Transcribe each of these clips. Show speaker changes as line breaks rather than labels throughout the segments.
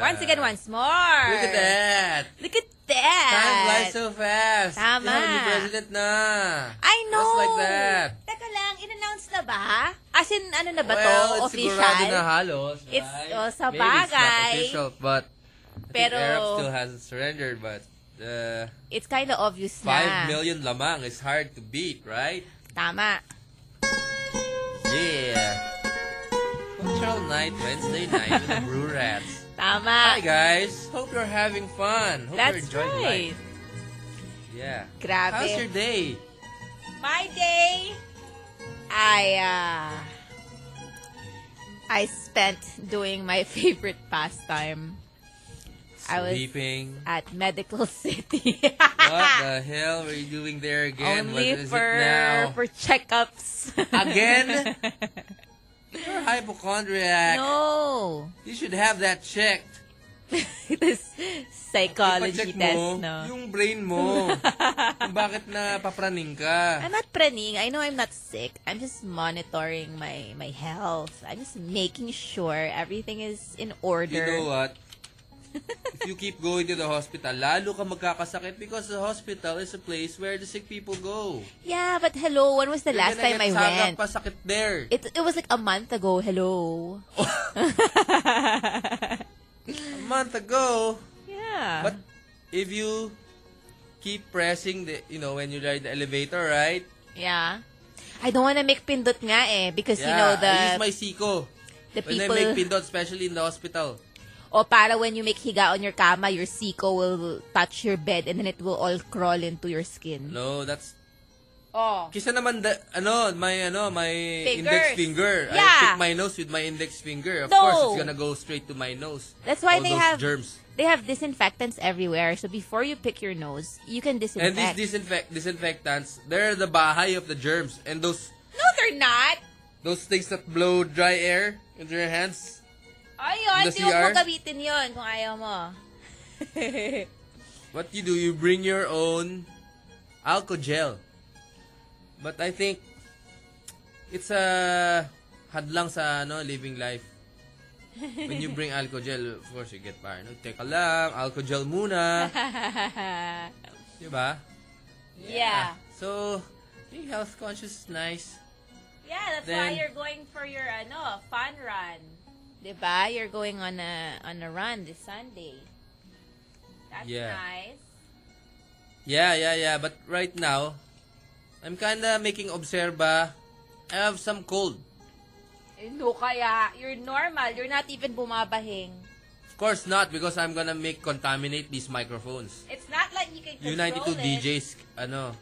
Once again, once more.
Look at that.
Look at that.
Time flies so fast.
Tama.
You have a new president na.
I know.
Just like that.
Teka lang, in-announce na ba? As in, ano na ba
well,
to?
it's
Official?
sigurado na halos, right?
It's- oh, sa
Maybe it's not
bagay.
official, but I
Pero-
think Arab still hasn't surrendered, but uh,
It's kind of obvious na.
5 million lamang is hard to beat, right?
Tama.
Yeah. Cultural night, Wednesday night with the Brew Rats.
Tama.
Hi guys, hope you're having fun. Hope
Ah. That's
you're enjoying
right.
life. Yeah.
Grabe.
How's your day?
My day, I uh, I spent doing my favorite pastime. I was-
Sleeping.
at Medical City.
What the hell were you doing there again?
Only
what is
for
it now?
for checkups.
Again? You're a hypochondriac.
no.
You should have that checked.
This psychology
Ipacheck
Ah, test,
mo,
no.
yung brain mo. Kung bakit na papraning ka.
I'm not praning. I know I'm not sick. I'm just monitoring my my health. I'm just making sure everything is in
You
order.
know uh, what? If you keep going to the hospital, lalo ka magkakasakit because the hospital is a place where the sick people go.
Yeah, but hello, when was the last time I went?
pa sakit there.
It it was like a month ago. Hello.
a month ago.
yeah.
But if you keep pressing the, you know, when you ride the elevator, right?
Yeah. I don't wanna make pindot nga eh because you
Yeah, I
know
use
the
my siko.
the
When I
people
make pindot, especially in the hospital.
o para when you make higa on your kama, your siko will touch your bed and then it will all crawl into your skin.
No, that's
Oh.
Kisa naman the, ano, my ano, my
Fingers.
index finger.
Yeah.
I pick my nose with my index finger. Of
No.
course, it's gonna go straight to my nose.
That's
All
why they
those
have
germs.
they have disinfectants everywhere. So before you pick your nose, you
And
can
these
disinfect.
disinfect disinfectants, they're the bahay of the germs. And those
no, they're not.
those things that blow dry air into your hands. The
Ayun, di mo
CR?
gamitin yun kung ayaw mo.
What you do, you bring your own alcohol gel. But I think it's a hadlang sa ano, living life. When you bring alcohol gel, of course you get paranoid. Teka lang, alcohol gel muna. Diba? Ah,
yeah.
So, being health conscious is nice.
Yeah, that's
Then-
why you're going for your ano, fun run. 'Di ba? Diba? You're going on a on a run this Sunday. That's
Yeah.
nice.
Yeah, yeah, yeah. But right now, I'm kinda making observa. I have some cold.
Eh, no kaya, you're normal. You're not even bumabahing.
Of course not because I'm gonna make contaminate these microphones.
It's not like you can control
United to
it.
DJs, ano.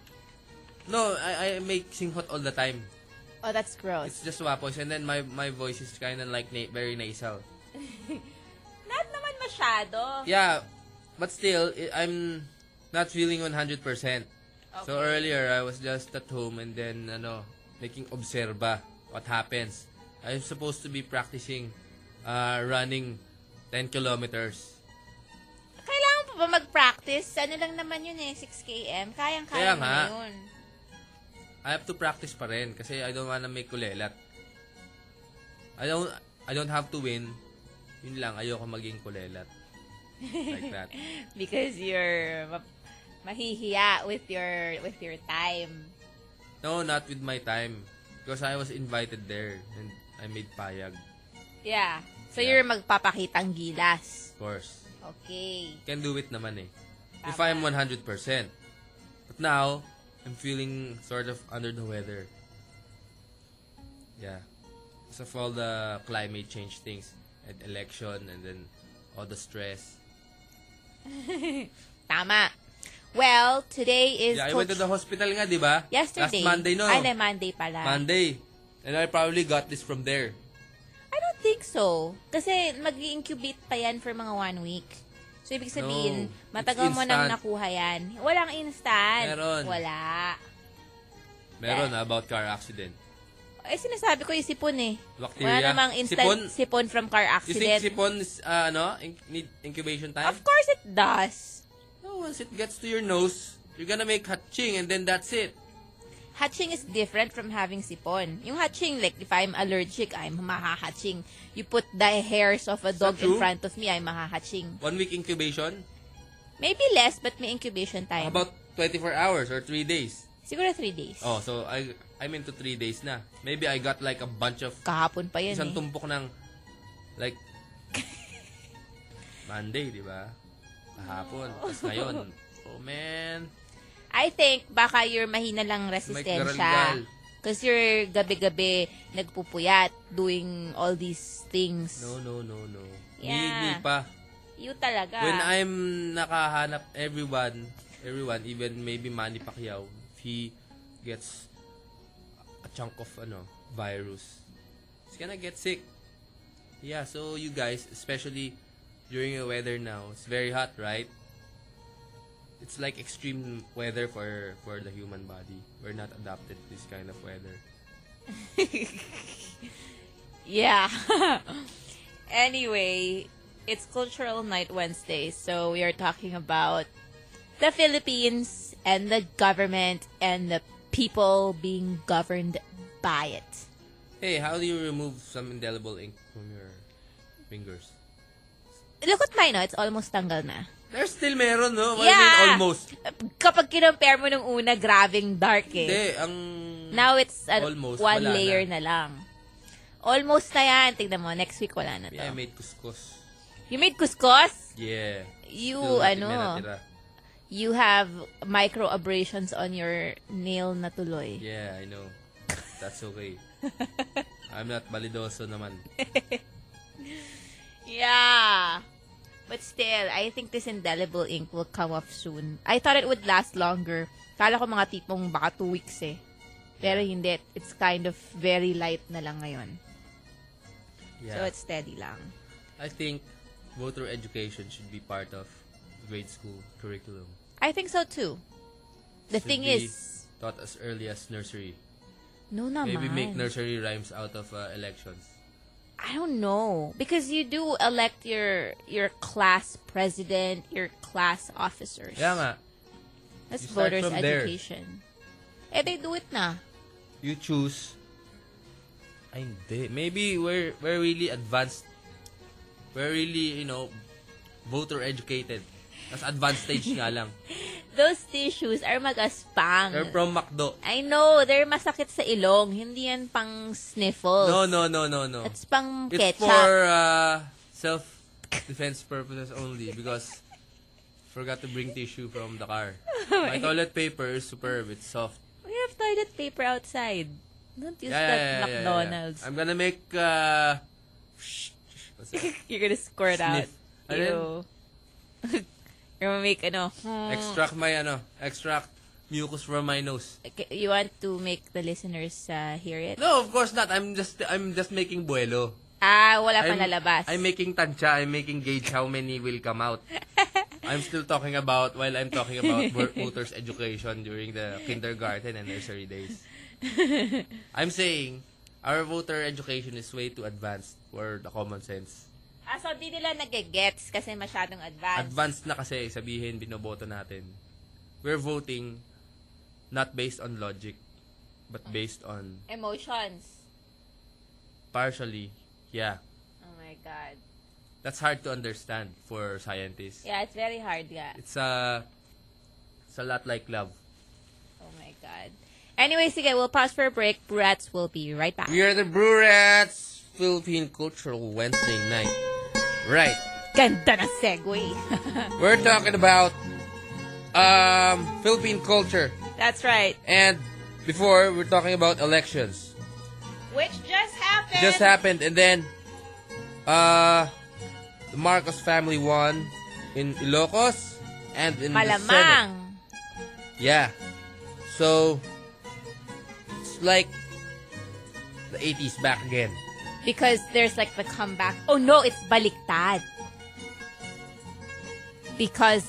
No, I, I make sing hot all the time.
Oh, that's gross.
It's just wapos. And then my my voice is kind of like na- very nasal.
Not naman masyado.
Yeah, but still, i- I'm not feeling 100%. So
Okay.
earlier, I was just at home and then, ano, making observa what happens. I'm supposed to be practicing uh, running 10 kilometers.
Kailangan pa ba mag-practice? Ano lang naman yun eh, 6 km.
Kaya
Kayang-kaya mo
nga.
na yun.
I have to practice pa rin kasi I don't wanna make kulelat. I don't I don't have to win. Yun lang, ayoko maging kulelat. Like that.
Because you're ma- mahihiya with your with your time.
No, not with my time. Because I was invited there and I made payag, of
Yeah. So
Yeah.
you're magpapakitang gilas.
course.
Okay.
Can do it naman eh. If
Tama.
I'm 100%. But now, I'm feeling sort of under the weather. Yeah. Because of all the climate change things and election and then all the stress.
Tama. Well, today is
Yeah, I went to the hospital nga, di ba?
yesterday.
Last Monday, no?
Ay, na, Monday pala.
Monday. And I probably got this from there.
I don't think so. Kasi mag-incubate pa yan for mga one week. So, ibig
No.
sabihin,
It's
matagal mo nang
instant.
nakuha yan. Walang instant.
Meron.
Wala.
Meron ah, about car accident.
Eh, sinasabi ko yung sipon eh.
Bacteria.
Wala namang instant sipon, from car
You think
accident.
sipon is, ah, ano, in- need incubation time?
Of course it does.
No, once it gets to your nose, you're gonna make hatching and then that's it.
Hatching is different from having sipon. Yung hatching, like, if I'm allergic, I'm mahahatching. You put the hairs of a dog in
true?
front of me, I'm mahahatching.
One week incubation?
Maybe less, but may incubation time.
About 24 hours or 3 days.
Siguro three days.
Oh, so I I'm into 3 days na. Maybe I got like a bunch of
Kahapon pa yun
isang
eh.
tumpok ng like Monday, di ba? Kahapon. Tapos ngayon. Oh man.
I think baka your mahina lang
garalgal.
resistensya. Because you're gabi-gabi nagpupuyat doing all these things.
No, no, no, no.
Yeah.
Me, me pa.
You talaga.
When I'm nakahanap everyone, everyone, even maybe Manny Pacquiao, he gets a chunk of ano, virus. He's gonna get sick. Yeah, so you guys, especially during the weather now, it's very hot, right? It's like extreme weather for for the human body. We're not adapted to this kind of weather.
Yeah. anyway, it's Cultural Night Wednesday, so we are talking about the Philippines and the government and the people being governed by it.
Hey, how do you remove some indelible ink from your fingers?
Look at mine, no? it's almost tanggal na.
There's still meron, no? What do you mean
Yeah.
almost?
Kapag kinompare mo nung una, grabing dark eh.
Hindi, ang...
Now it's uh,
Almost,
one
wala
layer na. lang. Almost na yan. Tignan mo, next week wala na to.
Yeah, I made couscous.
You made couscous?
Yeah.
You,
Still natin-
ano,
may natira.
you have micro abrasions on your nail na tuloy.
Yeah, I know. That's okay. I'm not balidoso naman.
Yeah. But still, I think this indelible ink will come off soon. I thought it would last longer. Kala ko mga tipong baka two weeks eh. Pero hindi. It's kind of very light na lang ngayon. So
Yeah.
it's steady lang.
I think voter education should be part of grade school curriculum.
I think so too. The
Should
thing
be
is,
Taught as early as nursery.
no naman.
Maybe make nursery rhymes out of uh, elections.
I don't know because you do elect your your class president, your class officers.
Yeah nga. You
That's
start
voters
from there.
education. Eh, they do it na.
You choose. Ay, hindi. Maybe we're, we're really advanced. We're really, you know, voter educated. As advanced stage nga lang.
Those tissues are magaspang.
They're from McDo.
I know, they're masakit sa ilong. Hindi yan pang sniffles.
No, no, no, no, no.
It's pang
It's
ketchup.
for uh, self-defense purposes only because forgot to bring tissue from the car. My toilet paper is superb. It's soft.
We have toilet paper outside. Don't use
Yeah,
that
yeah, yeah, yeah, yeah.
McDonald's.
I'm gonna make uh, what's that?
You're gonna squirt out.
Sniff. Ano And then,
Ew. You're gonna make, ano,
extract my ano, extract mucus from my nose.
Okay, you want to make the listeners uh, hear it?
No, of course not. I'm just I'm just making buelo.
Ah, wala pa
I'm,
nalabas.
I'm making tansya. I'm making gauge how many will come out. I'm still talking about while I'm talking about vo- voters education during the kindergarten and nursery days. I'm saying our voter education is way too advanced for the common sense.
ah, so di nila nagigets kasi masyadong advanced.
Advanced na kasi sabihin binoboto natin. We're voting not based on logic but based on
Emotions.
partially. Yeah.
Oh my God.
That's hard to understand for scientists.
Yeah, it's very hard, yeah.
It's a it's a lot like love.
Oh my God. Anyway, sige, we'll pause for a break. Brats will be right back.
We are the Brurats Philippine Cultural Wednesday night. Right.
Ganda na segue.
We're talking about um Philippine culture
That's right.
and before we're talking about elections.
Which just happened.
It just happened and then uh the Marcos family won in Ilocos and in the Senate.
Malamang.
Yeah. So it's like the 80s back again.
Because there's like the comeback. Oh no, it's baliktad. Because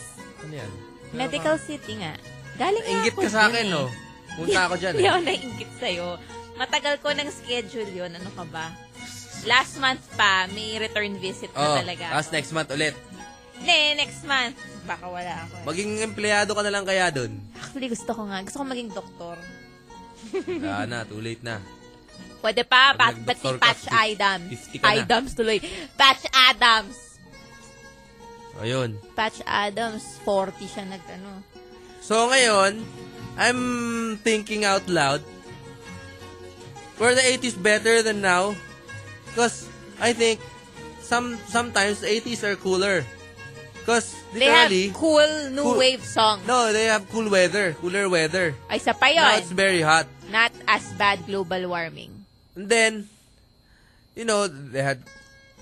Ano yan?
Medical City nga. Galing nga
Ingit
ako
ka sa
dun
akin, oh.
eh.
no? Punta ako dyan.
Hindi
Eh.
ako naiingit sa'yo. Matagal ko ng schedule yon Ano ka ba? Last month pa, may return visit na
Oh,
talaga.
tapos
ako.
next month ulit.
Hindi, next month. Baka wala ako. eh.
Maging empleyado ka na lang kaya dun.
Actually, gusto ko nga. Gusto ko maging doktor.
Wala na, too late na.
Pwede
Pag
pa, pat, ba't si
nag-doktor ka,
Patch
fif-
Adams?
50 ka na.
Adams tuloy. Patch Adams.
Ayun.
Patch Adams, 40 siya nag, ano.
So ngayon, I'm thinking out loud. Were the 80s better than now? Because I think some sometimes the 80s are cooler. Because
They have
literally,
cool new
Cool.
wave songs.
no, they have cool weather, cooler weather.
Ay, isa pa
Now it's
yun.
very hot.
Not as bad global warming.
And then, you know, they had,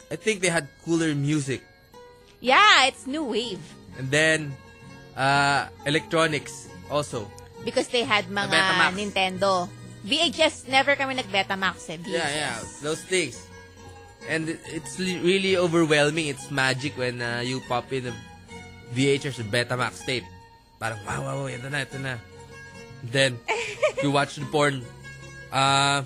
I think they had cooler music.
Yeah, it's new wave.
And then, uh, electronics also.
Because they had
Betamax.
mga Nintendo. VHS, never kami nag-Betamax eh. VHS.
Yeah, yeah, those things. And it's li- really overwhelming. It's magic when uh, you pop in a VHS or Betamax tape. Parang, wow, wow, wow, ito na, ito na. Then, you watch the porn. Uh,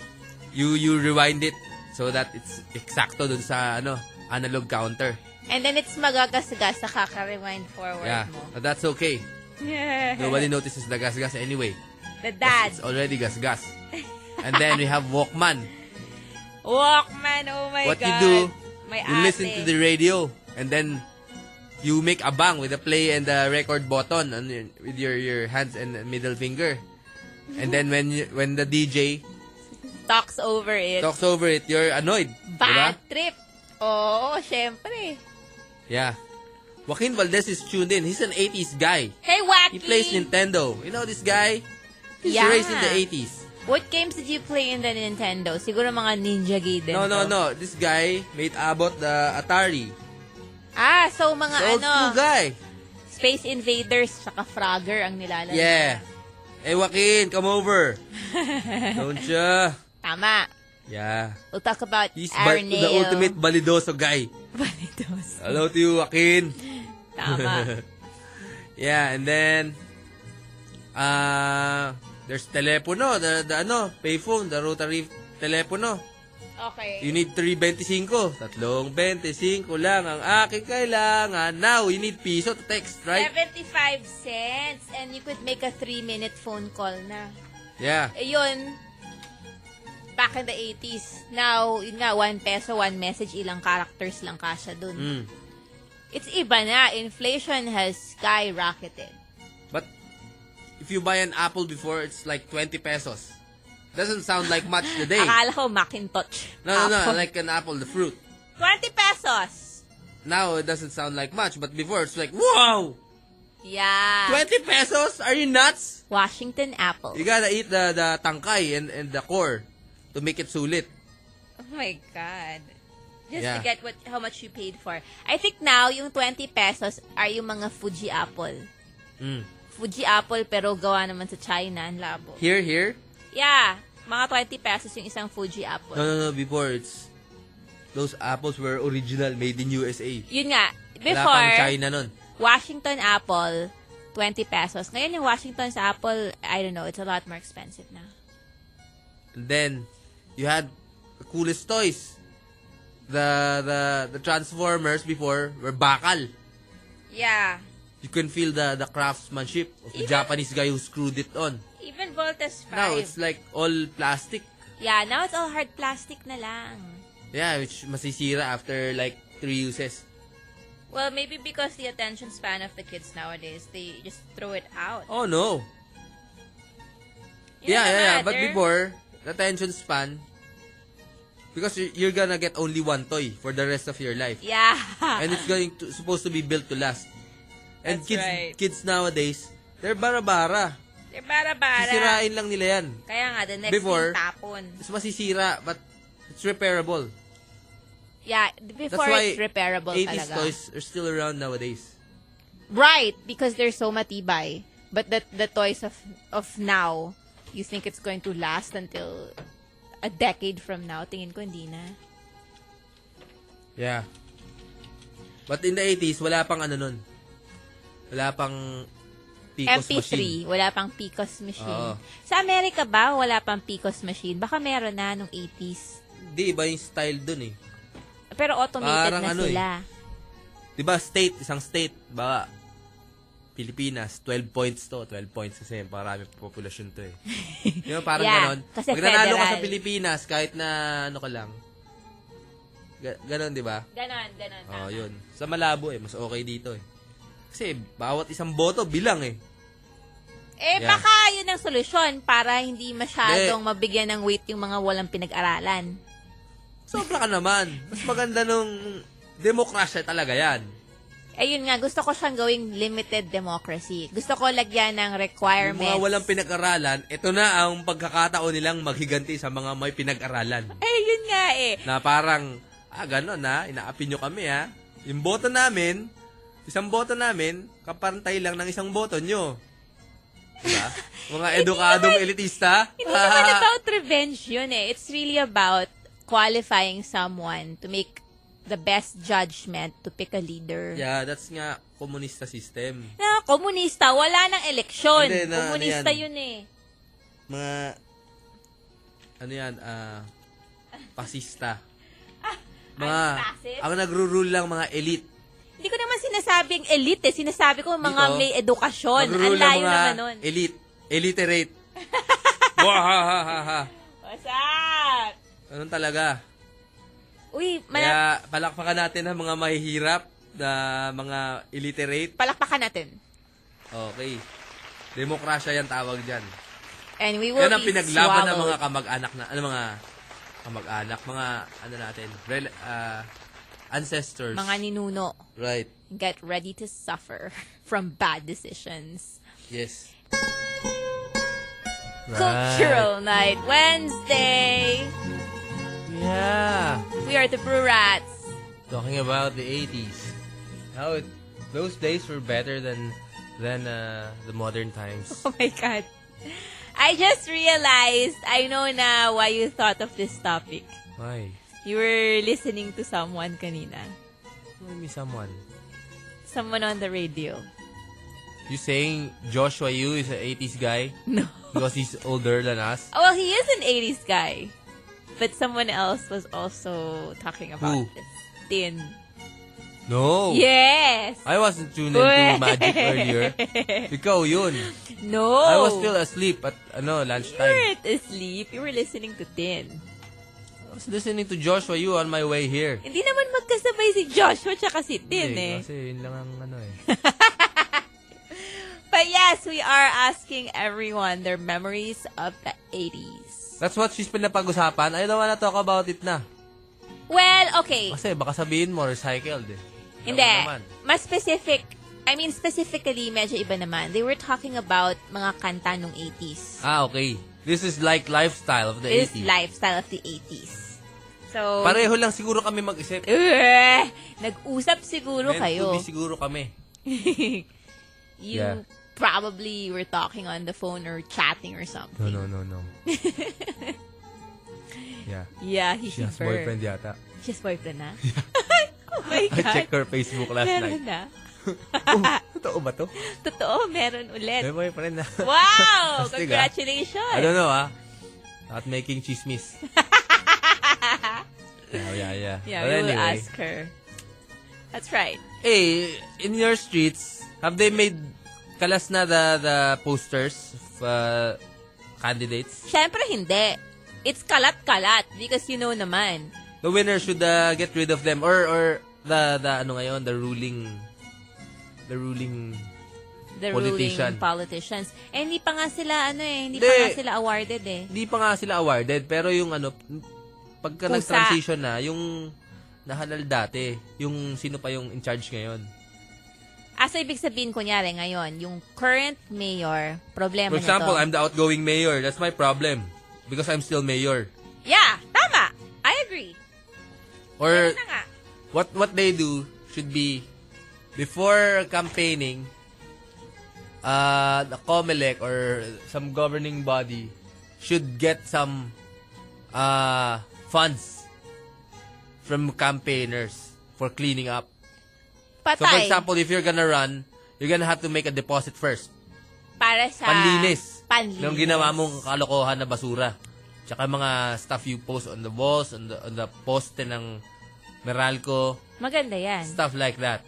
you you rewind it so that it's exacto dun sa ano analog counter.
And then it's magagasgas sa kaka-rewind forward
Yeah,
mo.
but that's okay.
Yeah.
Nobody notices the gas-gas anyway.
The dad.
It's already gas-gas. And then we have Walkman.
Walkman, oh my
What
God.
you do,
My
you listen
ate.
to the radio and then you make a bang with the play and the record button on your, with your, your hands and middle finger. And then when you, when the DJ
Talks over it.
talks over it, you're annoyed. Diba?
Bad trip. Oo, syempre.
Yeah. Joaquin Valdez is tuned in. He's an 80s guy.
Hey,
He
Wacky!
plays Nintendo. You know this guy? He's
Yeah.
raised in the 80s.
What games did you play in the Nintendo? Siguro mga Ninja Gaiden.
No, no,
to.
no. This guy made about the Atari.
Ah, so mga
Old
ano,
school guy.
Space Invaders, saka Frogger ang nilalaro.
Yeah. Hey, Joaquin, come over. Don't ya?
Tama.
Yeah.
We'll talk about
He's ba-
Araneo.
the ultimate balidoso guy.
Vanitas.
Hello to you, Joaquin.
Tama.
yeah, and then, uh, there's telepono, the, the ano, payphone, the rotary telepono. You
Okay.
need 3.25. Tatlong 25 lang ang aking kailangan. Now, you need piso to text, right?
75 cents and you could make a 3-minute phone call na.
Yeah.
Ayun, back in the 80s. Now, yun nga, 1 peso, 1 message, ilang characters lang kasha dun.
Mm.
It's iba na. Inflation has skyrocketed.
But if you buy an apple before, it's like 20 pesos. Doesn't sound like much today.
Akala ko Macintosh.
No, no, no.
Apple.
Like an apple, the fruit.
20 pesos!
Now it doesn't sound like much, but before it's like, wow!
Yeah.
20 pesos? Are you nuts?
Washington apple.
You gotta eat the, the tangkay and, and the core to make it sulit.
Oh my God. Just
Yeah.
to get what how much you paid for. I think now, yung 20 pesos are yung mga Fuji apple.
Mm.
Fuji apple pero gawa naman sa China. Ang labo.
Here, here?
Yeah. Mga 20 pesos yung isang Fuji apple.
No, no, no. Before it's those apples were original, made in USA.
Yun nga.
Wala pang
Before,
China nun.
Washington apple, 20 pesos. Ngayon yung Washington sa apple, I don't know, it's a lot more expensive na.
And then you had the coolest toys. The the the Transformers before were bakal.
Yeah.
You can feel the the craftsmanship of the
Even-
Japanese guy who screwed it on.
Even Voltes 5.
Now it's like all plastic.
Yeah, now it's all hard plastic na lang.
Yeah, which masisira after like three uses.
Well, maybe because the attention span of the kids nowadays, they just throw it out.
Oh no.
You know
yeah,
the
yeah, yeah. But
matter?
before, the attention span, because you- you're gonna get only one toy for the rest of your life.
Yeah.
And it's going to, supposed to be built to last. And
That's
kids
right.
kids nowadays, they're bara-bara.
They're bara-bara.
Sisirain lang nila yan.
Kaya nga, the next
Before-
thing, tapon.
It's masisira, but it's repairable.
Yeah,
That's
before
why
it's repairable
80s
talaga.
toys are still around nowadays.
Right, because they're so matibay. But the, the toys of, of now, you think it's going to last until a decade from now? Tingin ko hindi na.
Yeah. But in the 80s, wala pang ano nun. Wala pang Picos
MP3,
machine. Ah.
wala pang Picos machine.
Oo.
Sa Amerika ba, wala pang Picos machine? Baka meron na nung 80s.
Di, iba yung style dun eh.
Pero automated
Parang
na
ano
sila.
Di ba, state, isang state, ba, Pilipinas, 12 points to. 12 points kasi marami populasyon to eh. Di ba parang
Yeah,
ganon?
kasi
Pag nanalo ka
federal.
sa Pilipinas, kahit na ano ka lang, ga- ganon, di ba?
Ganon, ganon.
Oo, Oh, yun. Sa Malabo eh, mas okay dito eh. Kasi bawat isang boto bilang eh.
Eh,
Yeah.
baka yun ang solusyon para hindi masyadong mabigyan ng weight yung mga walang pinag-aralan.
Sobra ka naman. Mas maganda nung demokrasya talaga yan.
Ayun nga, gusto ko siyang gawing limited democracy. Gusto ko lagyan
Yung
ng requirements.
mga walang pinag-aralan, ito na ang pagkakataon nilang maghiganti sa mga may pinag-aralan.
Eh, yun nga eh.
Na parang, ah, gano'n na, inaapi nyo kami ha. Yung boto namin, isang boto namin, kaparantay lang ng isang boto nyo. Diba? Mga edukadong elitista.
Hindi naman about revenge yun eh. It's really about qualifying someone to make the best judgment to pick a leader.
Yeah, that's nga komunista system.
Na komunista, wala nang eleksyon.
Hindi, na- ano
komunista
yan?
yun eh.
Mga, ano yan, ah, pasista. Mga,
Ay, Ah, pasist?
ang nagro-rule lang mga elite.
Hindi ko naman sinasabing elite eh. Sinasabi ko mga
Dito,
may edukasyon. Ang
Nagro-rule lang
layo
mga
naman nun.
elite. Eliterate. Wahahaha.
What's up?
Ganun talaga.
Uy,
Kaya
mala-
palakpakan natin ang mga mahihirap na mga illiterate.
palakpakan natin.
Okay. Demokrasya yan tawag dyan.
And we will
Yan ang
be
pinaglaban ng mga
swallowed.
kamag-anak na, ano mga kamag-anak, mga ano natin, rel- ah, ancestors.
mga ninuno.
right.
Get ready to suffer from bad decisions.
Yes.
Cultural Night Wednesday.
Yeah.
We are the Brew Rats.
talking about the 80s how it, those days were better than than uh, the modern times
Oh my God. I just realized I know now why you thought of this topic.
why
You were listening to someone kanina.
tell me someone
Someone on the radio.
you saying Joshua Yu is an 80s guy
No.
because he's older than us
Oh, well, he is an 80s guy. But someone else was also talking
Who?
about this. Tin.
no
Yes.
I wasn't tuned
Uy.
into magic earlier ikaw yun
No.
I was still asleep at ano
You were
lunchtime
asleep. You were listening to Tin.
I was listening to Joshua Yu on my way here
Hindi naman magkasabay si Joshua tsaka si Tin
Hindi,
eh.
kasi yun lang ang ano eh
But yes, we are asking everyone their memories of the 80s.
that's what she's pinapag-usapan I don't wanna talk about it na
Well, okay.
Kasi baka sabihin mo, recycled eh.
Hindi.
Ewan naman.
Mas specific. I mean, specifically, medyo iba naman. They were talking about mga kanta nung 80s.
Ah, okay. This is like lifestyle of the
This
80s.
lifestyle of the 80s. So,
Pareho lang siguro kami mag-isip.
Ugh! nag-usap siguro
Meant
kayo.
to be siguro kami.
you
Yeah.
probably were talking on the phone or chatting or something.
no, no. yeah.
Yeah, he she
yata.
She has boyfriend na? oh my
I
God.
checked her Facebook last
meron
night.
na.
Totoo ba to?
Totoo, meron ulit.
May boyfriend na.
Wow!
Astig, ah. I
Congratulations!
don't know, ah. Not making chismis. yeah, yeah, yeah.
Yeah,
But
we will
anyway.
ask her. That's right.
Hey, in your streets, have they made kalas na the, the posters of uh, candidates?
Siyempre hindi. It's kalat-kalat because you know naman.
The winner should uh, get rid of them or or the the ano ngayon, the ruling the ruling
The
Politician.
ruling politicians. Eh, hindi pa nga sila, ano eh, hindi, pa
Hindi.
nga sila awarded eh.
hindi pa nga sila awarded pero yung ano pagka
Pusa.
nag-transition na yung nahalal dati, yung sino pa yung in charge ngayon.
Aso Ah, ibig sabihin, kunyari ngayon, yung current mayor, problema
For example,
nito.
I'm the outgoing mayor. That's my problem because I'm still mayor.
Yeah, tama. I agree.
Or
Ano na nga?
what what they do should be before campaigning uh the COMELEC or some governing body should get some uh funds from campaigners for cleaning up. So for
Patay.
example, if you're gonna run, you're gonna have to make a deposit first.
para sa...
Panlinis.
Panlinis.
Yung ginawa mong kalokohan na basura. Tsaka mga stuff you post on the walls, on the, on the poste ng Meralco,
Maganda yan.
stuff like that.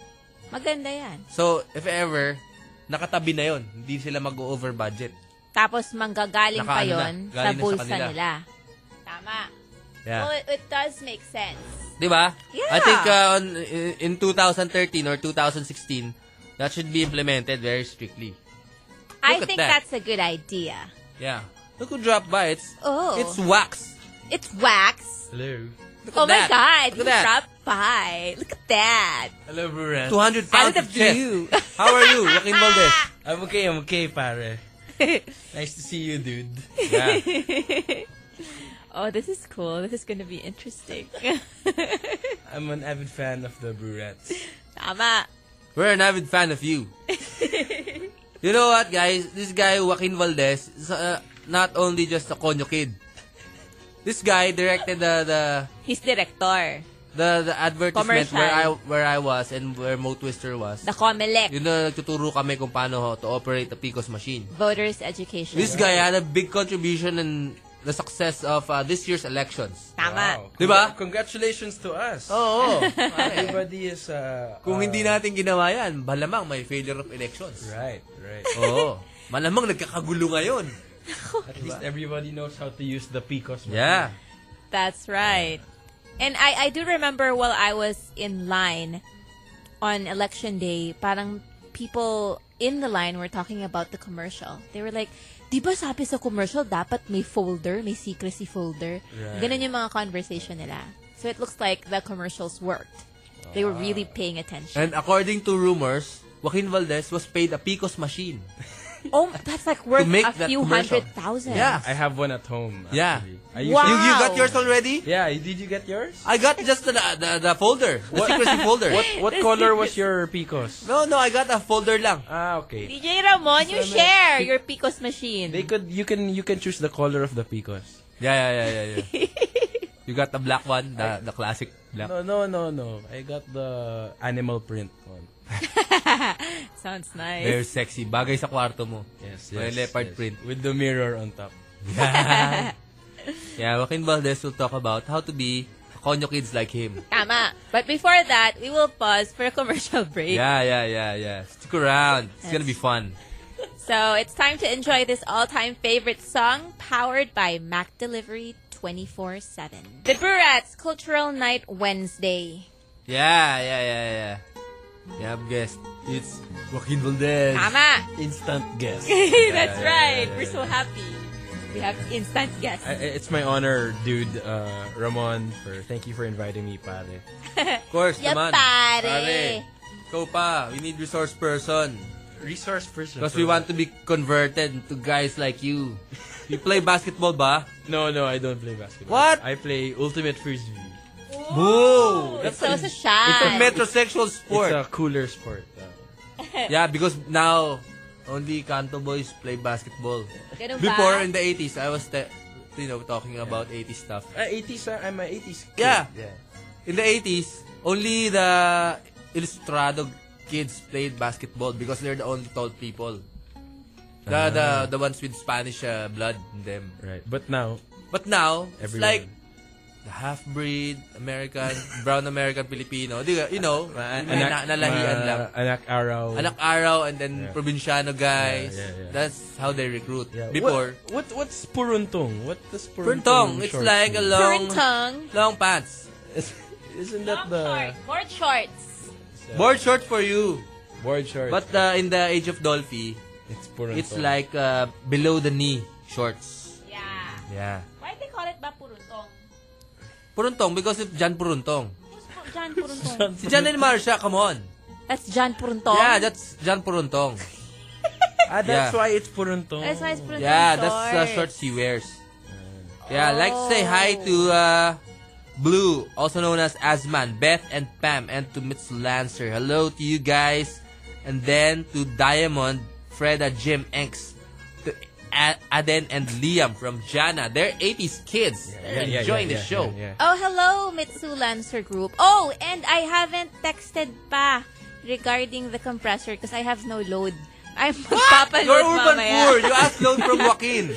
Maganda yan.
So, if ever, nakatabi na yon. Hindi sila mag-over budget.
Tapos manggagaling pa
Nakaano na,
yon
galing na
sa
sa
bulsa
kanila.
nila. Tama.
Yeah.
Well, it, it does make sense.
Di ba?
Oh, Yeah.
I think uh, on, in 2013 or 2016, that should be implemented very strictly. Look
I
at
think
that.
that's a good idea.
Yeah. Look who dropped by. It's,
Oh.
it's wax.
It's wax.
Hello. Look at
Oh my
that.
god,
Look
you
at that.
dropped by. Look at that.
Hello, Brad.
200 pounds
Out of
of
the
chest.
blue.
How are you, Joaquin Valdez?
I'm okay, I'm okay, pare. nice to see you, dude.
Yeah.
Oh, this is cool. This is going to be interesting.
I'm an avid fan of the Brats.
Tama.
We're an avid fan of you. you know what, guys? This guy, Joaquin Valdez, is uh, not only just a Konyo kid. This guy directed the the
He's director.
the, the advertisement
Commercial.
where I where I was and where Mo Twister was.
The Comelec.
Yun na nagtuturo kami kung paano to operate a Picos machine.
Voters Education.
This guy had a big contribution in the success of uh, this year's elections.
Tama.
Wow.
Diba?
Congratulations to us.
Oo.
Everybody is, uh,
Oh. Kung
uh,
hindi natin ginawa yan, malamang may failure of elections.
Right, right.
Oo. Malamang nagkakagulo ngayon.
At least everybody knows how to use the Picos.
Yeah.
That's right. And I, I do remember while I was in line on election day, parang people in the line were talking about the commercial. They were like, di ba sabi sa commercial, dapat may folder, may secrecy folder. Ganun yung mga conversation nila. So it looks like the commercials worked. They were really paying attention.
And according to rumors, Joaquin Valdez was paid a Picos machine.
oh, that's like worth
To make
a
that
few
commercial.
hundred thousand.
Yeah.
I have one at home.
Yeah.
Actually.
Wow.
You, you got yours already?
Yeah, did you get yours?
I got just the the, the folder, the secrecy folder.
What color was your Picos?
No, no, I got a folder lang.
Ah, okay.
DJ Ramon, you
So, ano,
share your Picos machine.
They could, you can, you can choose the color of the Picos.
Yeah, yeah, yeah, yeah. yeah. you got the black one, the the classic black.
No, no, no, no. I got the animal print one.
Sounds nice.
Very sexy. Bagay sa kwarto mo.
Yes,
May leopard print.
With the mirror on top.
Yeah, Joaquin Valdez will talk about how to be konyo kids like him.
Tama. But before that, we will pause for a commercial break.
Yeah, yeah, yeah, yeah. Stick around. It's gonna be fun.
So it's time to enjoy this all-time favorite song powered by Mac Delivery 24-7. The Burats Cultural Night Wednesday.
Yeah, yeah, yeah, yeah. Yeah, guest. It's Joaquin Valdez.
Tama.
Instant guess.
That's right. We're so happy. We have instant guests.
I, it's my honor, dude, uh, Ramon, for thank you for inviting me, pare.
Of course,
Yeah,
naman.
pare.
Ikaw pa. We need resource person.
Resource person.
Because we want to be converted to guys like you. You play basketball ba?
No, no, I don't play basketball.
What?
I play Ultimate Frisbee.
Boo!
It's
That's a,
so shy.
it's a metrosexual sport.
It's a cooler sport. Uh,
yeah, because now, only Kanto boys play basketball.
Ganun ba?
Before, in the 80s, I was, te- you know, talking about 80s stuff.
uh, 80s, uh, I'm an 80s kid.
Yeah.
yeah.
In the 80s, only the Ilustrado kids played basketball because they're the only tall people. The, the, the ones with Spanish uh, blood in them.
Ah. Right. But now,
But now, it's
Everyone.
like the half-breed, American, brown American, Filipino. Di, ka- you know, yung mga na, nalahian lang.
Anak araw.
Anak araw and then
Yeah.
probinsiano guys.
Yeah, yeah, yeah.
That's how they recruit.
Yeah.
Before,
What, what what's puruntong? What does
printong,
puruntong?
it's
short
like a
mean?
Current
long,
tongue.
long pants.
Isn't that the
Board shorts.
Board short for you.
board short?
But uh, in the age of Dolphy,
it's puruntong.
it's like uh, below the knee shorts.
Yeah.
Yeah.
Why they call it bapuruntong?
Puruntong because of Jan Puruntong.
Who's John Puruntong?
Ah,
Si Jan and Marcia, come on.
That's John Puruntong.
Yeah, that's Jan Puruntong.
ah,
yeah.
that's why it's puruntong.
That's why it's Puruntong
Yeah,
shorts.
that's the shorts he wears. Yeah, I'd like to say hi to uh, Blue, also known as Asman, Beth and Pam, and to Mitz Lancer. Hello to you guys. And then to Diamond, Freda, Jim, Enks, to A- Aden and Liam from Jana. They're 80s kids. They're enjoying the show.
Yeah, yeah.
Oh, hello, Mitsu Lancer Group. Oh, and I haven't texted pa regarding the compressor because I have no load. I'm magpapaload
You're urban
mamaya.
poor. You asked loan from Joaquin.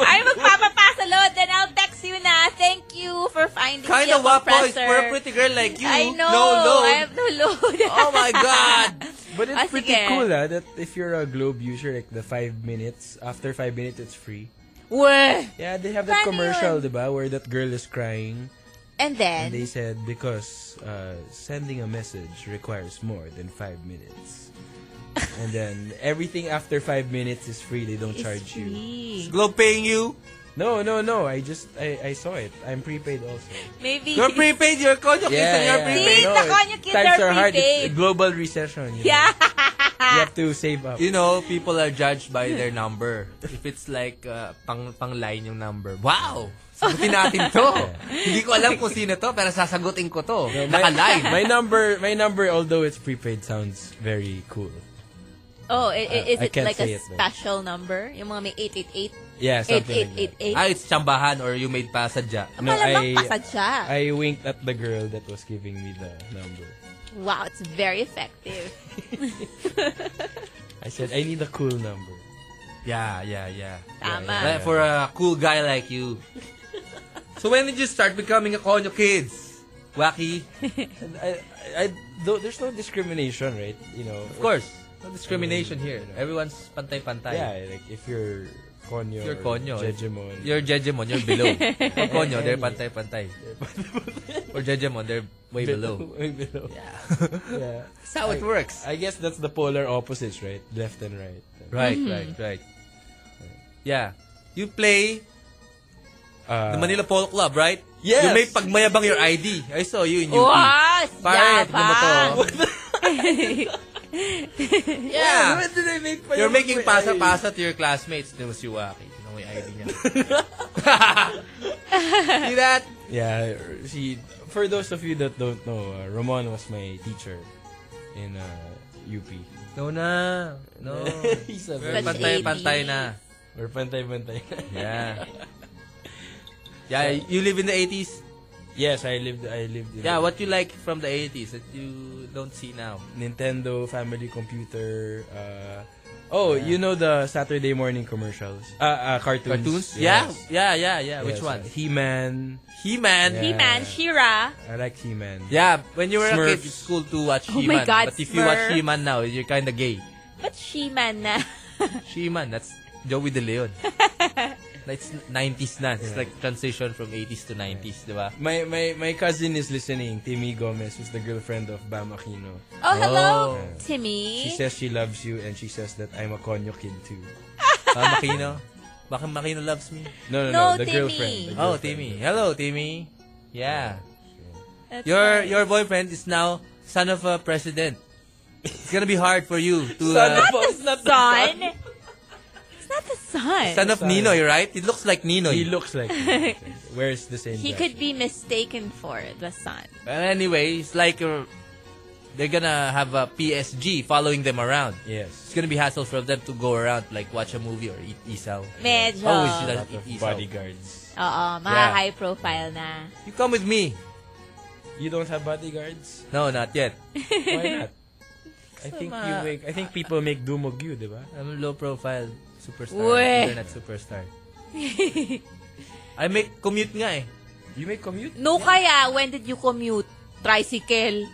I'm magpapapasaload, then I'll text you na. Thank you for finding
kind
me a
of wapo is
compressor.
for a pretty girl like you.
I know.
No loan.
I have no load.
Oh my God.
But it's
Ah,
pretty
sige.
cool ah, that if you're a Globe user, like the five minutes, after five minutes, it's free.
Weh!
Yeah, they have that
Paano
commercial,
yun?
diba, where that girl is crying.
And
And
then,
they said because uh, sending a message requires more than five minutes. and then everything after five minutes is free. They don't
it's
charge you.
free.
Globe paying you.
No, no, no. I just I, I saw it. I'm prepaid also.
Maybe.
You're prepaid. Your contract is on your prepaid.
See,
No,
the
it-
conjugates
times
are
are hard. It's
prepaid.
a global recession. You know.
Yeah.
You have to save up.
You know, people are judged by their number. If it's like uh, pang pang line yung number. Wow! Sagutin natin to. Hindi ko alam kung sino to, pero sasagutin ko to. Naka-line.
My number, my number, although it's prepaid, sounds very cool.
Oh, i- i- is
I
it
can't
like
say
a
it, though.
special number? Yung mga may 888?
Yeah, something like that.
8888?
Ah, it's chambahan or you made pasadya.
No,
Malamang
I-
pasad siya.
I winked at the girl that was giving me the number.
wow, it's very effective.
I said, I need a cool number.
Yeah, yeah, yeah.
Tama.
Like, For a cool guy like you. so when did you start becoming a Konyo Kids? Wacky?
And I, I, I- though there's no discrimination, right? You know,
Of course. No discrimination here. Everyone's pantay-pantay.
Yeah, like if you're conyo,
You're
or
konyo.
jejemon,
You're Jejemon, you're below. Or Konyo, they're pantay-pantay. Or Jejemon, they're way below.
Way below.
Yeah.
Yeah.
That's how it works.
I guess that's the polar opposites, right? Left and right.
Right, right, right. Yeah. You play the
Uh,
Manila Polo Club, right?
Yes.
You may pagmayabang your ID. I saw you in UP.
Wow,
Pare, tignan mo to.
yabang!
Yeah.
When Ah. did I make my
You're making
my-
pasa-pasa to your classmates. Ito si Waki. Ito may ID niya. See that?
Yeah, she. For those of you that don't know, uh, Ramon was my teacher in uh, UP.
No na. No.
He's a
We're
very
Such
pantay-pantay na.
We're pantay-pantay.
Yeah. Yeah, you live in the 80s?
yes, I lived. I lived. In
Yeah, what you like from the 80s that you don't see now?
Nintendo family computer. Uh, oh, you know the Saturday morning commercials. Uh, uh cartoons.
Cartoons? Yeah,
Yes.
yeah, yeah, yeah.
Yes,
Which one?
uh, He-Man.
He-Man.
Yeah.
He-Man, She-Ra.
I like He-Man.
Yeah, when you were a kid,
Smurfs.
it's cool to watch
Oh
He-Man.
my God,
but if you watch
Smurf.
He-Man now, you're kind of gay.
Ba't She-Man na?
She-Man, that's Joey De Leon. That's 90s na. It's like transition from 80s to 90s, di ba?
My my my cousin is listening. Timmy Gomez, who's the girlfriend of Bam Aquino.
Oh, hello,
Oh.
Timmy.
She says she loves you, and she says that I'm a conyo kid too.
Ah, Makino. Baka Makino loves me.
No, no,
No,
no. the
Timmy.
girlfriend. the
Oh,
girlfriend.
Timmy. Hello, Timmy. Yeah.
That's
Your
nice.
your boyfriend is now son of a president. It's gonna be hard for you to...
Son
uh,
of a- it's not the
son.
son.
It's not the son.
Son of
Son.
Ninoy, right? It looks like Ninoy.
He looks like. him. Wears the same.
he
dress.
could be mistaken for the son.
Well, anyway, it's like uh, they're gonna have a PSG following them around. It's
Yes.
gonna be hassle for them to go around, like watch a movie or eat isaw.
Medyo.
Always sila
Lot of
eat isaw.
bodyguards.
Oo, mga
Yeah.
high profile na.
You come with me.
You don't have bodyguards.
No, not yet.
Why not? I
So,
think
ma-
you make. I think people make dumog you, di ba?
I'm a low profile superstar.
Uy.
Internet superstar. I make commute nga eh.
You make commute.
No kaya, when did you commute? Tricycle.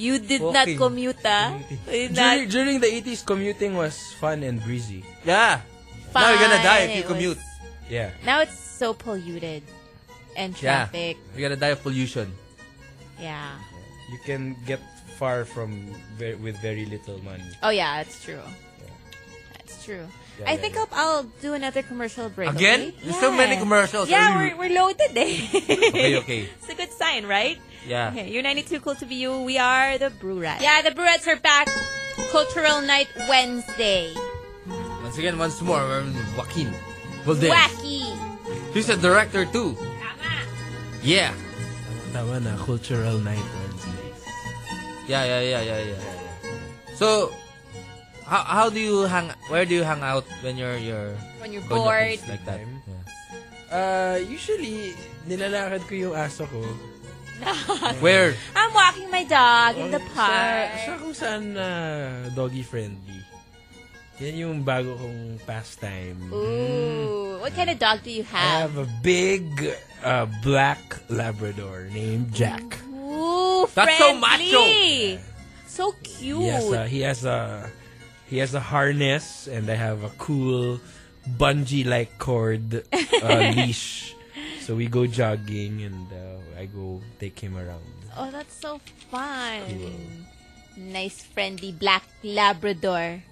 You did not
Walking.
commute, ah. You did
During,
not
during the 80s, commuting was fun and breezy.
Yeah. Now you're gonna
Fine,
die if you
it
commute.
Yeah.
Now it's so polluted. And
Yeah.
traffic.
You're gonna die of pollution.
Yeah.
You can get far from ve- with very little money.
Oh, yeah, that's true. That's true.
Yeah,
I
yeah,
think
yeah.
I'll, I'll do another commercial break.
Again?
okay?
There's so many commercials.
Yeah,
Are you-
we're, we're loaded eh.
Okay, okay.
It's a good sign, right?
Yeah.
Ah.
Okay, you're 92 Cool to Be You. We are the Brewerettes. Yeah, the Brewerettes are back. Cultural Night Wednesday.
Once again, once more, um, Joaquin. Valdez.
Wacky.
He's a director too. Yeah.
Tama na, cultural night Wednesdays.
Yeah, yeah, yeah, yeah, yeah. So, how how do you hang? Where do you hang out when you're you're
When you're
going to
bored.
place like that?
Time.
Yeah.
Uh, usually, nilalakad ko yung aso ko.
Where?
I'm walking my dog in the park.
Sa, sa kung saan na doggy friendly. Yan yung bago kong pastime.
Ooh. What kind of dog do you
I
have?
have a big uh, black Labrador named Jack.
Ooh,
That's so
friendly. So cute.
He has a he has a he has a harness, and I have a cool bungee-like cord uh, leash. So we go jogging, and uh, I go take him around.
oh, that's so fun.
Cool.
Nice friendly black Labrador.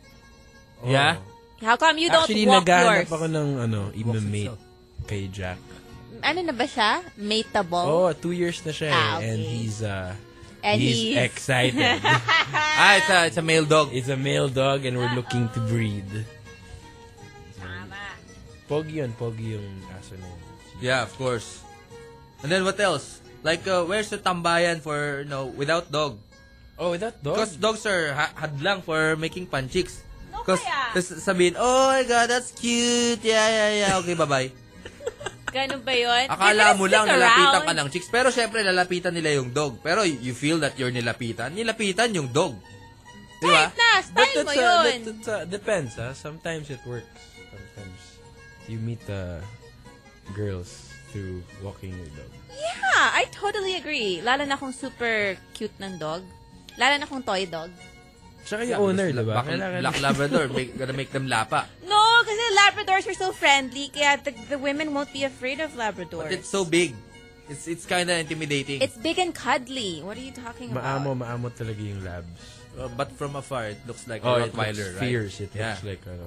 Yeah?
Oh.
How come you don't
Actually,
walk
naghahanap
yours?
ako ng ano,
Walks
ima-mate
himself.
kay Jack.
Ano na ba siya? Mateable?
Oh, two years na siya, eh,
Ah, okay.
and he's uh,
And
he's,
he's-
excited.
Ah, it's a, it's a male dog.
it's a male dog, and we're looking
Ah.
to breed. Pogi yun, pogi yung aso na yun.
Yeah, of course. And then what else? Like, uh, where's the tambayan for, you know, without dog?
Oh, that dog?
Because dogs are ha- hadlang for making panchiks.
No,
Because
kaya.
sabihin, oh my god, that's cute. Yeah, yeah, yeah. Okay, bye-bye.
Ganun ba yun?
Akala
They
mo
just
lang
stick
nalapitan
around.
ka ng chicks. Pero syempre, lalapitan nila yung dog. Pero y- you feel that you're nilapitan. Nilapitan yung dog. Di ba?
Kahit na, style mo
uh,
yun.
that- that's, uh, depends, ah. Sometimes it works. Sometimes you meet uh, girls through walking your dog.
Yeah, I totally agree. Lalo na kung super cute ng dog. Lalo na kung toy dog.
Tsaka yung owner, diba?
Black, Black Labrador, make, gonna make them lapa.
No, kasi Labradors are so friendly, kaya the, the women won't be afraid of Labradors.
But it's so big. It's it's kind of intimidating.
It's big and cuddly. What are you talking
maamo,
about?
maamo talaga yung labs.
Uh, but from afar, it looks like
Oh,
a
it looks
Rottweiler, right?
fierce. It
yeah.
looks like, ano.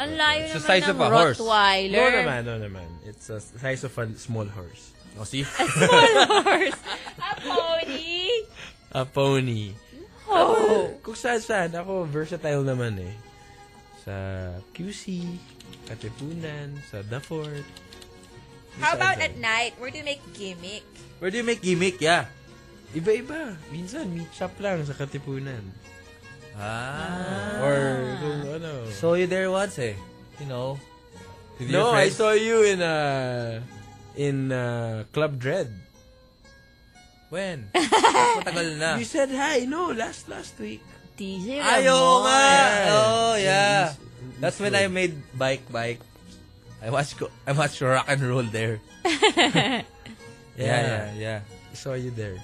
Ang layo
It's the
naman
size
ng
of a horse.
Rottweiler.
No naman, no naman. It's the size of a small horse.
Oh, see?
Small horse. A pony.
A pony.
Oh.
Kung saan saan, ako versatile naman eh. Sa QC, Katipunan, sa The Fort.
How about at
Saan-saan.
night? Where do you make gimmick?
Where do you make gimmick? Yeah.
Iba-iba. Minsan, meet shop lang sa Katipunan.
Ah.
Or kung ano.
Saw you there once eh. You know. with your
no, I
friends.
saw you in uh, in uh, Club Dread.
When? Matagal na.
You said hi, no, last last week.
DJ
Ayo nga!
Yeah.
Oh, yeah.
Yes, yes,
That's when
yes.
I made Bike Bike. I watched, co- I watched rock and roll there. Yeah, yeah, yeah.
I saw you there.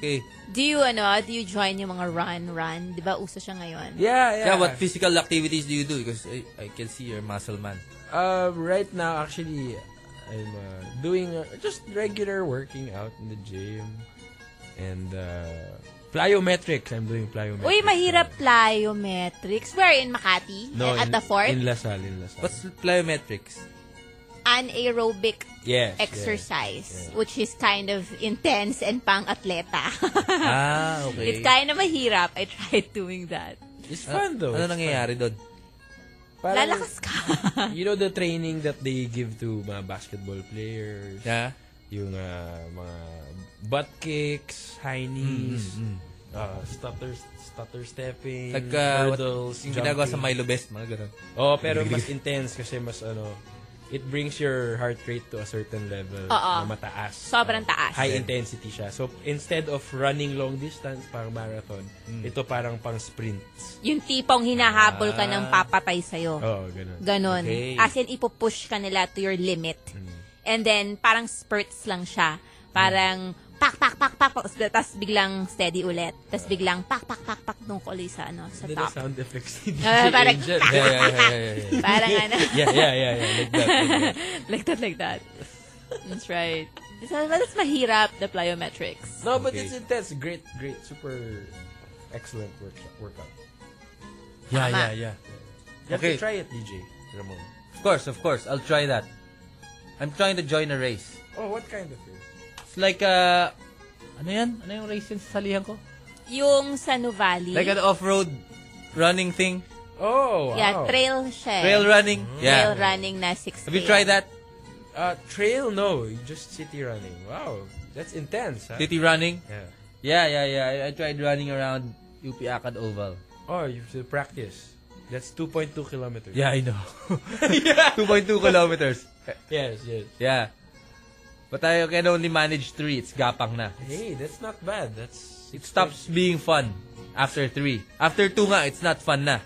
Okay.
Do you, ano, do you join yung mga run-run? Di ba uso siya ngayon?
Yeah, yeah.
Yeah, what physical activities do you do? Because I, I can see you're muscle man.
Um, right now, actually, I'm uh, doing uh, just regular working out in the gym and uh, plyometrics. I'm doing plyometrics.
Uy, mahirap plyometrics. Where? In Makati? eh,
No,
At
in,
the fort?
In Lasal, in Lasal.
What's plyometrics?
Anaerobic
yes,
exercise,
yes.
which is kind of intense and pang-atleta.
ah, okay.
It's kind of mahirap. I tried doing that.
It's fun though.
Ano
it's
nangyayari doon?
fun. Parang,
Lalakas ka.
You know the training that they give to mga basketball players?
Yeah.
Yung uh, mga butt kicks, high
Mm,
knees, uh, stutter, stutter stepping,
Like, uh, what,
hurdles,
yung ginagawa sa
jumping.
Milo Best, mga ganun.
Oh, pero mas intense kasi mas ano, it brings your heart rate to a certain level
Oo.
na mataas. Oh,
Sobrang taas.
High intensity siya. So, instead of running long distance parang marathon, ito parang pang sprints.
Yung tipong hinahabol ka
Ah.
ng papatay sa'yo.
Oo, ganun.
Ganon.
Okay. Hmm.
As in, ipupush ka nila to your limit. And then, parang spurts lang siya. Parang, pak, pak, pak, pak, pak. Tapos biglang steady ulit. Tapos biglang, pak, pak, pak, pak, nung ko ulit sa, ano, sa
Then the
top.
sound effects ni
Ah,
DJ
parang,
Angel.
pak,
Yeah,
pak,
yeah, yeah,
pak, pak.
yeah,
Parang ano.
yeah, yeah, yeah, yeah. Like that. like that.
like that, like that. That's right. So, that's mahirap, the plyometrics.
No, but
Okay.
it's intense. Great, great, super excellent workshop, workout.
Yeah,
Tama.
yeah, yeah.
You
Okay.
have to try it, DJ Ramon.
Of course, of course. I'll try that. I'm trying to join a race.
Oh, what kind of race?
It's like a... Ano yan? Ano yung race yung sasalihan ko?
Yung sa Nuvali.
Like an off-road running thing.
Oh, wow.
yeah, trail siya. eh.
Trail running. Yeah.
Trail running na 6
Have you tried that?
Uh, trail, no. Just city running. Wow. That's intense, huh?
City running?
Yeah.
Yeah, yeah, yeah. I, I tried running around UP Acad Oval.
Oh, you have to practice. That's 2.2 kilometers.
Yeah, I know. 2.2 kilometers.
Yes, yes.
Yeah. But I can only manage three. It's gapang na.
Hey, that's not bad. That's
It stops being fun after three. After two nga, it's not fun na.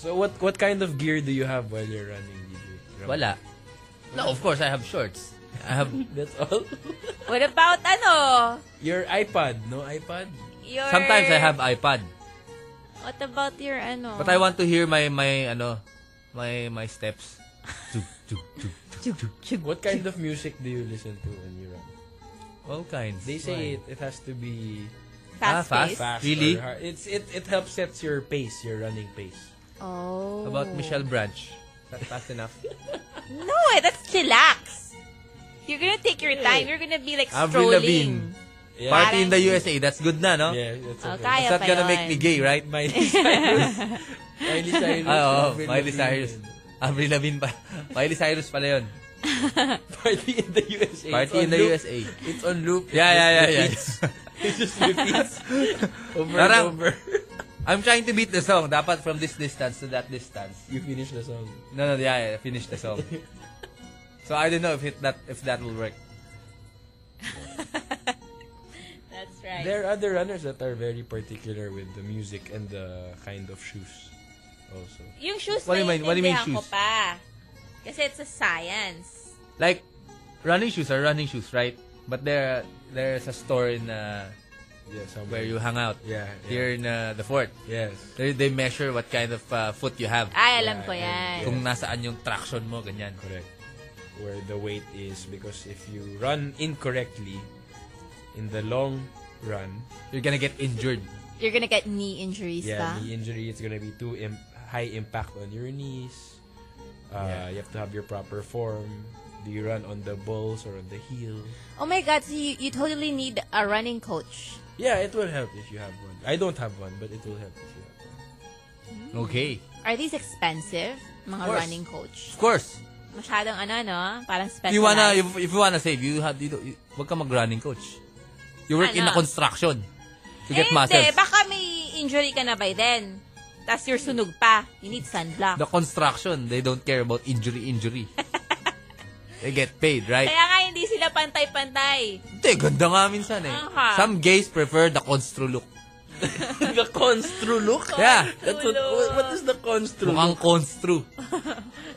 So what what kind of gear do you have while you're running, DJ? Ramon?
Wala. No, of course, I have shorts. I have...
That's all.
What about ano?
Your iPad, no iPad?
your...
Sometimes I have iPad,
What about your ano?
but I want to hear my my ano, my my steps. Tuk, tuk, tuk, tuk, tuk.
What kind of music do you listen to when you run?
All kinds.
They say it, it has to be
Ah,
Fast
fast.
pace.
fast.
Really?
or hard. It's it it helps sets your pace, your running pace.
Oh.
How About Michelle Branch. That's fast enough.
No, eh, that's chillax. You're gonna take your time. You're gonna be like
Avril
strolling.
Yeah.
Party in the
Parang-
USA. That's good na, no?
Yeah, that's
Oh,
okay.
It's
kaya
not
pa
gonna
yun.
make me gay, right?
Miley Cyrus. Miley Cyrus.
Ah, oo,
Avril
Miley
Lavigne.
Cyrus. Avril Lavigne pa. Miley Cyrus pala yun.
Party in the USA.
Party in
It's on
the
loop.
USA.
It's on loop.
Yeah, yeah, yeah, yeah.
It just repeats. over
Parang-
and over.
I'm trying to beat the song. Dapat from this distance to that distance.
You finish the song.
No, no, yeah, yeah finish the song. so I don't know if it that if that will work.
That's right.
There are other runners that are very particular with the music and the kind of shoes also.
Yung shoes
What do you mean- what do you mean
naiintindihan ko
shoes?
pa. Kasi it's a science.
Like running shoes are running shoes, right? But there there's a store in uh,
Yeah, somewhere.
where you hang out
Yeah, yeah.
here in uh, the fort.
Yes.
They, they measure what kind of uh, foot you have.
Ay, alam
Yeah,
ko yan.
yeah.
Kung nasaan yung traction mo, ganyan.
Correct. Where the weight is because if you run incorrectly in the long run,
You're gonna get injured.
You're gonna get knee injuries
yeah,
ka.
the injury is gonna be too Im- high impact on your knees. Uh,
Yeah.
You have to have your proper form. Do you run on the balls or on the heel?
Oh my God, so you, you totally need a running coach.
Yeah, it will help if you have one. I don't have one, but it will help if you have one.
Mm.
Okay.
Are these expensive? Mga
Of course.
running coach.
Of course.
Masyadong ano, no? Parang specialized.
you wanna if, if you wanna save, you have you, don't- you wag ka mag-running coach. You work in the
Ano?
construction to get
eh,
muscles.
Hindi, baka may injury ka na by then. Tapos you're sunog pa. You need sunblock.
the construction, they don't care about injury injury. they get paid, right?
Kaya nga hindi sila pantay-pantay.
Hindi, ganda nga minsan eh.
Aha.
Some gays prefer the constru look.
the constru look?
Yeah.
That's what, what is the constru
Mukhang constru.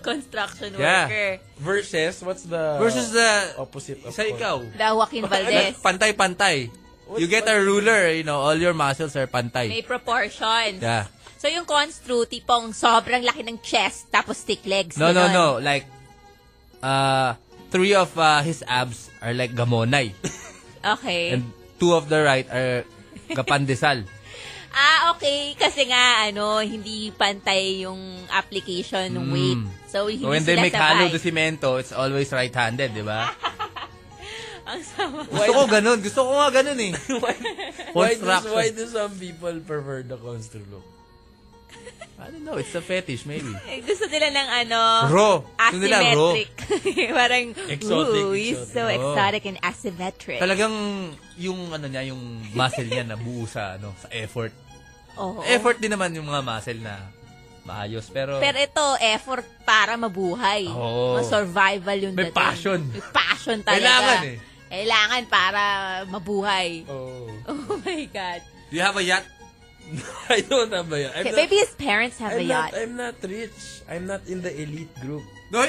Construction
Yeah.
worker.
Versus, what's the...
Versus the...
Opposite of
Sa
con-
ikaw.
The
Ano
Joaquin Valdez.
Like, Pantay-pantay.
What-
You get a ruler, you know, all your muscles are pantay.
May proportions.
Yeah.
So yung constru, tipong sobrang laki ng chest, tapos thick legs.
No, no,
ganon.
no. Like, uh, three of uh, his abs are like gamonay.
Okay.
And two of the right are kapandesal.
Ah, okay. Kasi nga, ano, hindi pantay yung application ng weight. So, hindi
So Hmm. when
sila
they make
sabay.
halo de cemento, it's always right-handed, di ba?
Ang sama.
Gusto ko ganun. Gusto ko nga ganun eh.
Why do,
Construction.
why do some people prefer the constru look?
I don't know. It's a fetish, maybe.
Eh, Gusto nila ng ano...
Raw. Gusto nila raw. Oh.
Asymmetric. Parang,
Exotic,
ooh, he's
exotic.
so
Oo.
exotic and asymmetric.
Talagang yung ano niya, yung muscle niya nabuo sa ano, sa effort.
Oo.
Effort din naman yung mga muscle na maayos pero,
Pero ito, effort para mabuhay.
Oo.
Mas survival yung
May
dating.
passion.
May passion talaga.
Kailangan eh.
Kailangan para mabuhay.
Oh.
Oh my God.
do you have a yacht?
I don't have a yacht. I'm
Okay,
not,
maybe his parents have a
I'm not,
yacht.
I'm not rich. I'm not in the elite group.
No,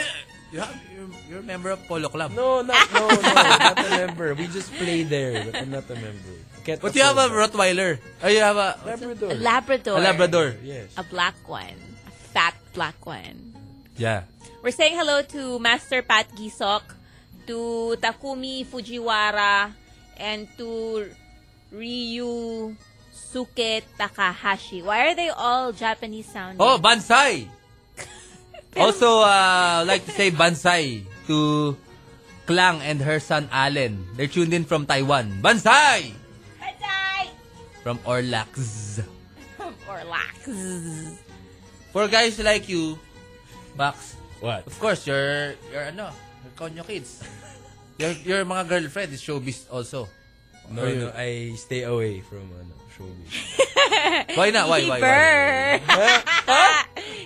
you have you're, you're a member of Polo Club.
No, not, no, no. not a member. We just play there, but I'm not a member. Can't
But you have a
afford
Rottweiler. Or you have a,
Labrador.
a Labrador.
a Labrador.
Yes.
A black one. A fat black one.
Yeah.
We're saying hello to Master Pat Gisok, to Takumi Fujiwara, and to Ryu Suke Takahashi. Why are they all Japanese sounding?
Oh, Bansai! also, uh, I'd like to say Bansai to Klang and her son Allen. They're tuned in from Taiwan. Bansai!
Patay!
From Orlax.
Or lax.
For guys like you, Max,
What?
of course, your, your ano, your konyo kids. Your, your mga girlfriend is showbiz also.
No, no, I stay away from ano, showbiz.
Why not? Eh, Why, why, why?
Hihiber.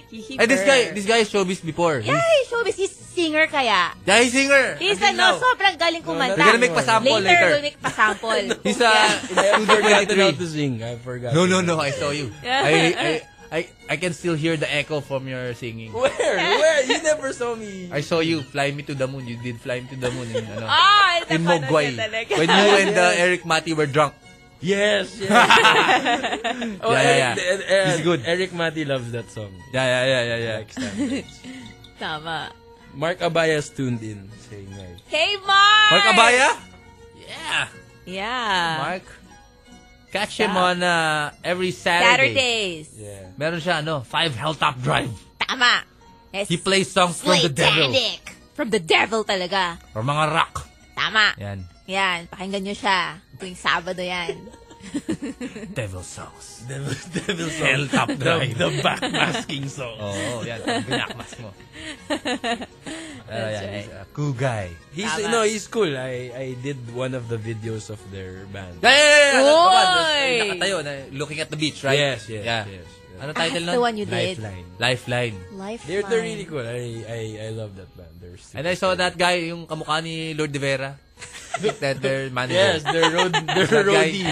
Hihiber.
Eh, this guy, this guy is showbiz before.
Yeah, he's showbiz. He's singer kaya.
Yeah, he's singer.
He's
Until
ano,
now.
sobrang galing kumanta.
We're gonna make pasample
later.
later.
we'll make pasample.
He's uh, a
I've forgotten how
student
to sing. I forgot.
No, no, no. I saw you. I, I, I, I can still hear the echo from your singing.
Where? Where? You never saw me.
I saw you. Fly me to the moon. You did fly me to the moon in ano.
Ah,
in Mogwai.
talaga.
When you and uh, Eric Mati were drunk,
Yes, yes.
Oh,
Yeah,
Eric,
yeah, yeah.
and- and-
He's good.
Eric Mati loves that song.
yeah, yeah, yeah, yeah, yeah.
Like standards.
Tama.
Mark Abayas tuned in, saying hi.
Hey, Mark!
Mark Abaya?
yeah.
Yeah.
Mark. Catch him on uh, every Saturday.
Saturdays.
Yeah.
Meron siya, ano, five Helltop Drive.
Tama. Yes.
He plays songs from the devil.
Satanic. From the devil talaga.
Or mga rock.
Tama.
Yan.
Yan. Pakinggan nyo siya. Tuwing Sabado yan.
Devil songs.
Devil, devil song.
Helltop
The,
Drive.
the backmasking song.
Oo, oh, yan. Ang binakmas mo. Pero yan, he's a cool guy.
He's
Tama.
no, he's cool. I I did one of the videos of their band.
Yeah, yeah, yeah, Ano, yeah.
Oy!
Oy! Nakatayo, na, looking at the beach, right?
Yes, yes,
yeah.
yes, yes.
Ano
Ah,
title
the one
nun?
you did.
Lifeline.
Lifeline.
Lifeline.
They're they're really cool. I I I love that band. They're super
And I saw
cool.
that guy, yung kamukha ni Lord De Vera. that their manager.
Yes, they're road they're
That guy.
roadie.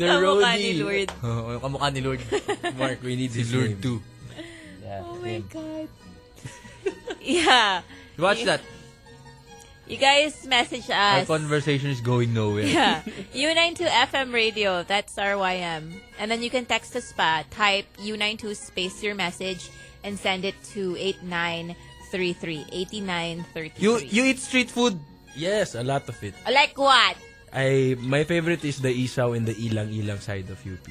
They're
Kamukha ni
roadie.
Lord.
Oo, yung kamukha ni Lord.
Mark, we need
Si
his
Lord 2.
name.
Oh my God. yeah.
You watch that.
You guys message
Our
us.
conversation is going nowhere.
Yeah. U92 FM radio. That's our YM. And then you can text us pa. Type U92 space your message and send it to 8933. 8933.
You you eat street food.
Yes, a lot of it.
Like what?
I my favorite is the isaw and the ilang-ilang side of UP.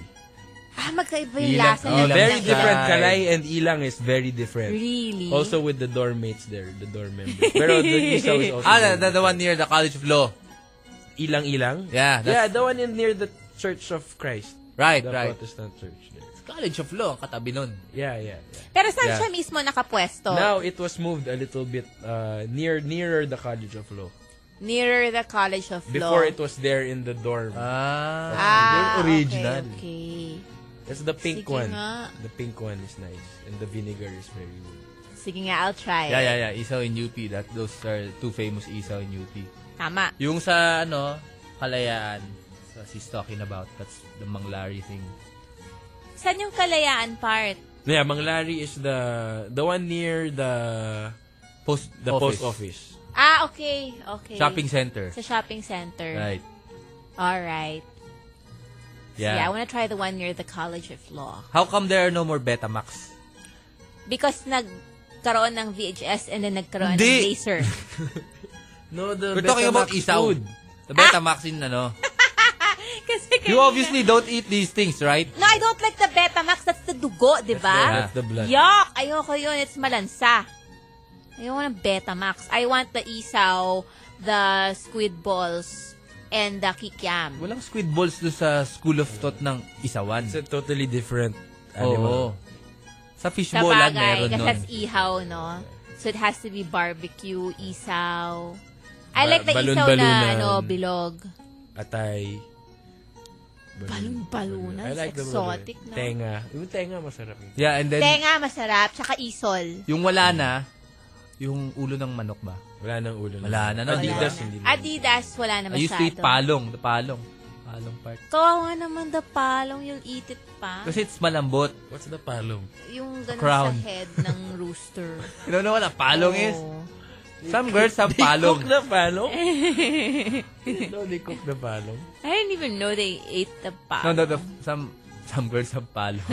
Ah, magkaiba yung
Ilang-
lasa
oh,
ng
very
ilang-
different.
side.
Kalay and ilang is very different.
Really?
Also with the dorm mates there, the dorm members. Pero the isaw is also
Ah, the,
very
the, the one near the College of Law.
Ilang-ilang?
Yeah,
yeah,
that's-
the one in near the Church of Christ.
Right,
the
right.
Protestant church there.
College of Law, katabi nun.
Yeah, yeah, yeah.
Pero saan
Yeah.
siya mismo nakapwesto?
Now it was moved a little bit uh, near nearer the College of Law.
Nearer the College of
Before
Law.
it was there in the dorm.
Ah.
ah,
Yung original.
Okay, okay.
That's the pink
Sige
one.
nga.
The pink one is nice and the vinegar is very good.
Sige nga, I'll try.
Yeah, yeah, yeah. Isaw in UP. That, those are two famous Isaw in UP.
Tama.
Yung sa, ano, kalayaan. So, she's talking about. That's the Manglari thing.
Saan yung kalayaan part?
Yeah, Manglari is the the one near the
Post,
the post office.
Ah, okay. Okay.
Shopping center.
Sa shopping center.
Right.
All right. Yeah. I
Yeah.
want to try the one near the College of Law.
How come there are no more Betamax?
Because nagkaroon ng VHS and then nagkaroon ng
Hindi.
laser.
No, the
We're talking about
Betamax
Isaw.
food.
The Betamax in, ano.
Kasi
You obviously don't eat these things, right?
No, I don't like the Betamax. That's the dugo, di ba?
That's the blood.
Yuck! Ayoko yun. It's malansa. Ayoko ng Betamax. I want the isaw, the squid balls, and the kikiam.
Walang squid balls do sa school of thought ng Isawan.
It's a totally different
Oo.
animal.
Sa
Sa
fishbowlan
bagay,
meron
kasi
nun.
that's ihaw, no? So it has to be barbecue, isaw. I like the
Ba-
isaw na
balon-balunan.
ano, bilog.
Atay.
Balon-balunan.
I like the balloon.
Exotic, no?
Tenga. Yung tenga masarap yun.
Yeah, and then,
Tenga, masarap. Tsaka isol.
yung wala na, yung ulo ng manok ba?
Wala nang ulo. na-
Wala na, no?
Adidas,
Wala
hindi
na.
na.
Adidas, wala na
I used to eat
masyado.
palong. The palong. Palong part.
Kawawa naman the palong, you'll eat it pa.
Kasi it's malambot.
What's the palong?
Yung ganun
crown.
sa head ng rooster.
You don't know what a palong is?
Oo.
Some girls have
Cook
palong.
the palong? no, they cook the palong.
I didn't even know they ate the
No,
palong.
no, no. Some, some girls have palong.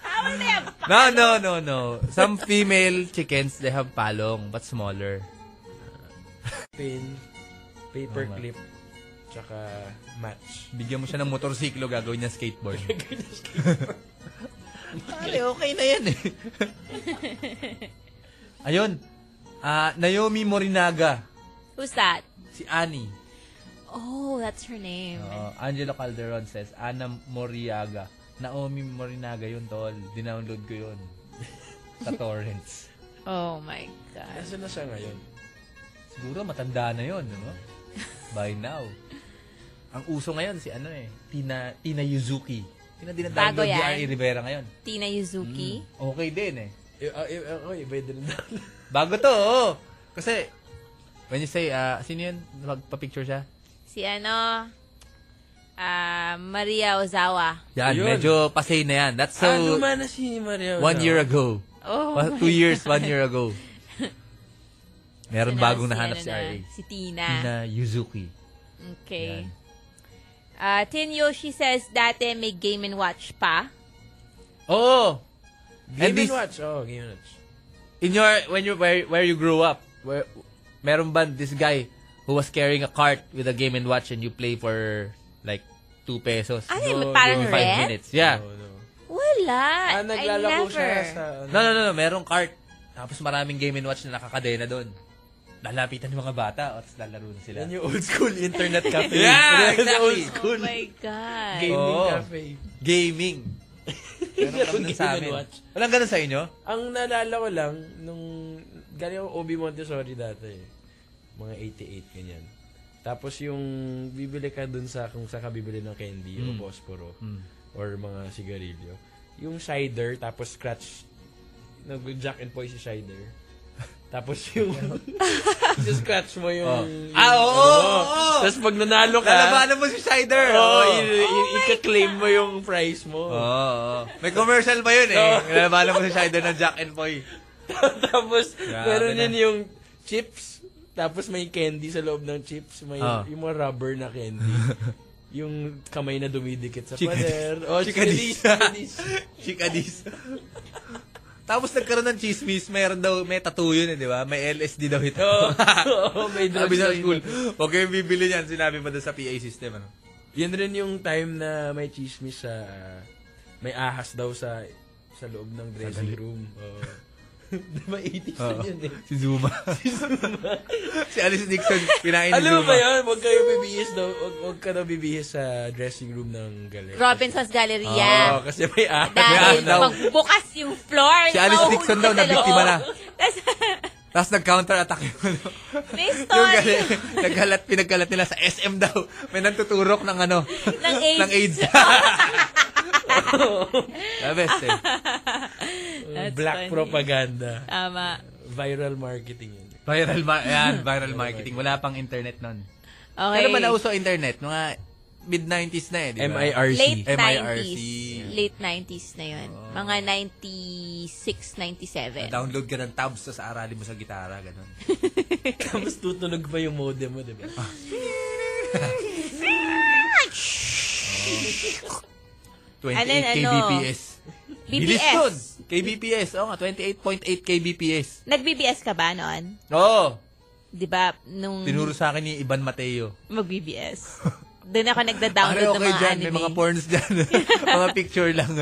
How will they have palong?
No, no, no, no. Some female chickens, they have palong, but smaller.
Pin, paper clip, tsaka match.
Bigyan mo siya ng motorsiklo, gagawin niya skateboard.
Pare, okay na yan.
eh. Ayun. Ah, Naomi Morinaga.
Who's that?
Si Annie.
Oh, that's her name.
Oo, Angela Calderon says, Ana Moriaga. Naomi Morinaga yun, tol. Dinownload ko yun. Sa torrents.
Oh my God.
Nasaan na siya ngayon?
Siguro matanda na yun, ano? By now. Ang uso ngayon si ano eh, Tina, Tina Yuzuki. Tina
Bago
dinadownload ni
yan.
R.E. E Rivera ngayon.
Tina Yuzuki.
Okay din eh.
Eh, ah, eh, ah, oh, iba din na.
Bago to, oo. Kasi, when you say, ah, sino yun? Magpa-picture siya?
Si ano, ah Maria Ozawa.
Yan,
Yun.
medyo pasay na yan. That's so,
ah, luma na si Maria.
one year ago.
Oh
Wa-
my
two years, one year ago. Meron
Ano,
bagong nahanap
ano
si
na,
R.A.
Si Tina.
Tina Yuzuki.
Okay.
Yan.
Uh, Tin Yoshi says, dati may Game and Watch pa.
Oo!
Game
And
and
this-
Watch. Oh, Game and Watch.
in your when you where where you grew up, where meron ba this guy who was carrying a cart with a game and watch and you play for like 2 pesos?
Ano yun,
No,
parang
no.
5
red?
minutes. Yeah.
No, no.
Wala.
Ah,
I
naglalaro
never.
siya sa... ano?
No, no, no, no, merong cart. Tapos maraming game and watch na nakakadena doon. Lalapitan ng mga bata at lalaro na sila.
Yan yung old school
Internet
internet
cafe.
Yeah,
That's the old
exactly.
Oh my God.
gaming
Oo.
cafe.
Gaming. Meron
Meron
kami
game
sa
and
amin.
watch.
Walang ganun sa inyo?
Ang naalala ko lang, nung galing ako OB Montessori dati, eh. mga 88, ganyan. Tapos yung bibili ka dun sa, kung sa ka bibili ng candy, yung posporo, or mga sigarilyo. Yung cider, tapos scratch, nag-jack and poise si cider. tapos yung, just scratch mo yung...
Oh.
yung-
Ah, oo,
ano.
oo, oo.
Tapos pag nanalo ka,
Lalabanan mo si Shider.
oo,
Oo.
i- i- ika-claim mo yung prize mo.
Oo, oo. May commercial pa yun eh. Lalabanan mo si Shider ng Jack and Poy.
tapos,
Grabe
meron
na.
yun yung chips. Tapos may candy sa loob ng chips. May
Ah.
yung mga rubber na candy. yung kamay na dumidikit sa
Chikadis.
pader. Oh,
Chikadis.
chikadis. chikadis.
Chikadis. Tapos nagkaroon ng chismis, mayroon daw, may tattoo yun eh, di ba? May LSD daw ito.
Oo, may drugs
Sabi sa
na
school, huwag kayong bibili niyan, sinabi pa doon sa PA system, ano?
Yan rin yung time na may chismis sa... may ahas daw sa sa loob ng dressing room. Oo. diba 80s na yun eh.
Si Zuma. si Alice Dixon, pinain ni
Alam mo
Zuma.
ano ba yun? Huwag kayo bibihis daw. Huwag, huwag ka daw bibihis sa dressing room ng galing.
Robinson's
Oo,
Oh,
Galleria.
kasi may ahas.
Dahil
ano daw.
magbukas yung floor.
Si Alice
mauhulog
Dixon daw,
ka loob.
nabiktima na.
Tas,
Tapos nag-counter-attack yun.
may
Yung
story
gali, nagkalat, pinagkalat nila sa SM daw. May nantuturok ng ano,
ng AIDS.
ng AIDS. The best eh.
That's
Black
funny.
propaganda.
Tama.
Viral marketing yun.
Viral, ma- yan, viral marketing. Wala pang internet nun.
Okay.
Kailan ba nauso ang internet? Mga mid-90s na eh, di ba?
MIRC.
Late
MIRC.
90s. Late 90s na yun.
Oh.
Mga 96, 97.
Download ka ng tabs, tapos aralin mo sa gitara, ganun.
Ano
Tapos tutunog pa yung modem mo, di ba?
28
And then, ano,
kbps. Bilis
BBS.
nun. KBPS. Oo nga, 28.8 kbps.
Nag-BBS ka ba noon?
Oo.
Di ba? Nung
Tinuro sa akin ni Ivan Mateo.
mag-BBS. Doon ako
Pare,
nagda-download
okay
ng mga
dyan.
anime.
May mga porns dyan. mga picture lang.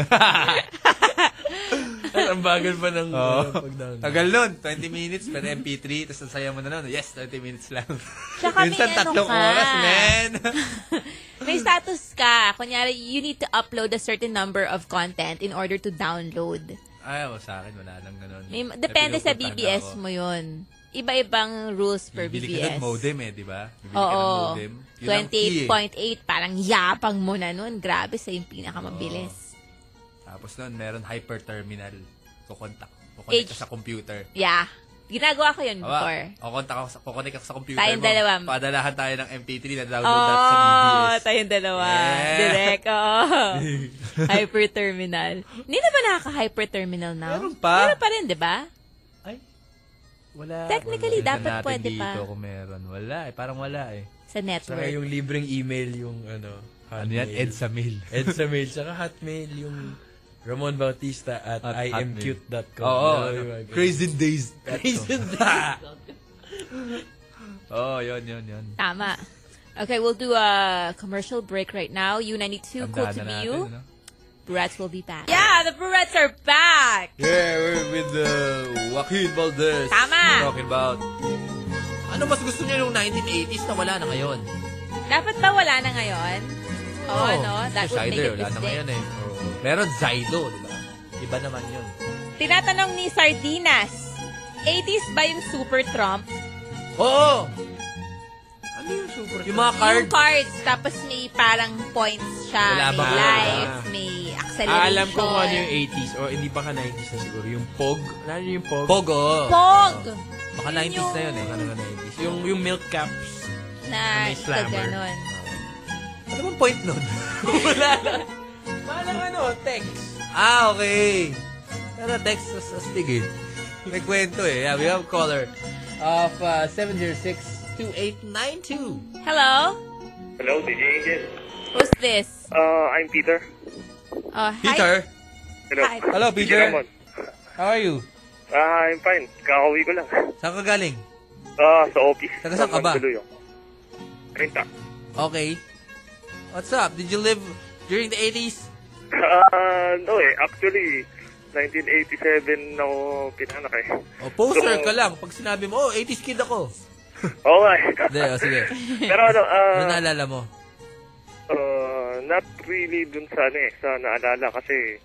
At ang bagal pa ng
Oo.
uh, pag-download.
Oh. Tagal nun. 20 minutes, pero MP3. Tapos nasaya mo na nun. Yes, 20 minutes lang.
Tsaka may
Minsan
ano
tatlong
ka.
oras, man.
May status ka. Kunyari, you need to upload a certain number of content in order to download.
Ay, well, sa akin, wala nang ganun.
May,
May
depende sa
pinupuntahan
BBS
ako.
mo yun. Iba-ibang rules per
Bibili ka
BBS.
ng modem eh, di ba? Bibili ka ng
Oo.
modem. Yun ang key eh.
28.8. Parang yapang mo na nun. Grabe, sa yung
Oh.
pinakamabilis.
Tapos nun, meron hyperterminal. Kukontak. Kukontak ka
H-
sa computer.
Yeah. Ginagawa ko yun before.
Aba, kukontak ako sa, kukontak ako sa computer
Tayong
mo.
dalawa.
Padalahan tayo ng MP3 na download natin sa
Oh,
BBS.
tayong dalawa.
Yeah.
Direct, oo. Hyperterminal. Hindi na ba nakaka-hyperterminal now?
Meron pa.
Meron pa rin, di ba?
Ay, wala.
Technically,
Wala.
dapat
Tignan
pwede
natin
pa.
dito kung meron. Wala eh, parang wala eh.
Sa
Saka
network.
yung libreng email yung ano,
Ano yan? EDSA mail.
EDSA mail. Saka hotmail yung Ramon Bautista at,
At
imcute.com.
Oo.
Ano
ano,
yung mga ganun.
Crazy days.
Crazy
Oo, oh, yun, yun, yun.
Tama. Okay, we'll do a commercial break right now. U92, cool
Tandaan
to
na
be
natin,
you.
ano?
Brats will be back. Yeah, the Brettes are back!
Yeah, we're with uh, Joaquin Valdez.
Tama.
Talking about. Ano mas gusto niyo nung 1980s na wala na ngayon?
Dapat ba wala na ngayon? Oo, oh, no? That
Gusto
would make
cider,
it
wala na
mistake.
ngayon eh. Meron Zydo, di ba? Iba naman yun.
Tinatanong ni Sardinas, 80s ba yung Super Trump?
Oo!
Ano yung super?
Yung mga card.
Yung cards, tapos may parang points siya.
Wala
may
ba?
life,
Wala.
may
Ah,
acceleration.
alam ko kung ano yung 80s o hindi pa ka 90s na siguro. Yung POG. Ano yung POG?
Pogo.
Pog!
Baka 90s na yun eh.
Ano ka 90s? Yung, yung milk caps.
Na
May
ito
slammer.
ganun.
Ano bang point nun?
Parang ano, text.
ah, okay. Pero text as astig eh. May kwento eh. Yeah, we have caller of uh, 706-2892.
Hello?
Hello, DJ Angel.
Who's this?
Uh, I'm Peter.
Uh, hi.
Peter,
Hello.
Hi.
hello
Peter
Peter.
naman.
How are you?
Ah, I'm fine. Kakauwi ko lang.
Saan ka galing?
Ah, sa office.
Taga saan ka ba?
Tuloy ako. Renta.
Okay. What's up? Did you live during the 80s?
Ah, no eh. Actually, 1987 na ako pinanak eh.
O, poser Oh, ka lang. Pag sinabi mo, oh, 80s kid ako.
Oo nga eh.
Hindi, o sige.
Pero ano,
Ano
ah,
naalala mo?
ah, not really dun sa ano eh, sa naalala kasi,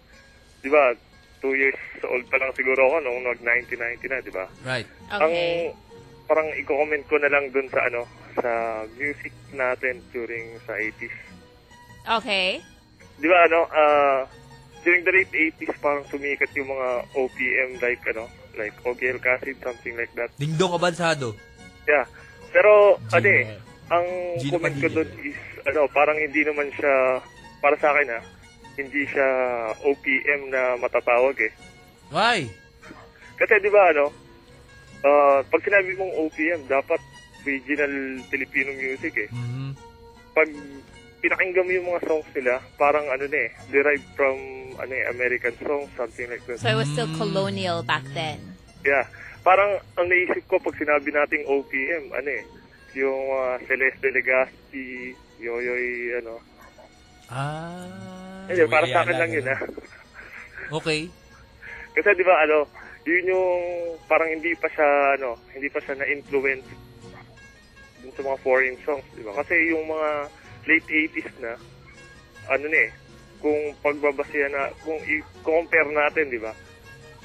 di ba, two years old pa lang siguro ako nung nag-1990 na, di ba?
Right.
Okay.
Ang parang i-comment ko na lang dun sa ano, sa music natin during sa 80s.
Okay.
Di ba ano, ah, during the late 80s parang sumikat yung mga OPM like ano, like OGL Casid, something like that.
Dingdong abansado.
Yeah. Pero, ano eh, ang
Gino
comment ko
Padilla.
dun is, ano, parang hindi naman siya, para sa akin ha, hindi siya OPM na matatawag eh.
Why?
Kasi di ba ano, ah, pag sinabi mong OPM, dapat original Filipino music eh.
Mhm.
Pag pinakinggan mo yung mga songs nila, parang ano na eh, derived from ano eh, American songs, something like that.
So it was still
mm.
colonial back then.
Yeah. Parang ang naisip ko pag sinabi nating OPM, ano eh, yung ah, Celeste Legaspi, Yoyoy, ano.
Ah.
Hindi,
Yoyoy
para sa akin
Ayala,
lang yun
ganun.
ah.
Okay.
Kasi di ba ano, yun yung parang hindi pa siya ano, hindi pa siya na-influence dun sa mga foreign songs, di ba? Kasi yung mga late 80s na ano na eh, kung pagbabasehan na kung i-compare natin, di ba?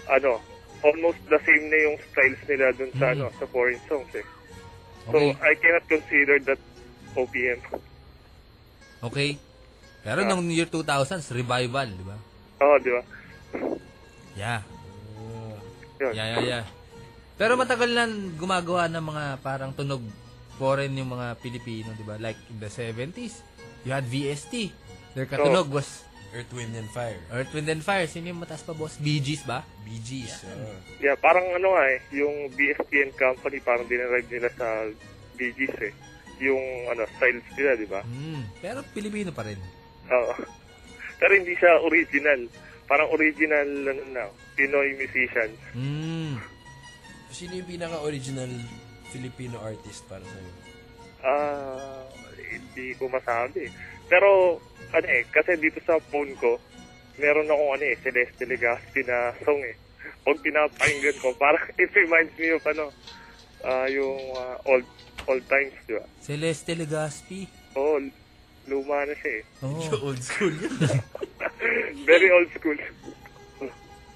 Ano, almost the same na yung styles nila dun sa ano, sa foreign songs eh. So
Mm-hmm. Okay.
I cannot consider that OPM.
Okay. Pero nung year 2000s, revival, di ba?
Oo, di ba?
Yeah.
Yun.
Yeah, yeah, yeah. Pero matagal na gumagawa ng mga parang tunog foreign yung mga Pilipino, di ba? Like in the 70s, you had VST. Their katunog was
Earth, Wind, and Fire.
Earth, Wind, and Fire. Sino yung mataas pa, boss? Bee Gees ba?
Bee Gees. oo.
Yeah, parang ano nga eh, yung BSPN company parang dinarive nila sa Bee Gees eh. Yung ano, styles nila, di ba?
Hmm. Pero Pilipino pa rin.
Oo. Pero hindi siya original. Parang original, ano na, Pinoy musician.
Hmm.
Sino yung pinaka-original Filipino artist para sa'yo?
Ah, hindi ko masabi. Pero, ano eh, kasi dito sa phone ko, meron akong ano eh, Celeste Legaspi na song eh. Pag pinapakinggan ko, parang it reminds me of ano, ah, yung ah, old old times, di ba?
Celeste Legaspi.
Oo, l- luma na siya eh.
Oh.
Old school yun.
Very old school.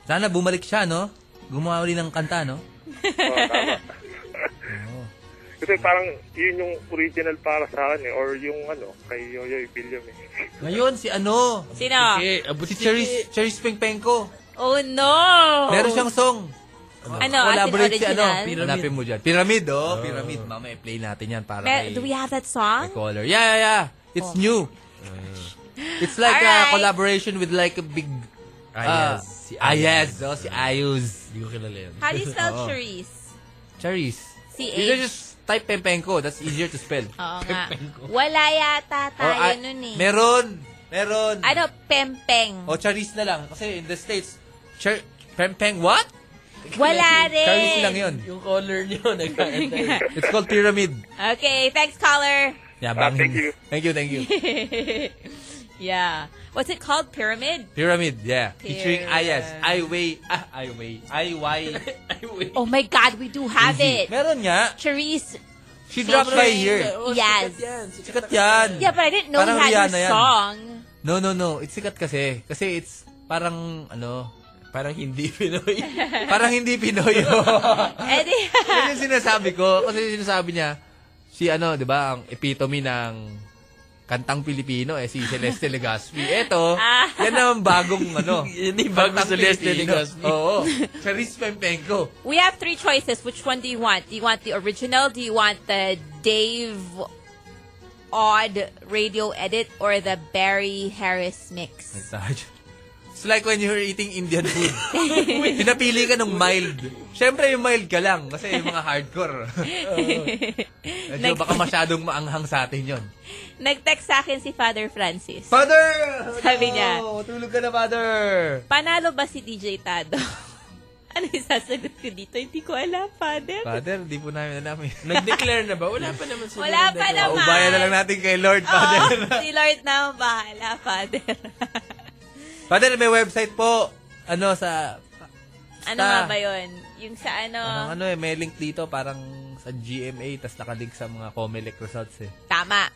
Sana bumalik siya, no? Gumawa rin ng kanta, no?
Oo, tama.
Oo.
Kasi parang yun yung original para sa akin eh, or yung ano, kay Yoyoy William eh.
Ngayon, si ano?
Sino?
Si Cheris, Cheris Pengpengko.
Oh no!
Meron siyang song.
Ano, as in original?
Pyramid. Hanapin mo dyan. Pyramid, oh. Pyramid. Mama, i-play natin yan para
Mer-
kay,
do we have that
kay
song?
caller. Yeah, yeah, yeah. It's new. It's like
Alright.
a collaboration with like a big...
Ayaz.
ah, si Ayaz. Oh, si Ayuz.
Hindi ko kilala yan.
How do you spell
Oo.
Charisse?
Charis.
Si
You can
H.
just type Pempengko. That's easier to spell.
Oo nga. Wala yata tayo
Oh, I-
nun eh.
Meron. Oh, Meron.
ano, pempeng.
O Charis na lang. Kasi in the States, Char... Pempeng what?
Wala rin.
Charis lang yun.
Yung color niyo, nagkakanta yun.
It's called Pyramid.
Okay, thanks caller.
Yeah,
Ah,
bang.
thank you.
Thank you, thank you.
yeah. What's it called? Pyramid?
Pyramid, yeah. Featuring
Pyramid.
Ayas. I way, ah, I way, I Y.
Oh my God, we do have it.
Meron nga.
Charisse.
She dropped by
Featuring-
here.
Oh,
yes.
Sikat yan.
Yeah, but I didn't know
Parang
we had
Rihanna
this
yan.
song.
No, no, no. It's sikat kasi. Kasi it's parang, ano,
Parang hindi Pinoy.
parang hindi Pinoy. Ah.
Eddie.
Yan yung sinasabi ko. Kasi yung sinasabi niya, si ano, di ba, ang epitome ng kantang Pilipino, eh, si Celeste Legaspi. Eto,
Ah.
yan naman bagong, ano,
Yan yung bagong
kantang
Celeste
Pilipino.
Legaspi.
Oo. Charis Pempenko.
We have three choices. Which one do you want? Do you want the original? Do you want the Dave Odd radio edit or the Barry Harris mix?
Massage. like when you're eating Indian food. Pinapili ka ng mild. Siyempre, yung mild ka lang. Kasi yung mga hardcore. Medyo
Nag-
baka masyadong maanghang sa atin yon.
Nag-text sa akin si Father Francis.
Father! Oh,
Sabi niya.
Tulog ka na, Father!
Panalo ba si DJ Tado? ano yung sasagot ko dito? Hindi ko alam, Father.
Father, di po namin alamin.
Nag-declare na ba? Wala pa naman siguro.
Wala pa
nag-declare.
naman.
Paubayan na lang natin kay Lord, Father.
Oo, Ah, si Lord na ang bahala, Father.
Father, may website po. Ano sa...
ano nga ba yun? Yung sa ano,
Anong ano eh, may link dito parang sa GMA tas nakalink sa mga Comelec results eh.
tama.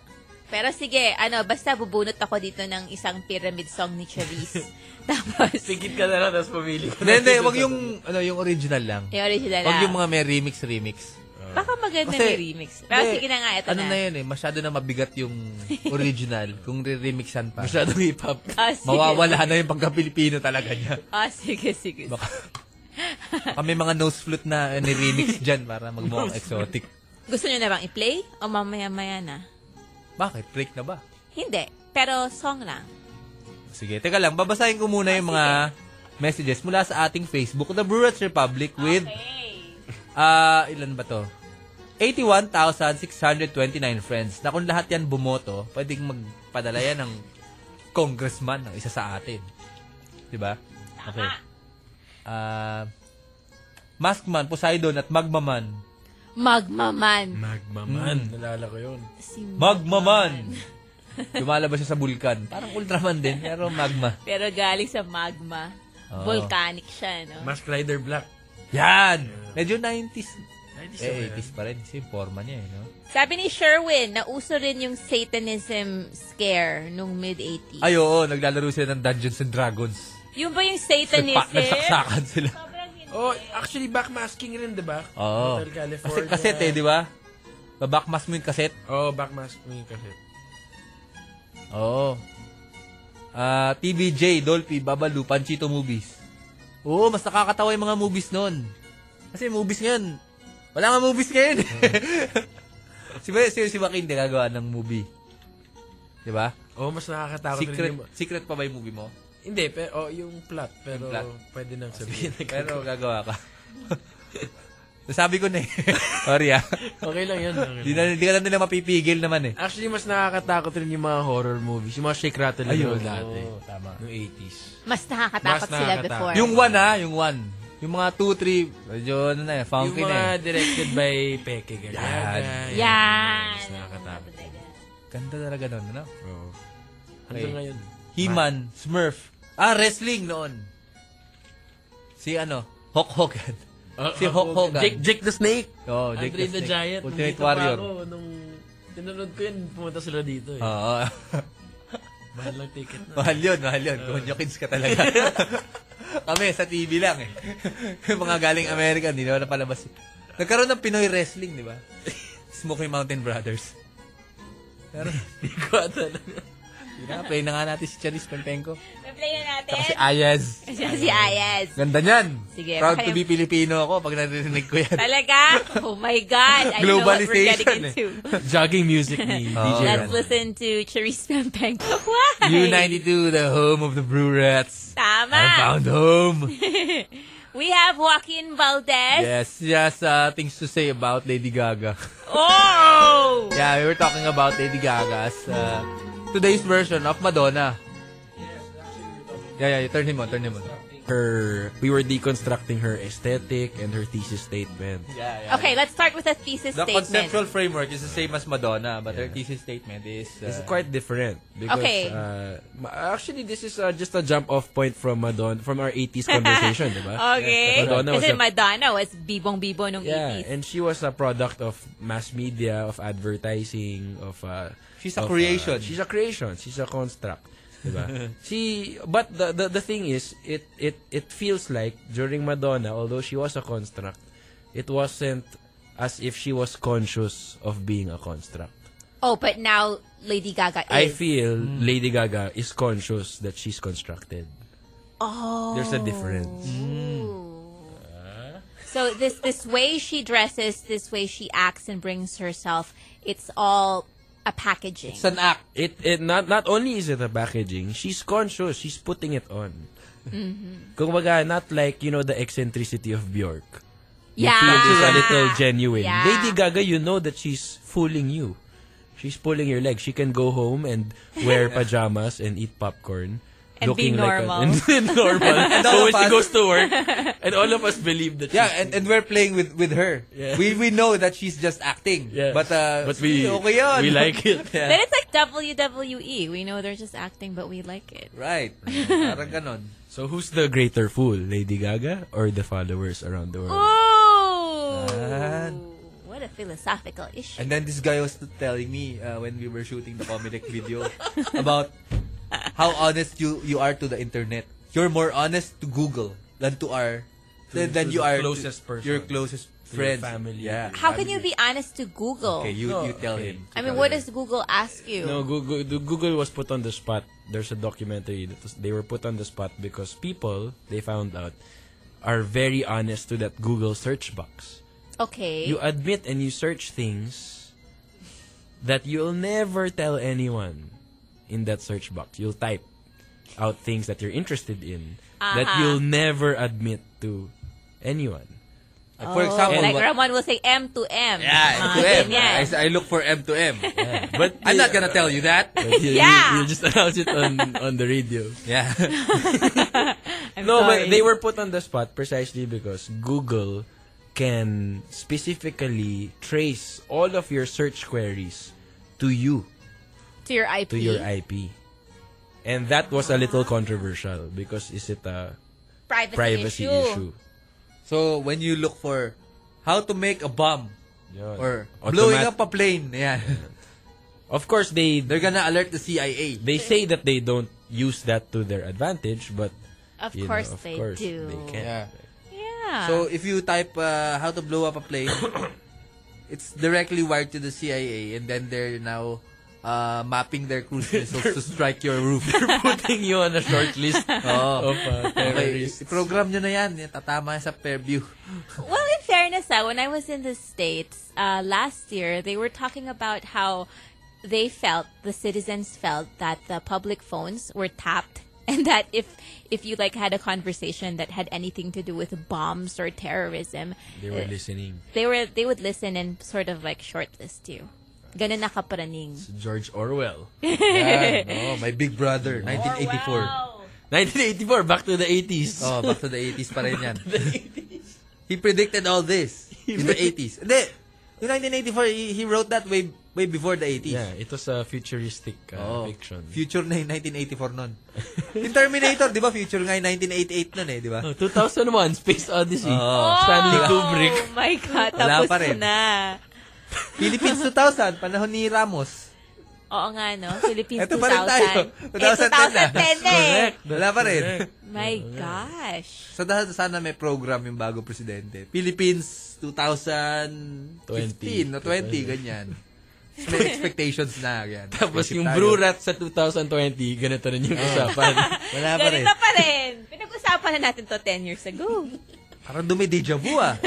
Pero sige, ano, basta bubunot ako dito ng isang pyramid song ni Charisse. Tapos,
Sikit ka na lang, tapos pumili ka.
Hindi, hindi, wag yung ano, yung original lang.
yung original
Wag
na.
yung mga may remix remix.
Baka maganda
Kasi-
may remix. Pero
Hindi,
sige na nga, ito
ano na. yun eh, masyado na mabigat yung original kung re-remixan pa.
Masyadong hip-hop.
Ah, sige.
Mawawala na yung pagka-Pilipino talaga niya.
Ah, sige, sige.
Baka, kami mga nose flute na eh, ni-remix dyan para magmukhang exotic.
Gusto nyo na bang i-play? O mamaya-maya na?
Bakit? Break na ba?
Hindi. Pero song lang.
Sige, teka lang, babasahin ko muna
Ah,
yung mga messages mula sa ating Facebook, The Brewers Republic with
Okay.
Ah, ilan ba to? 81,629 friends. Na kung lahat yan bumoto, pwedeng magpadala yan ng congressman ng isa sa atin. 'Di ba? Okay. Ah, Maskman, Poseidon at Magmaman.
Magmaman.
Magmaman. Nalala ko yun.
Si
Magmaman. Lumalabas siya sa bulkan. Parang Ultraman din, pero magma.
Pero galing sa magma.
Oo.
Volcanic siya, no?
Mask Rider Black.
Yan! Medyo 90s.
Eh,
Eh, 80s pa rin. Kasi forma niya eh, no?
Sabi ni Sherwin, nauso rin yung satanism scare nung mid-80s.
Ay, oo. Naglalaro sila ng Dungeons and Dragons.
Yun ba yung
Nagpa-
eh. satanism?
nagsaksakan sila.
Sobrang hindi.
Oh, actually, backmasking rin, di ba?
Oo.
Hotel
Kasi
California.
cassette eh, di ba? Babakmas mo yung cassette.
Oh, backmasking yung cassette.
Oo. Ah, TVJ, Dolphy, Babalu, Panchito Movies. Oo, mas nakakatawa yung mga movies noon. Kasi movies ngayon, wala nga movies ngayon. si ba, si, si Joaquin din gagawa ng movie. Di ba?
Oh, mas nakakatakot
Secret,
rin yung...
secret pa ba yung movie mo?
Hindi, pero oh, yung plot. Pero
Yung plot. Ah,
pwede nang sabihin.
Pero gagawa ka. Sabi ko na eh. Sorry ah.
okay lang yun. Okay
Hindi
lang.
na, di ka na nila mapipigil naman eh.
Actually, mas nakakatakot rin yung mga horror movies. Yung mga shake, rattle, and roll dati.
oo, tama.
Noong 80s.
Mas nakakatakot
Mas
sila
nakakatakot.
before.
Yung one ha, yung one. Yung mga two, three, medyo ano na eh,
Yung
fountain
mga
na eh.
directed by Peke Galiaga.
Yan.
Yan.
Mas nakakatakot.
Ganda talaga nun, ano?
Oo.
Okay.
Hanggang ngayon.
He-Man, Smurf. Ah, wrestling noon. Si ano, Hulk Hogan.
Oh,
Si Hulk Hogan.
Jake, Jake the Snake.
Oh, Jake
Andre the
Snake.
Giant.
Ultimate
nandito pa
Warrior. Ah.
Ako, nung tinunod ko yun, pumunta sila dito eh.
Oo.
Mahal lang ticket na.
mahal yun, mahal yun. Konyo kids ka talaga. Kami, sa TV lang eh. Yung mga galing Amerika, hindi naman napalabas. Nagkaroon ng Pinoy wrestling, di ba? Smoky Mountain Brothers. Pero,
Hindi ko ata na.
pinaplay na nga natin si Charis Penpenko.
Play na natin.
Tsaka si Ayaz.
Siya si Ayaz.
Ganda niyan.
Sige,
Proud
baka
to
yung-
be Filipino ako pag naririnig ko yan.
Talaga? Oh my God. I know what we're getting
Globalization, eh.
into.
Jogging music ni
DJ
DJ
Let's listen to Charisse Pampang. Why?
U92, the home of the Brew Rats. I
Tama.
found home.
We have Joaquin Valdez.
yes, yes, uh, things to say about Lady Gaga.
Oh!
yeah, we were talking about Lady Gaga's uh, today's version of Madonna. Yeah, yeah, you turn him on, turn him on.
Her, we were deconstructing her aesthetic and her thesis statement.
Yeah, yeah.
Okay, let's start with a thesis
The
statement.
conceptual framework is the same as Madonna, but her thesis statement is... Uh,
It's quite different because
Okay.
uh, ma- actually this is uh, just a jump off point from Madonna from our 80s conversation, di ba?
Okay.
Madonna was
Kasi
a-
Madonna was bibong-bibo nung E
Yeah,
80s.
and she was a product of mass media, of advertising, of uh,
She's a
of,
creation.
uh, she's a creation. She's a construct, diba? she but the, the the thing is, it it it feels like during Madonna, although she was a construct, it wasn't as if she was conscious of being a construct.
Oh, but now Lady Gaga is.
Eh,
I feel
mm.
Lady Gaga is conscious that she's constructed.
Oh.
There's a difference. Uh-huh.
So this this way she dresses, this way she acts and brings herself, it's all a packaging.
it's an act.
It it not not only is it a packaging, she's conscious. She's putting it on. Kung baga, not like, you know, the eccentricity of Bjork.
Yeah.
You feel it's a little genuine.
Yeah.
Lady Gaga, you know that she's fooling you. She's pulling your leg. She can go home and wear pajamas and eat popcorn.
And be
looking Like a,
normal.
and be normal.
all
so when
of
she
us-
goes to work, and all of us believe that
Yeah,
she's
and, and we're playing with with her.
Yeah.
We we know that she's just acting.
Yeah.
But uh
but we,
okay yun.
we like it.
Yeah.
Then it's like WWE. We know they're just acting, but we like it.
Right. Parang ganon.
So who's the greater fool, Lady Gaga or the followers around the world?
Oh, Ooh!
Ah.
What a philosophical issue.
And then this guy was telling me uh, when we were shooting the comedic video about how honest you you are to the internet. You're more honest to Google than to our than,
to
than you
the
are
closest
to
person.
your closest
To
friends,
your family.
Yeah.
How can you be honest to Google?
Okay, you you tell
Okay.
him.
I mean, what does Google ask you?
No, Google, the Google was put on the spot. There's a documentary that was, they were put on the spot because people, they found out, are very honest to that Google search box.
Okay.
You admit and you search things that you'll never tell anyone in that search box. You'll type out things that you're interested in that
Uh-huh.
you'll never admit to anyone.
Like, Uh, for
Oh,
example,
like Uh,
what-
Ramon will say M to M.
yeah, M
Mga
to M.
ganyan.
I, I look for M to M.
But
I'm not gonna tell you that.
But you,
Yeah.
you, you just announce it on, on the radio.
Yeah.
I'm
No,
sorry.
but they were put on the spot precisely because Google can specifically trace all of your search queries to you,
to your IP.
to your IP. And that was a little controversial because is it a
privacy,
privacy issue?
so when you look for how to make a bomb
Yun.
or
Automat-
blowing up a plane, yeah.
Of course, they
They're gonna alert the CIA.
they say that they don't use that to their advantage, but
Of
you know,
course
of
they
course
do.
they can.
Yeah.
Yeah.
So if you type uh, how to blow up a plane, it's directly wired to the CIA, and then they're now uh, mapping their cruise missiles to strike your roof.
Putting you on a short list
Oh.
of uh,
Okay,
terrorists.
program nyo na yan. Yan, Tatama yan sa Fairview.
well, in fairness, ah, when I was in the States uh, last year, they were talking about how they felt, the citizens felt, that the public phones were tapped. And that if if you like had a conversation that had anything to do with bombs or terrorism, uh,
They were listening.
they were they would listen and sort of like shortlist you. Ganun nakaparaning.
George Orwell.
Yan. Oh, my big brother,
Oh,
1984.
1984, back to the 80s.
Oh, back to the 80s pa rin yan. He predicted all this in the 80s. Hindi, yung 1984, he, he wrote that way way before the 80s.
Yeah, it was a futuristic
Oh,
uh, fiction.
Future na yung 1984 nun. yung Terminator, di ba? Future nga yung 1988 nun eh, di ba?
Oh, 2001, Space Odyssey.
Oh.
Stanley Kubrick.
Oh my God,
Wala
tapos
pa rin.
na.
Philippines 2000, panahon ni Ramos.
Oo nga, no? Philippines
Eto
2000.
pa rin tayo.
Eh,
2010 na.
2010 na eh.
Wala pa rin.
My gosh.
So dahil sana may program yung bago presidente. Philippines 2015 o
20.
20, ganyan. So, may expectations na. Yan.
Tapos
Expectation
yung
tayo.
Brew Rat sa 2020, ganito rin yung usapan.
Wala pa
Ganun
rin.
na pa rin. Pinag-usapan na natin to 10 years ago.
Parang dumi deja vu ah.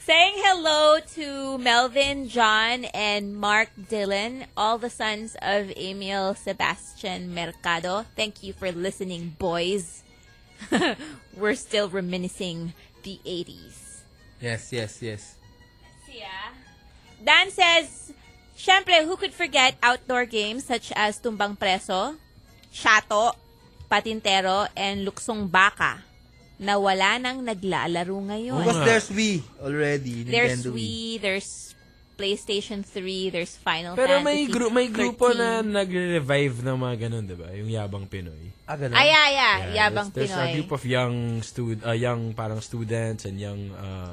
Saying hello to Melvin, John, and Mark Dillon, all the sons of Emil Sebastian Mercado. Thank you for listening, boys. We're still reminiscing the 80s.
Yes, yes, yes.
Yeah. Dan says, Siyempre, who could forget outdoor games such as Tumbang Preso, Shato, Patintero, and Luksong Baka na wala nang naglalaro ngayon.
Because there's we already.
There's
Nintendo Wii.
Wii, there's PlayStation 3, there's Final
Pero
Fantasy
may, gru- may grupo na
13.
nagre-revive ng mga ganun, di ba? Yung Yabang Pinoy.
Ah, ganun.
Ah, yeah, yeah.
Yeah,
Yabang
there's,
Pinoy.
There's a group of young stud, uh, young parang students and young uh,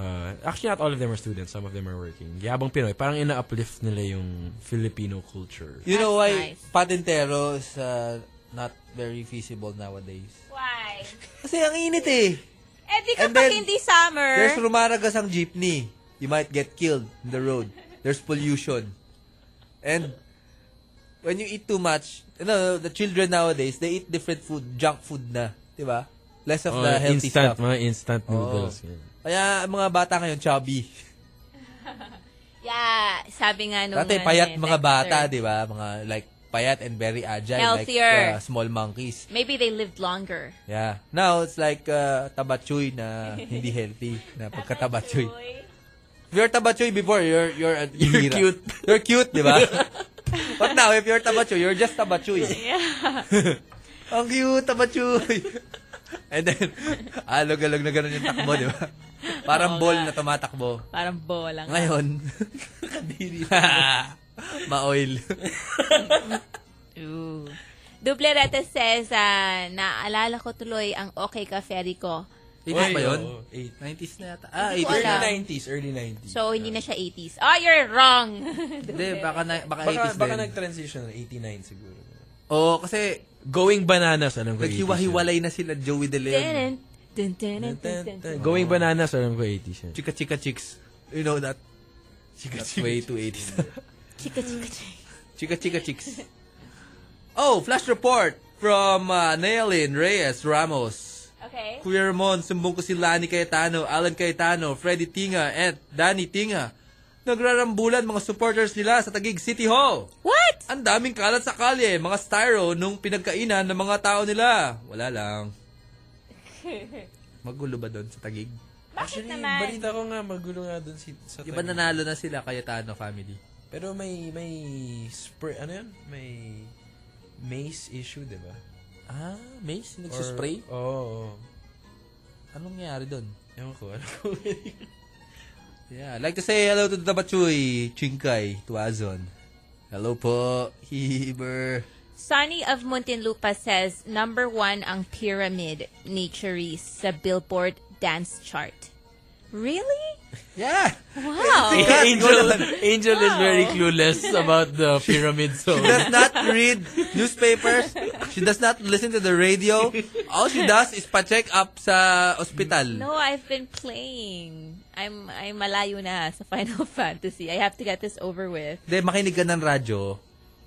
uh, actually not all of them are students. Some of them are working. Yabang Pinoy, parang ina-uplift nila yung Filipino culture.
You know
That's
why
nice.
Patentero is uh, not very feasible nowadays?
Why?
Kasi ang init eh.
Eh, di
And
kapag
then,
hindi summer,
There's rumaragas ang jeepney. You might get killed in the road. There's pollution. And when you eat too much, you know, the children nowadays, they eat different food, junk food na. Di ba? Less of
Oh,
the healthy
instant,
stuff.
mga instant noodles. yan.
Kaya ang mga bata ngayon, chubby.
yeah, sabi nga nung...
Dati
ano
payat
eh,
mga
texter.
bata, di ba? Mga like payat and very agile
Healthier.
like uh, small monkeys.
Maybe they lived longer.
Yeah. Now it's like uh, tabachoy na hindi healthy na pagkatabachoy. If you're tabachoy before, you're you're a-
You're
hira.
cute.
You're cute, di ba? But now, if you're tabachoy, you're just tabachoy.
Yeah.
Ang cute, tabachoy. And then, alog-alog na ganun yung takbo, di ba? Parang
Oo
ball
nga.
na tumatakbo.
Parang bola. nga.
Ngayon, ma-oil.
Ooh. Dublereta says, ah, naalala ko tuloy ang okay ka ferry ko.
80s ba yun?
oo, eight-
90s na yata. Ah,
Hindi ko
80s.
alam.
Early
Wala.
90s, early 90s.
So, hindi na siya 80s. Oh, you're wrong!
Hindi, baka, na, baka,
baka,
80s
baka
din.
nag-transition na 89 siguro.
Oo, kasi
Going Bananas, alam ko 80s.
naghiwa-hiwalay na sila Joey De Leon.
Dun, dun, dun, dun, dun, dun.
yun. Going Bananas, alam ko 80s. yun.
Chika Chika Chicks. You know that? Chika That's way too 80s.
Chika, chika, chika.
Chika Chika Chicks. Oh, flash report from uh, Nailin Reyes Ramos.
Okay.
Kuya Ramon, sumbong ko si Lani Cayetano, Alan Cayetano, Freddy Tinga, at Danny Tinga. Nagrarambulan mga supporters nila sa Taguig City Hall.
What?
Ang daming kalat sa kalye, mga styro nung pinagkainan ng mga tao nila. Wala lang. Magulo ba doon sa Taguig?
Bakit
Actually,
naman?
balita ko nga, magulo nga dun si, sa
Iba
tabi.
nanalo na sila Cayetano family.
Pero may, may, spray, ano yun? May mace issue, di ba?
Ah, Mace?
Or- Oo. oo.
Anong nangyari doon?
Ewan ko, ano ko.
Yeah, I'd like to say hello to Tabachoy, Chinkay, Tuazon. Hello po, Hiber.
Sunny of Muntinlupa says, number one ang pyramid naturist sa Billboard dance chart. Really?
Yeah!
Wow!
Angel, Angel is very clueless about the pyramid, so...
She does not read newspapers. She does not listen to the radio. All she does is pa-check up sa ospital.
No, I've been playing. I'm I'm malayo na sa Final Fantasy. I have to get this over with.
Hindi, makinig ka ng radyo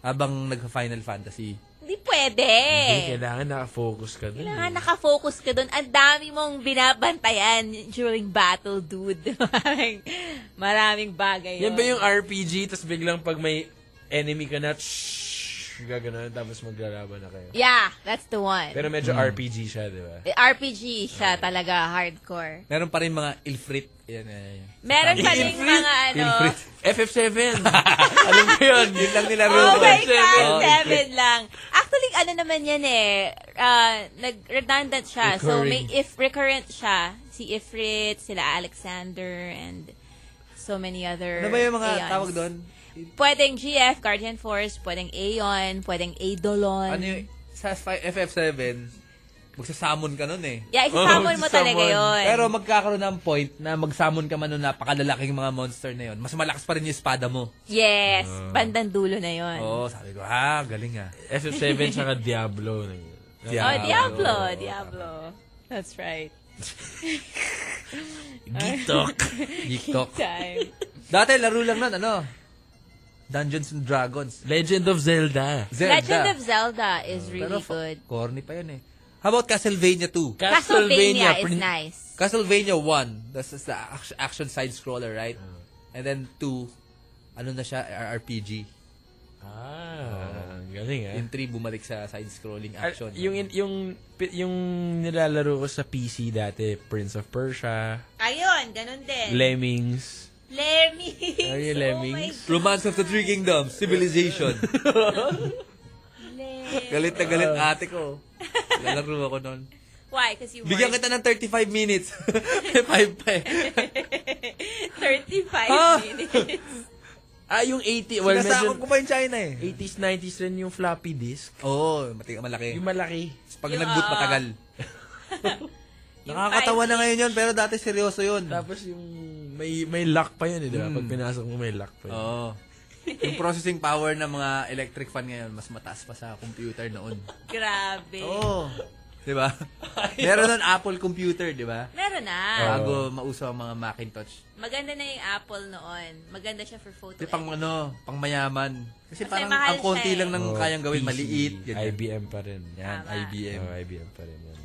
habang nagka-Final Fantasy.
Hindi pwede.
Hindi, kailangan nakafocus ka dun.
Kailangan
eh.
nakafocus ka doon. Ang dami mong binabantayan during battle, dude. maraming, maraming bagay
Yan ba yung RPG, tapos biglang pag may enemy ka na, shhh, gaganon, tapos maglalaban na kayo.
Yeah, that's the one.
Pero medyo RPG siya, di ba?
Eh, RPG siya talaga, hardcore.
Meron pa rin mga Ilfrit. Yan, yan, yan.
Meron pa rin mga ano...
Ilfrit.
FF7! Alam ko yun, yun lang nilaro
Oh
ko.
my God,
Oh,
seven lang. Actually, ano naman yan eh, uh, nag-redundant siya. So, may if recurrent siya. Si Ifrit, sila Alexander, and so many other
Ano ba yung mga
Aeons.
tawag doon?
Pwedeng GF, Guardian Force, pwedeng Aeon, pwedeng Eidolon.
Ano yung, sa fi- FF7, magsasamon ka nun eh.
Yeah, isasamon
Oh,
mo talaga
isasamon.
yun.
Pero magkakaroon ng point na magsamon ka man ng napakalalaking mga monster na yon. Mas malakas pa rin yung espada mo.
yes, bandang dulo na yun.
Oo, sabi ko, ha, galing ah.
FF7 tsaka Diablo.
Oh,
Diablo.
Diablo, Diablo. That's right.
Gitok.
Geek Talk.
Time.
Dati, laro lang nun, ano? Dungeons and Dragons.
Legend of Zelda.
Zelda. Oh.
Legend of Zelda is
Pero
really
fa-
good.
Corny pa yun eh. How about Castlevania 2?
Castlevania is
Prin-
nice.
Castlevania 1, that's is the ac- action side-scroller, right? And then 2, ano na siya, RPG.
Ah, galing ah.
Yung 3, bumalik sa side-scrolling
Al-
action.
Yung, yung, yung nilalaro ko sa PC dati, Prince of Persia,
Ayun, ganun din.
Lemmings.
Lemmings.
Are you Lemmings?
Oh my
Romance of the Three Kingdoms, Civilization.
Lem-
galit na galit ate ko. Ah. Lalaro ako nun.
Why? Because you
Bigyan
weren't-
kita ng 35 minutes. May Five pa eh.
35
Ah!
minutes.
Ah, yung 80, well,
Sinasakop ko pa
medyo
yung China eh.
80s, 90s rin yung floppy disk.
Oo, oh, malaki.
Yung malaki.
Pag
Yung,
nag-boot,
ah,
matagal. Nakakatawa na ngayon yun, pero dati seryoso yun.
Tapos yung may may lock pa yun, eh, di
Hmm.
ba? Pag pinasok mo, may lock pa yun.
Oo. yung processing power ng mga electric fan ngayon, mas mataas pa sa computer noon.
Grabe.
Oo.
Oh.
Di ba? Meron nun Apple computer, di ba?
Meron na.
Ah.
Bago mauso ang mga Macintosh.
Maganda na yung Apple noon. Maganda siya for photo.
Kasi pang ano, pang mayaman. Kasi
Kasi
parang ang
mahal
konti
siya eh.
lang ng
Oo,
kayang gawin,
PC,
maliit. Ganyan.
IBM pa rin.
Yan,
Tama.
IBM.
Oh, IBM pa rin yan.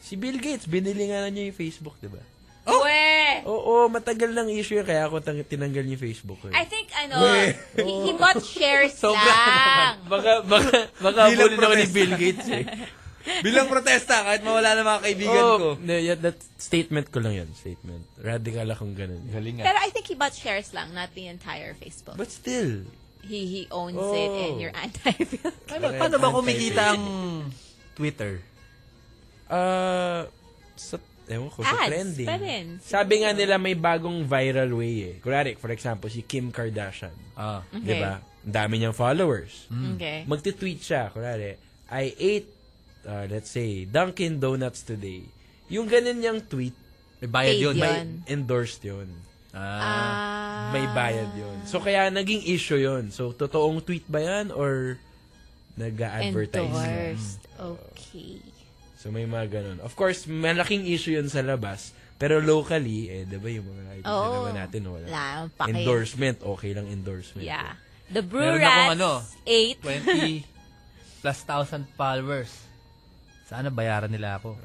Si Bill Gates, binili nga na niya yung Facebook, di ba?
Oh! Weh!
Oo, matagal ng issue yun, kaya ako tang- tinanggal yung Facebook ko. eh.
I think, ano,
Oh.
he, he bought shares lang.
Baka, baka, baka
Bilang
abulin ako ni
protesta.
Bill Gates eh.
Bilang protesta, kahit mawala na mga kaibigan
Oo,
ko.
na- Oh, yeah, that statement ko lang yun, statement. Radical akong ganun.
Galing
Pero I think he bought shares lang, not the entire Facebook.
But still,
He he owns it and
Oh.
you're anti-Facebook.
Paano ba
eh.
kumikita ang Twitter?
ah, sa, ewan ko, sa
Ads
trending.
pa rin.
Sabi nga nila may bagong viral way eh. Kunwari, for example, si Kim Kardashian.
Ah.
Di ba? Ang dami niyang followers.
Okay.
Magti-tweet siya, kunwari, I ate, uh, let's say, Dunkin' Donuts today. Yung ganun niyang tweet,
May bayad
Paid
yun.
yun.
May-
may endorsed yun.
Ah.
Ah.
may bayad yon. So kaya naging issue yon. So totoong tweet ba yan or nag-advertise lang?
Endorsed. Okay.
So may mga ganun. Of course, malaking issue yon sa labas. Pero locally, eh, di ba yung mga kaibigan
Oo.
naman natin, wala.
Wala akong pake.
endorsement, okay lang endorsement.
Yeah. The
Meron akong ano,
Brewrats,
20
8.
plus thousand followers. Sana bayaran nila ako.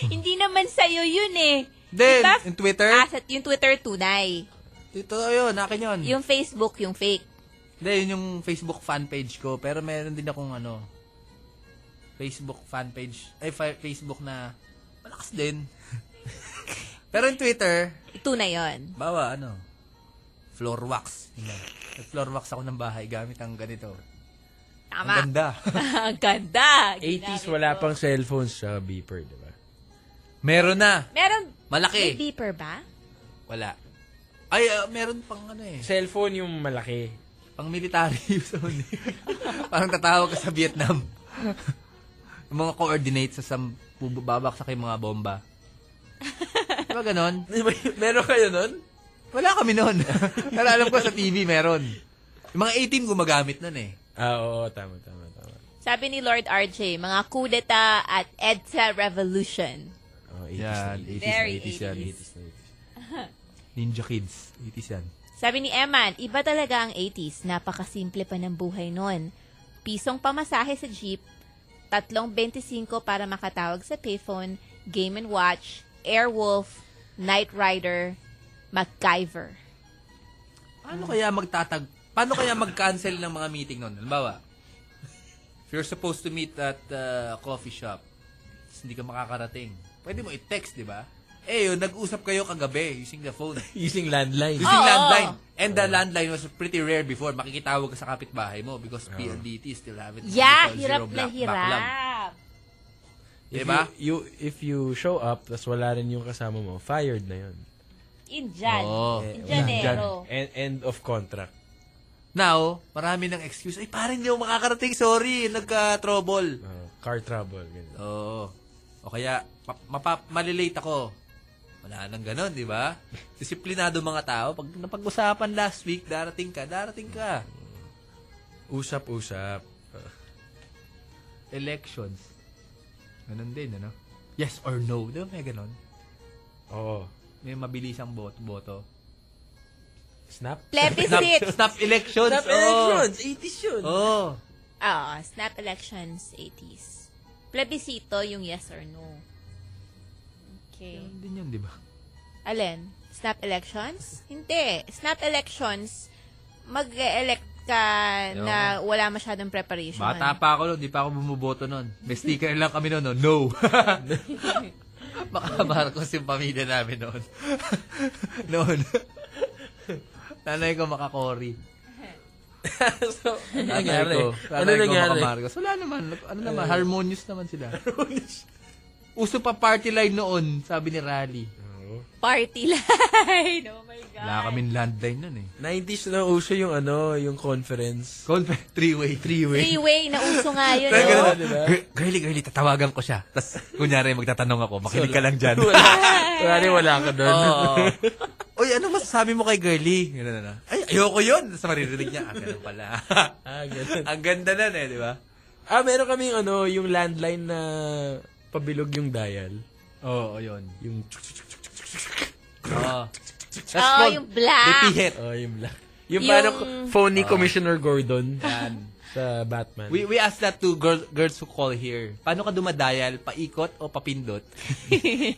Hindi naman sa'yo yun eh.
Then,
Diba?
in Twitter,
Ah, sa- yung Twitter, tunay.
ito yun, akin yun.
Yung Facebook, yung fake.
Hindi, yun yung Facebook fanpage ko. Pero meron din akong ano, Facebook fanpage. Ay, fa- Facebook na malakas din. pero yung Twitter,
Tunay yun.
bawa ano, floor wax. Yun lang. Nag-floor wax ako ng bahay gamit ang ganito. Ang
Tama.
ganda.
Ang ganda.
80s,
Ginamit
wala
ko.
pang cellphones sa beeper, di ba?
meron na.
Meron, may
Malaki.
beeper ba?
Wala. Ay, ah, meron pang ano eh.
Cellphone yung malaki.
Pang military use only. Parang tatawag ka sa Vietnam. yung mga coordinates sa sam babaksak yung mga bomba. Diba ganon?
Meron kayo nun?
Wala kami nun. Pero alam ko sa TV meron. Yung mga 18 gumagamit nun eh.
Ah, oo, tama, tama, tama.
Sabi ni Lord RJ, mga kudeta at EDSA revolution.
Oh, 80s
Yan,
na 80s.
Very
80s yan,
80s.
80s na 80s.
Ninja Kids. 80s yan.
Sabi ni Eman, iba talaga ang 80s. Napakasimple pa ng buhay noon. Pisong pamasahe sa jeep, tatlong 25 para makatawag sa payphone, Game and Watch, Airwolf, Knight Rider, MacGyver.
Paano kaya magtatag... Paano kaya mag-cancel ng mga meeting nun? Halimbawa, if you're supposed to meet at uh, coffee shop, tapos hindi ka makakarating, pwede mo i-text, di ba? Eh, yun, nag-usap kayo kagabi using the phone.
Using landline.
Using
Oo.
landline. And the landline was pretty rare before. Makikitawag ka sa kapitbahay mo because PLDT still have it.
Yeah,
Zero
hirap na
black- backlog.
hirap.
If
Diba?
You, you- if you show up, tas wala rin yung kasama mo, fired na yun.
Indyan.
Oo.
In
Yan.
Janero.
Eh, And, end of contract.
Now, marami ng excuse. Ay, parang hindi ako makakarating. Sorry, nagka-trouble.
Uh, car trouble. Ganun.
Oo. O kaya, pa- mapa- malilate ako. Wala nang ganun, di ba? Disiplinado mga tao. Pag napag-usapan last week, darating ka, darating ka.
Usap-usap.
Elections. Ganun din, ano? Yes or no. Di ba may ganun?
Oo. Oh,
May mabilisang bot- boto.
snap?
Snap,
Oh.
Plebiscite.
snap elections. Oh.
Snap
oo.
elections! 80s yun!
Oo.
Oo, Ah, snap elections 80s. Plebisito yung yes or no. Okay.
Ganun din yun, di ba?
Alin? Snap elections? Hindi. Snap elections, mag-elect ka na wala masyadong preparation.
Bata pa ako noon, di pa ako bumuboto noon. May sticker lang kami noon, no? no. Baka Marcos yung pamilya namin noon. noon. Nanay ko makakori.
so, ano
Nanay
nangyari?
ko.
Ano
Nanay ko
nangyari?
makamarcos. Wala naman. Ano naman, harmonious naman sila. Uso pa party line noon, sabi ni Rally.
Oo.
Party line. Oh my God.
Wala kaming landline noon eh.
90s na uso yung ano, yung conference.
Confer- three-way. Three-way.
Freeway, nauso nga yun.
Kaya
oh.
ganun, Gir- Girly, girly, tatawagan ko siya. Tapos, kunyari, magtatanong ako, makinig ka lang dyan.
Wala. wala rin wala ka doon.
Oo. Uy, ano masasabi mo kay girly? Ganun na. Ay, ayoko yun. Tapos maririnig niya, ah, ganun pala.
ah, ganun.
Ang ganda nun eh, di ba?
Ah, meron kami yung ano, yung landline na pabilog yung dial.
Oo, oh, yun.
Yung...
Oo.
Oo,
Oh,
yung black.
Pipihit.
Oh, yung black. Yung,
Yung-
parang phone ni Commissioner Gordon sa
Ah.
Batman.
We, we asked that to girl, girls who call here. Paano ka dumadial? Paikot o papindot?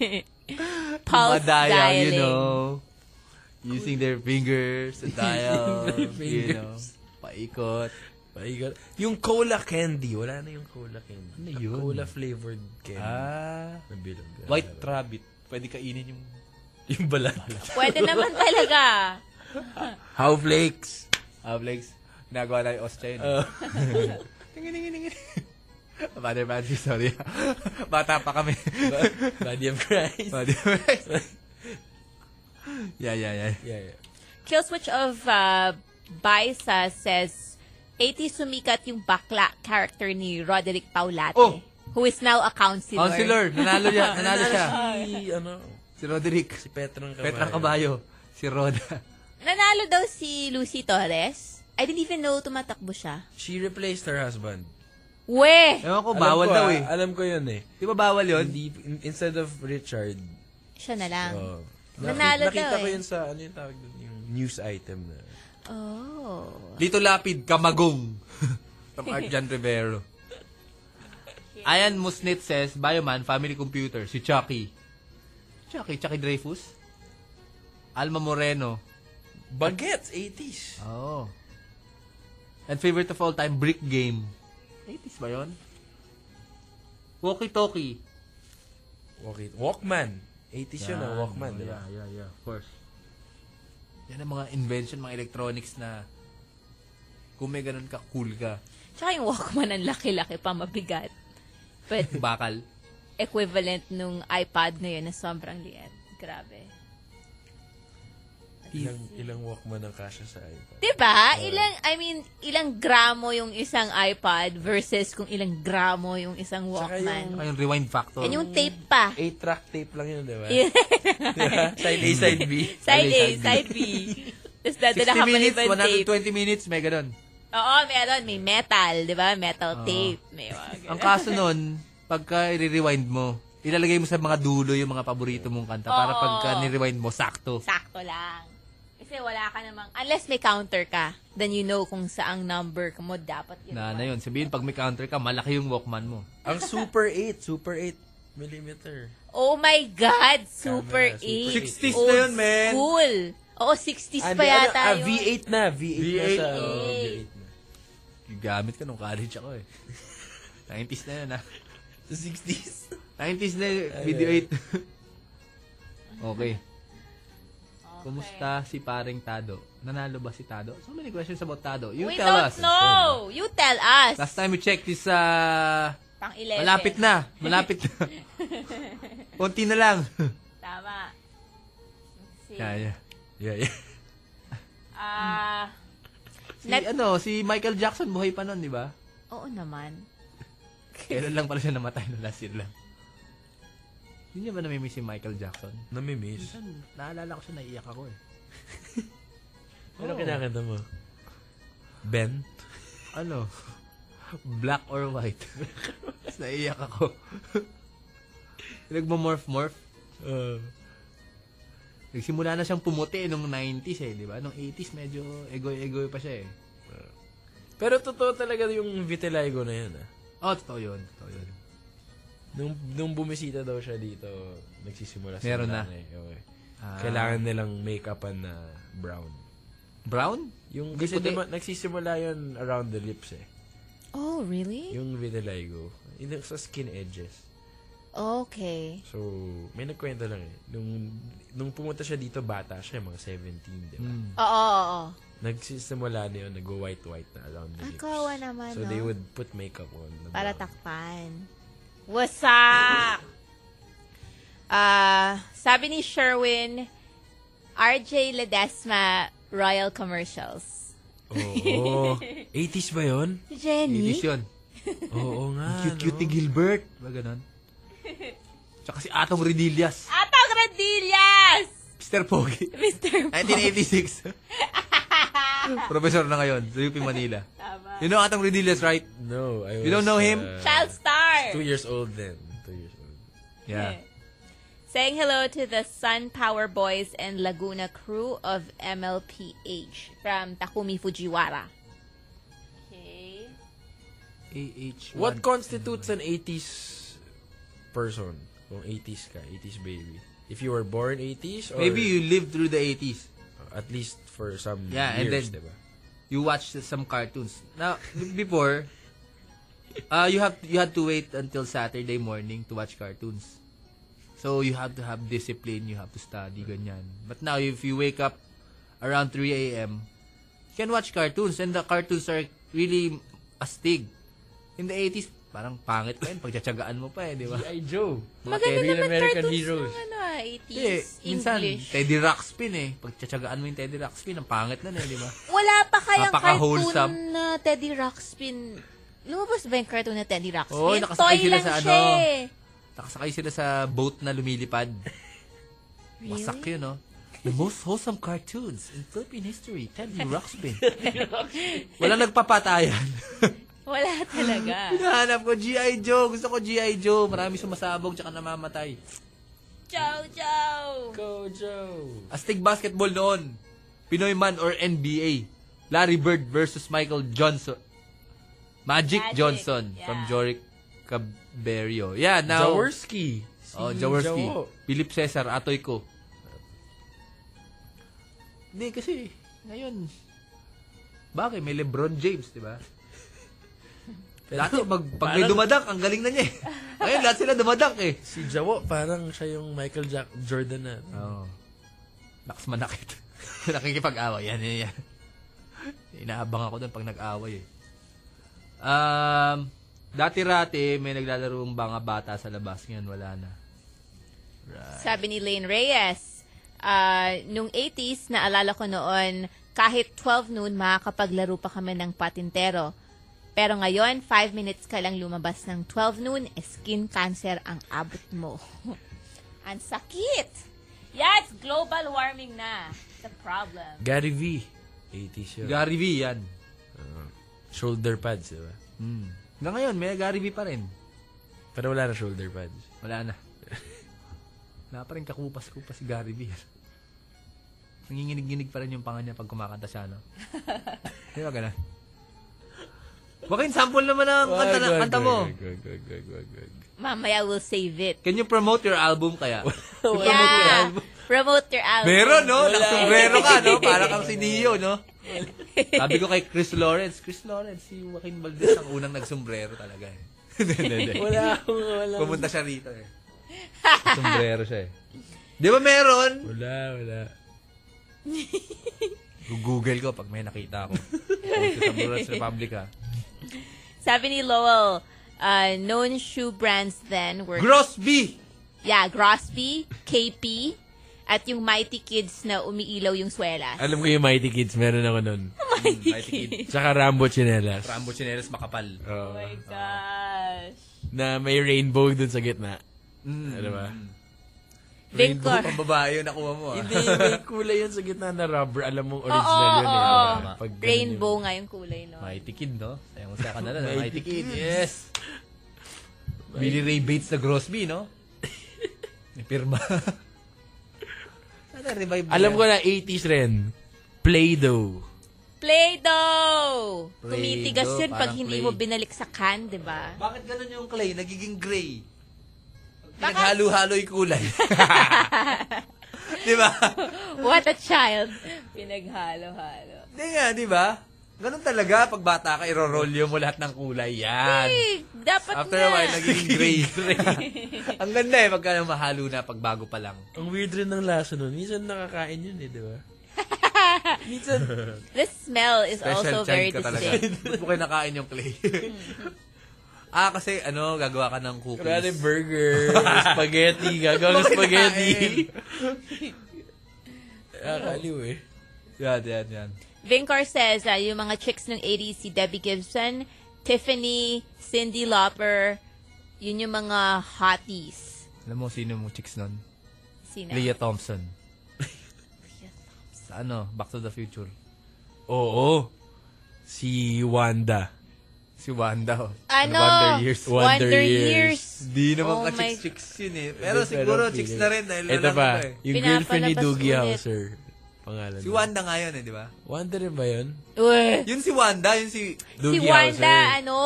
Pulse
Madaya, you
dialing.
know. Using their fingers to dial, you know. Paikot.
Paikot. Yung cola candy. Wala na yung cola candy.
Ano
A
yun?
Cola flavored candy.
Ah.
Nabilog. Ano?
White rabbit. Pwede kainin yung...
Yung balat.
Pwede naman talaga.
How flakes.
Ah, Flex. Nagawa na yung Ostia yun.
Oh.
Tingin, tingin, tingin. Father Matthew, sorry. Bata pa kami.
Body of Christ.
Father Matthew. yeah, yeah, yeah.
Yeah, yeah.
Killswitch of uh, Baisa says, 80 sumikat yung bakla character ni Roderick Paulate,
Oh!
who is now a counselor.
Counselor, Oh, nanalo siya. Nanalo siya.
Si, ano,
Si Roderick.
si Petrang Caballo.
Petra Caballo. Si Roda.
Nanalo daw si Lucy Torres. I didn't even know tumatakbo siya.
She replaced her husband.
We!
Ewan ko, bawal
ko,
daw
ah,
eh.
Alam ko yun eh.
Di ba bawal yun?
Hindi, in- instead of Richard,
Siya na lang.
oh,
Ah. Nanalo
nakita
daw
ko
eh.
yun sa, ano yung tawag doon, yung news item na.
Oh.
Lito Lapid, Kamagong. From Arjan Rivero. Ayan Musnit says, Bioman, Family Computer, si Chucky. Chucky, Chucky Dreyfus. Alma Moreno.
Bagets, 80s.
Oh. And favorite of all time, Brick Game. 80s ba yun? Walkie Talkie.
Walkie, Walkman. 80s yun ah, Walkman, di ba?
Yeah, yeah, yeah, of course. Yan ang mga invention, mga electronics na kung may ganun ka, cool ka.
Tsaka yung Walkman ang laki-laki pa mabigat. But
Bakal.
equivalent nung iPad na yun na sobrang liit. Grabe.
Ilang, ilang Walkman ang kasya sa iPad.
Diba?
Oh.
Ilang, I mean, ilang gramo yung isang iPad versus kung ilang gramo yung isang Walkman.
Saka yung Oh. rewind factor.
And yung tape pa.
8-track tape lang yun, di ba?
Yeah.
Diba? Side A, side B.
side A,
Side
side B. Tapos dadala
60
ka pa ng
minutes,
ibang tape.
120 minutes, may ganun.
Oo, meron. May metal, di ba? Metal
Oh.
tape. May mga ganun.
Ang kaso nun, pagka i-rewind mo, ilalagay mo sa mga dulo yung mga paborito mong kanta para
Oo.
pagka ni-rewind mo, sakto.
Sakto lang. Kasi wala ka namang, unless may counter ka, then you know kung saang number ka mo dapat yun.
Na, na yun. Sabihin, pag may counter ka, malaki yung Walkman mo.
Ang Super 8, Super 8 millimeter.
Oh my God! Super
Camera, Super
8.
60s
Old
na yun, man.
School. Oo, 60s
Ah,
pa
di, ano,
yata
ah,
yun.
V8 na, V8, na
V8.
sa...
Oo.
oh, V8 na.
Gamit ka nung college ako eh. 90s na yun ah.
Sa 60s.
90s na yun, video 8. okay.
Okay.
Kumusta si paring Tado? Nanalo ba si Tado? So many questions about Tado. You
We
tell
don't
us.
know. You tell us.
Last time we checked is ah,
Pang 11.
malapit na. Malapit na. Konti na lang.
Tama. Let's see.
yeah, yeah.
Yeah, yeah.
Ah,
Si
Let-
ano, si Michael Jackson buhay pa nun, di ba?
oo naman.
Kailan lang pala siya namatay na last year lang. Hindi niya ba namimiss si Michael Jackson?
Namimiss.
Minsan, naalala ko siya, naiiyak ako eh. Oh.
Ano kinakanta mo? Ben?
Ano? Black or white? Tapos naiiyak ako. Nagmamorph-morph.
Uh,
Nagsimula na siyang pumuti nung 90s eh, di ba? Nung 80s medyo egoy-egoy pa siya eh.
pero totoo talaga yung vitiligo na yun ah.
Oh, totoo yun. Totoo yun.
Nung, nung bumisita daw siya dito, nagsisimula sa
Meron na.
nanay. Okay.
Ah.
Kailangan nilang make-upan na brown.
Brown?
Yung,
Hindi
kasi
puti.
diba, nagsisimula yun around the lips eh.
Oh, really?
Yung vitiligo. Yung sa skin edges.
Okay.
So, may nagkwento lang eh. Nung, nung pumunta siya dito, bata siya, mga 17, di ba?
Hmm.
Oo, oo, oo.
Nagsisimula na yun, nag-white-white na around the
Ah,
lips.
kawa naman,
So, they
no?
would put makeup on. na
Para
brown.
takpan. What's up? Ah, sabi ni Sherwin, RJ Ledesma, Royal Commercials.
Oo. 80s ba yun?
Si
80s
Jenny?
yun.
Oo nga,
Cute-cute ni
Ah, no?
Gilbert. Ba ganun? Tsaka si Atong Redillas.
Atong Radillas!
Mr. Pogi.
Mr. Pop.
1986. Professor na ngayon sa UP Manila.
Tama.
You know Atong Redillas, right?
No, I was...
You don't know him?
uh,
Child star!
Two years old then. Two years old.
Yeah.
Saying hello to the Sun Power Boys and Laguna crew of MLPH from Takumi Fujiwara. Okay.
AH.
What constitutes an 80s person? Kung 80s ka, 80s baby. If you were born 80s or
Maybe you lived through the 80s.
at least for some
Yeah, and
years,
then-
diba?
You watched some cartoons. Now, before, uh, you have you had to wait until Saturday morning to watch cartoons. So you have to have discipline, you have to study, ganyan. But now, if you wake up around 3 a.m., you can watch cartoons and the cartoons are really astig. In the 80s, parang pangit pa yun, pagtsatsagaan mo pa eh, di ba?
G.I. Joe.
Maganda
Real
naman
American
cartoons
Heroes. Eh,
ng ano, ah, 80s.
Hindi, eh, minsan,
English.
Teddy Ruxpin eh. Pagtsatsagaan mo yung Teddy Ruxpin, ang pangit na na, eh, di ba?
Wala pa kayang
Napaka-wholesome.
cartoon na Teddy Ruxpin. Lumabas ba yung cartoon na Teddy Ruxpin?
Oo, nakasakay
Toy
sila
lang
sa
siya
ano.
eh.
Nakasakay sila sa boat na lumilipad. Wasak yun, no? The most wholesome cartoons in Philippine history, Teddy Ruxpin. Walang nagpapatayan.
Wala talaga.
Hinahanap ko G.I. Joe. Gusto ko G.I. Joe. Marami sumasabog tsaka namamatay.
Ciao, ciao.
Go, Joe.
Astig basketball noon. Pinoy man or NBA. Larry Bird versus Michael Johnson. Magic,
Magic,
Johnson from
yeah.
Jorick Caberio. Yeah, now...
Jaworski. Si
Oh, Jaworski.
Jawo.
Philip Cesar, atoy ko. Hindi kasi, ngayon, bakit may Lebron James, di ba? Dati, pag, pag may
parang-
dumadak, ang galing na niya eh. Ngayon, lahat sila dumadak eh.
Si Jawo, parang siya yung Michael Jack Jordan na. uh,
Oo. Oh. Lakas manakit. Nakikipag-away. Yan, yan, yan. Inaabang ako doon pag nag-away eh. Um, dati-rati, may naglalaro ng mga bata sa labas. Ngayon, wala na.
Sabi ni Lane Reyes, ah, nung 80s, naalala ko noon, kahit 12 noon, makakapaglaro pa kami ng patintero. Pero ngayon, 5 minutes ka lang lumabas ng 12 noon, eh, skin cancer ang abot mo. ang sakit! Yes, global warming na. The problem.
Gary V. 80s yun.
Gary V, yan.
shoulder pads, diba? di ba?
Mm. Hanggang ngayon, may Gary V pa rin.
Pero wala na shoulder pads.
Wala na. Wala pa rin kakupas-kupas si Gary V. Nanginginig-ginig pa rin yung panga niya pag kumakanta siya, no? Di ba ganun? Joaquin, sample naman ang kanta, na, kanta mo.
Wag, wag, wag, wag, wag.
Mamaya we'll save it.
Can you promote your album kaya?
Yeah. Promote your album.
Meron, no? Naksombrero ka, no? Para kang si Neo, no? Sabi ko kay Chris Lawrence, Chris Lawrence, si Joaquin Valdez ang unang nagsombrero talaga eh. Hindi, hindi, hindi.
Wala akong, wala.
Pumunta siya rito eh. Sombrero siya eh. Di ba meron?
Wala, wala.
Google ko pag may nakita ako. Puso sa Buras Republic ha.
Sabi ni Lowell, uh, known shoe brands then were
Gross B!
Yeah, Grosby, KP, at yung Mighty Kids na umiilaw yung swela.
Ano?
Alam ko yung Mighty Kids, meron ako nun.
Mm, Mighty Kid.
Tsaka Rambo Chinelas.
Rambo Chinelas makapal.
Oo.
Oh gosh.
na may rainbow dun sa gitna.
Mm.
Ano ba?
Rainbow
Victor.
pang babae yun nakuha mo ah.
Hindi, may kulay yun sa gitna na rubber. Alam mong
Oo,
original
oo,
yun eh.
oo.
Diba? Pag ganun
Rainbow nga yung kulay, no?
Mighty Kid, no? Sayang usaka na lang.
Mighty
Mighty Kid, yes. Billy Ray Bates na Gross B, no? May pirma. Sana revive
Yung... Alam ko na 80s rin. Play-Doh.
Play-Doh! Tumitigas
Play-Doh,
yun pag
parang
hindi
clay.
mo binalik sa can, di ba?
Bakit ganun yung clay? Nagiging gray.
Baka-
Pinaghalo-halo yung kulay. di ba?
What a child. Pinaghalo-halo.
Hindi nga, di ba? Ganun talaga, pag bata ka, irorolyo mo lahat ng kulay. Yan.
Eh, dapat
After
nga.
a while, naging gray. Ang ganda eh, pagka mahalo na, pag bago pa lang.
Ang weird rin ng lasa nun. Minsan nakakain yun eh, di ba?
The smell is
Special
also very
child ka talaga.
distinct.
Ba't mo kinakain yung clay? ah, kasi ano, gagawa ka ng cookies.
Kunwari burger, spaghetti, gagawang spaghetti. Nakakaliw eh.
yan, yan, yan.
Vincor says, ah, yung mga chicks ng 80s, si Debbie Gibson, Tiffany, Cindy Lauper, yun yung mga hotties.
Alam mo sino mo chicks nun?
Sino?
Leah Thompson. Sa ano, Back to the Future.
Oo. Si Wanda.
Si Wanda. oh.
Ano?
Wonder Years.
Wonder,
Wonder
Years.
Di naman
Oh
ka
my-
chicks-chicks yun eh. Pero siguro chicks na rin dahil
Ito
lalaki
pa,
to eh.
yung girlfriend ni
Pinapalabas
Doogie
ulit.
Howser. Pangalan.
Si
niya.
Wanda nga yun eh, di ba?
Wanda rin ba yun?
Uy.
Yun si Wanda, yun si...
Si
Doogie
Wanda,
Howser.
ano?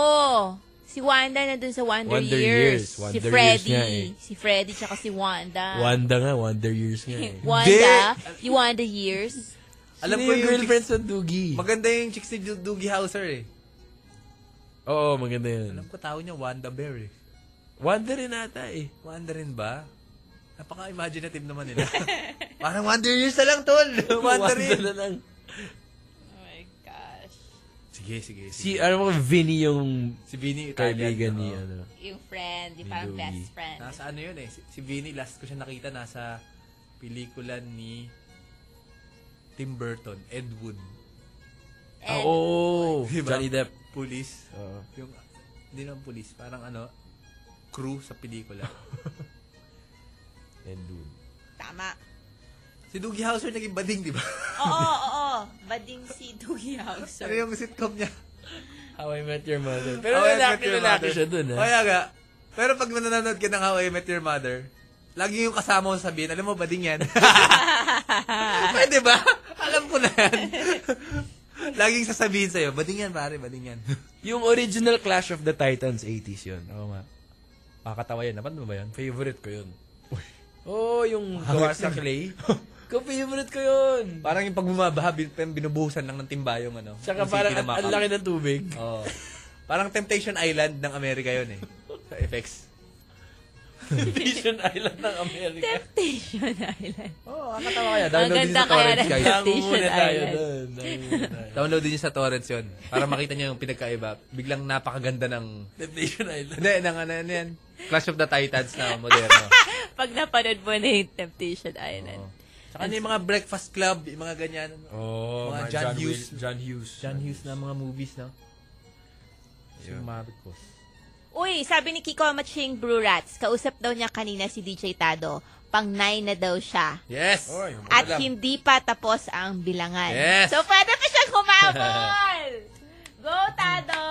Si Si Wanda nandun sa Wonder,
Wonder Years.
Years. si
Wonder Years
Freddy.
nga eh.
Si Freddy tsaka si Wanda.
Wanda nga, Wonder Years nga eh.
Wanda. You Wanda Years.
Alam
Sino
ko yung
girlfriend sa Dugi.
Maganda yung chicks ni Du- Doogie Howser eh.
Oo, maganda yun.
Alam ko tao niya, Wanda Bear eh.
Wanda rin ata eh.
Wanda rin ba? Napaka-imaginative naman nila. Parang Wonder Years na lang, tol. Wanda rin.
na lang.
Oh my gosh.
Sige, sige. sige.
Si, ano mo, Vinny yung
Si Vinny, Italian.
kaibigan
oo.
ni, ano.
Yung friend, yung parang
Lugi.
best friend.
Nasa ano yun eh. Si, si Vinny, last ko siya nakita, nasa pelikula ni Tim Burton, Ed Wood.
Ah,
And
Oo, oh,
Diba?
Johnny Depp.
Police.
Oo.
Yung, hindi naman police, parang ano, crew sa pelikula.
and dude.
tama.
si Doogie Howser naging bading, di ba?
Oo, oo, oo. Bading si Doogie
ano
Howser.
yung sitcom niya?
How I Met Your Mother.
How
Pero
I Met
lalaki,
Your
lalaki
Mother.
siya dun, eh. ha?
Kaya nga. Pero pag mananood ka ng How I Met Your Mother, lagi yung kasama mo sabihin, alam mo, bading yan. Pwede ba? Alam ko na yan. Laging sasabihin sa'yo, bading yan, pare, bading yan.
Yung original Clash of the Titans, 80s yun. Oo nga.
Pakatawa yan. Napanood mo ba yan?
Favorite ko yun. Oo, oh, yung gawa sa clay. Ko-favorite ko yun.
Parang yung pag bumabaha, bin- binubuhusan lang ng timba yung ano.
Tsaka
yung
parang
siki na
ang- ang
maka-
laki ng tubig.
Oo. Parang Temptation Island ng Amerika yun eh. Sa effects.
Vision Island ng America.
Temptation Island.
Oo, oh, kakatawa kaya.
Ang
Download din
ganda
sa
kaya
torrents,
ng
guys.
Temptation
Muna tayo
Island.
dun. Muna tayo.
Download din sa torrents yun. Para makita niyo yung pinagkaiba. Biglang napakaganda ng...
Temptation Island.
Hindi, ng ano ano yan. Clash of the Titans na moderno.
Pag napanood mo na yung Temptation Island.
Oo. Tsaka ano yung mga breakfast club, yung mga ganyan. Mga
Oh, mga
John
John,
Hughes.
Hughes. John Hughes.
John Hughes na mga movies, no? Si Marcos.
Uy, sabi ni Kiko Maching Brew Rats, kausap daw niya kanina si DJ Tado. Pang nine na daw siya.
Yes!
Oy, yung
At hindi pa tapos ang bilangan.
Yes!
So, pwede pa siyang humabol! Go, Tado!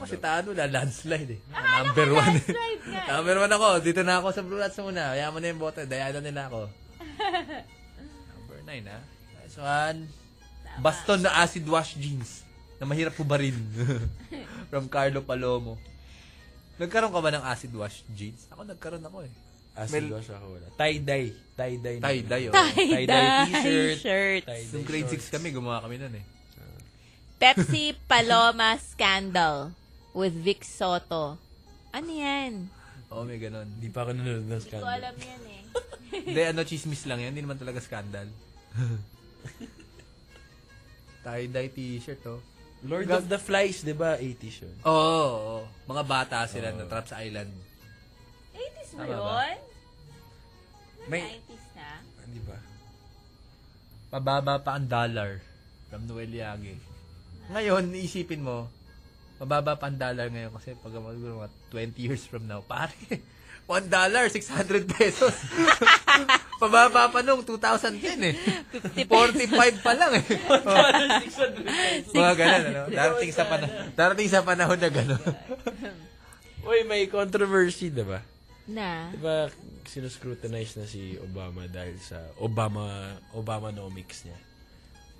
Ako si Tano, la landslide eh. Number one.
landslide nga eh.
Number one ako. Dito na ako sa Brulats muna. Hayaan mo na yung bote. Dayada nila ako. Number nine ah. Nice one. Baston na acid wash jeans na mahirap hubarin. From Carlo Palomo. Nagkaroon ka ba ng acid wash jeans? Ako nagkaroon ako eh.
Acid wash ako wala. Tie-dye. Tie-dye. na-
Tie-dye, oh.
Tie-dye t-shirt.
T-shirt.
Tie-dye
Nung grade 6
shorts.
kami, gumawa kami nun eh.
Pepsi Paloma Scandal with Vic Soto. Ano yan?
Oo, Oh, may ganon.
Hindi pa ako nanonood ng
Hindi ko
scandal.
alam yan eh.
Hindi, ano, chismis lang yan. Hindi naman talaga scandal. Tie-dye t-shirt, oh.
Lord of the Flies, di ba? 80s yun.
Oo, oo, oo. mga bata sila na trap sa island.
80s ba
Tama ba?
yun?
May
90s na?
Di ba?
pababa pa ang dollar from Noel Yagi. Ngayon, iisipin mo, mababa pa ang dollar ngayon kasi pag siguro mga 20 years from now, pare, 1 dollar, 600 pesos. pababa pa nung 2010 eh. 45 pa lang eh. Mga ganun, ano? Darating sa, pana- darating sa panahon na gano'n.
Uy, may controversy, di ba?
Na?
Di ba, sinuscrutinize na si Obama dahil sa Obama, Obamanomics niya.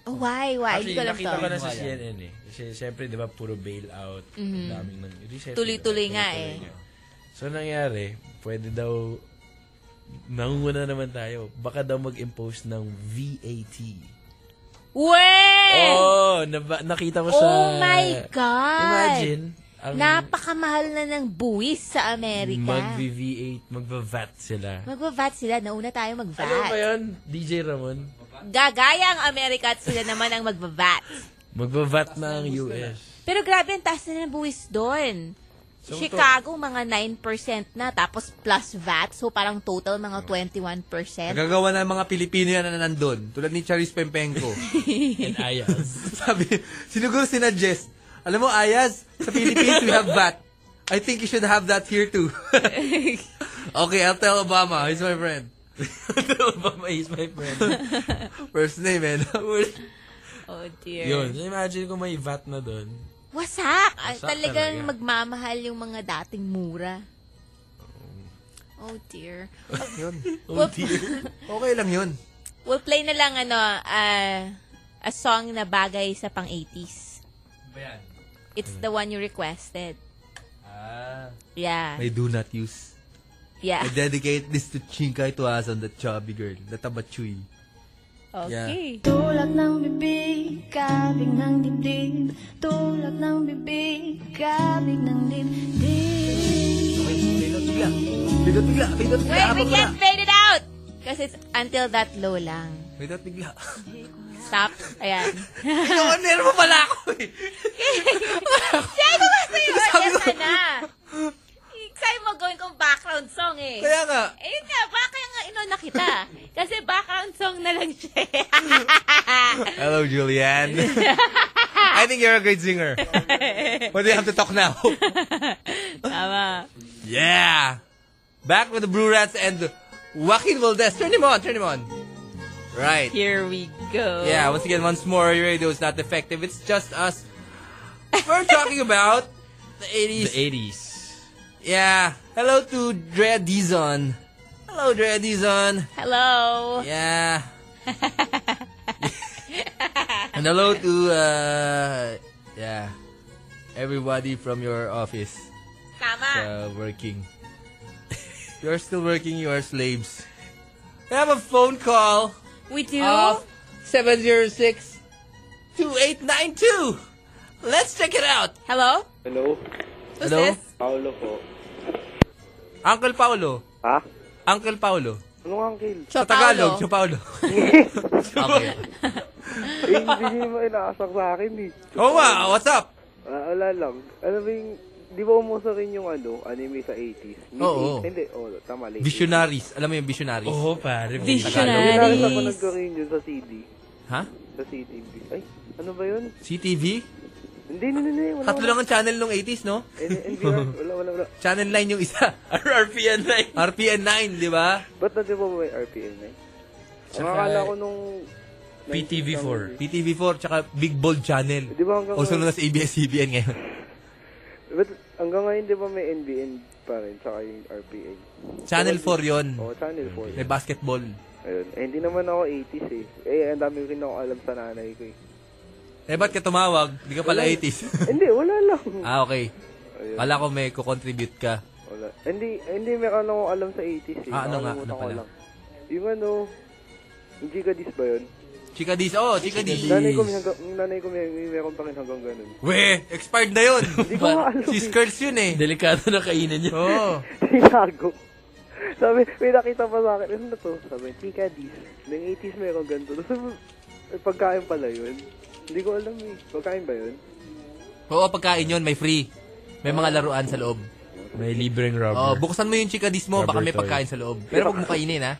Oh, why? Why? Hindi ko
Actually,
alam
nakita ko
to.
na sa CNN eh. Kasi siyempre, di ba, puro bailout. Ang daming nang... reset,
Tuloy-tuloy
di ba?
nga eh.
Tuloy-tuloy nga. So, nangyari, pwede daw... Nangunguna naman tayo. Baka daw mag-impose ng VAT.
Wait!
Oh, naba- nakita ko sa...
Oh my God!
Imagine, ang
Napakamahal na ng buwis sa Amerika.
mag-V8, magva-VAT sila.
Magbabat sila. Nauna tayo magbat.
Alam ba yun, DJ Ramon?
Gagaya ang Amerika at sila naman ang magbabat.
Magva-VAT na ang US.
Pero grabe ang taas na ng buwis doon. Chicago, mga 9% na. Tapos plus VAT. So parang total mga
Oh.
21%.
Nagagawa na ng mga Pilipino yan na nandun. Tulad ni Charis Pempenko.
And IELTS.
Sabi, sinuguro sinadjust. Alam mo, Ayaz, sa Philippines, we have VAT. I think you should have that here too. okay, I'll tell Obama. He's my friend.
Obama is my friend.
First name, eh. man.
Oh dear.
Yun. So imagine kung may VAT na doon.
Wasak! Ay,
Wasak
Ah, talagang
talaga.
magmamahal yung mga dating mura. Oh dear.
Oh,
okay lang yun.
We'll play na lang ano, ah, a song na bagay sa pang 80s. It's the one you requested.
Ah.
Yeah.
May do not use.
Yeah.
I dedicate this to Chinkai Tuason, the chubby girl, the tabachuy.
Okay.
Tulak ng bibig, kabig ng dibdib Tulak ng bibig, kabig ng dibdib
Bigla, bigla, bigla, bigla, bigla,
Wait, we
abang ko na.
can't fade it out! Kasi it's until that low lang.
Bigla, bigla.
Stop. Ayan.
Ikaw, Ano, nervo pala ako eh.
Sabi ko sa'yo,
Sabi
yes
ko-
na. Kaya mo gawin kong background song eh.
Kaya nga,
Ayun nga, baka nga inon na kita. Kasi background song na lang siya.
Hello, Julianne. I think you're a great singer. But we have to talk now.
Tama.
yeah. Back with the Blue Rats and Joaquin Valdez. Turn him on, turn him on. Right.
Here we go.
Yeah, once again, once more, your radio is not effective. It's just us. We're talking about the 80s.
The 80s.
yeah. Hello to Drea Dizon. Hello, Drea Dizon.
Hello.
Yeah. and hello to uh yeah everybody from your office
Tama.
uh, working. you are still working. You are slaves. We have a phone call
We do.
of 706-2892. Let's check it out.
Hello?
Hello?
Who's
Hello?
this?
Paolo po.
Uncle Paolo.
Ha?
Uncle Paolo.
Anong uncle?
Sa Tagalog, Cho Paolo. okay.
Eh, hindi mo inaasak sa akin eh.
Oh, wow. What's up?
Ah, wala lang. Alam mo yung, di ba umuso rin yung ano, anime sa 80s? Mid-
Oo.
Hindi, oh, tama, late.
Visionaries. Alam mo yung visionaries?
Oo, pare.
Yung
Visionaries.
nakita ko nagkaroon yun sa CD.
Ha?
Sa CTV. Ay, ano ba yun?
CTV?
Hindi, hindi, hindi. Wala,
Tatlo lang ang channel nung 80s, no?
N- NBR, wala, wala, wala.
Channel 9 yung isa.
RPN na yun.
RPN 9, di ba?
Ba't na di ba may RPN na yun? Ang
Tsaka-
akala ko nung...
PTV4.
PTV4, tsaka Big Bold Channel.
Di ba hanggang
Also known
ngayon,
as ABS-CBN ngayon.
ba't, hanggang ngayon di ba may NBN pa rin, tsaka yung RPN?
Channel 4 yun.
O, Channel 4.
May basketball.
Ayun. Eh, hindi naman ako 80s eh. Eh, ang dami rin ako alam sa nanay ko eh.
Eh, ba't ka tumawag? Hindi ka pala 80s.
hindi, wala lang.
ah, okay.
Ayun.
Kala ko may kukontribute ka.
Wala. Hindi, hindi meron akong alam sa 80s eh.
Ah, ano nga,
Nakalimutan
ano
ko
pala?
lang. Yung ano, yung Gigadis ba yun?
Chika Dis. Oh, Chika Dis.
Nanay ko, may hanggang, yung nanay ko may, may meron pa rin hanggang ganun.
We, expired na yun.
Hindi ko nga alam.
si Skirts yun eh.
Delikado na kainin yun.
Oo. Oh.
Tinago. Sabi, may nakita pa sa akin, ano na to? Sabi, Gigadis. Nang 80s meron ganito. Tapos, eh, pagkain pala yun. Hindi ko alam eh. Pagkain ba yun?
Oo, pagkain yun. May free. May mga laruan sa loob.
May libreng rubber.
Oh, buksan mo yung Chika Dis mo. Baka
Rubber
may
toy.
pagkain sa loob. Pero huwag mo kainin ha.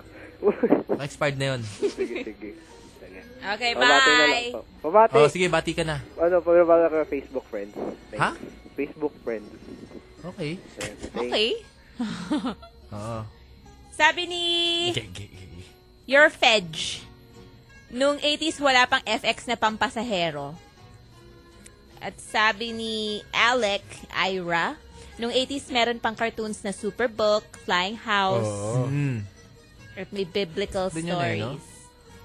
Baka expired na yun.
sige, sige.
Okay,
Pabati na lang
bye.
po. Pabati.
Oh, sige, bati ka na.
Ano, pabati ka Facebook friends. Thanks.
Ha?
Facebook friends.
Okay.
Thanks.
Okay.
Oo.
Sabi ni
Okay, okay, okay.
Your Fedge, nung 80s wala pang FX na pampasahero. At sabi ni Alec Ira, nung 80s meron pang cartoons na Superbook, Flying House,
Oh.
Mm.
at may biblical
Doon yun eh,
stories.
no?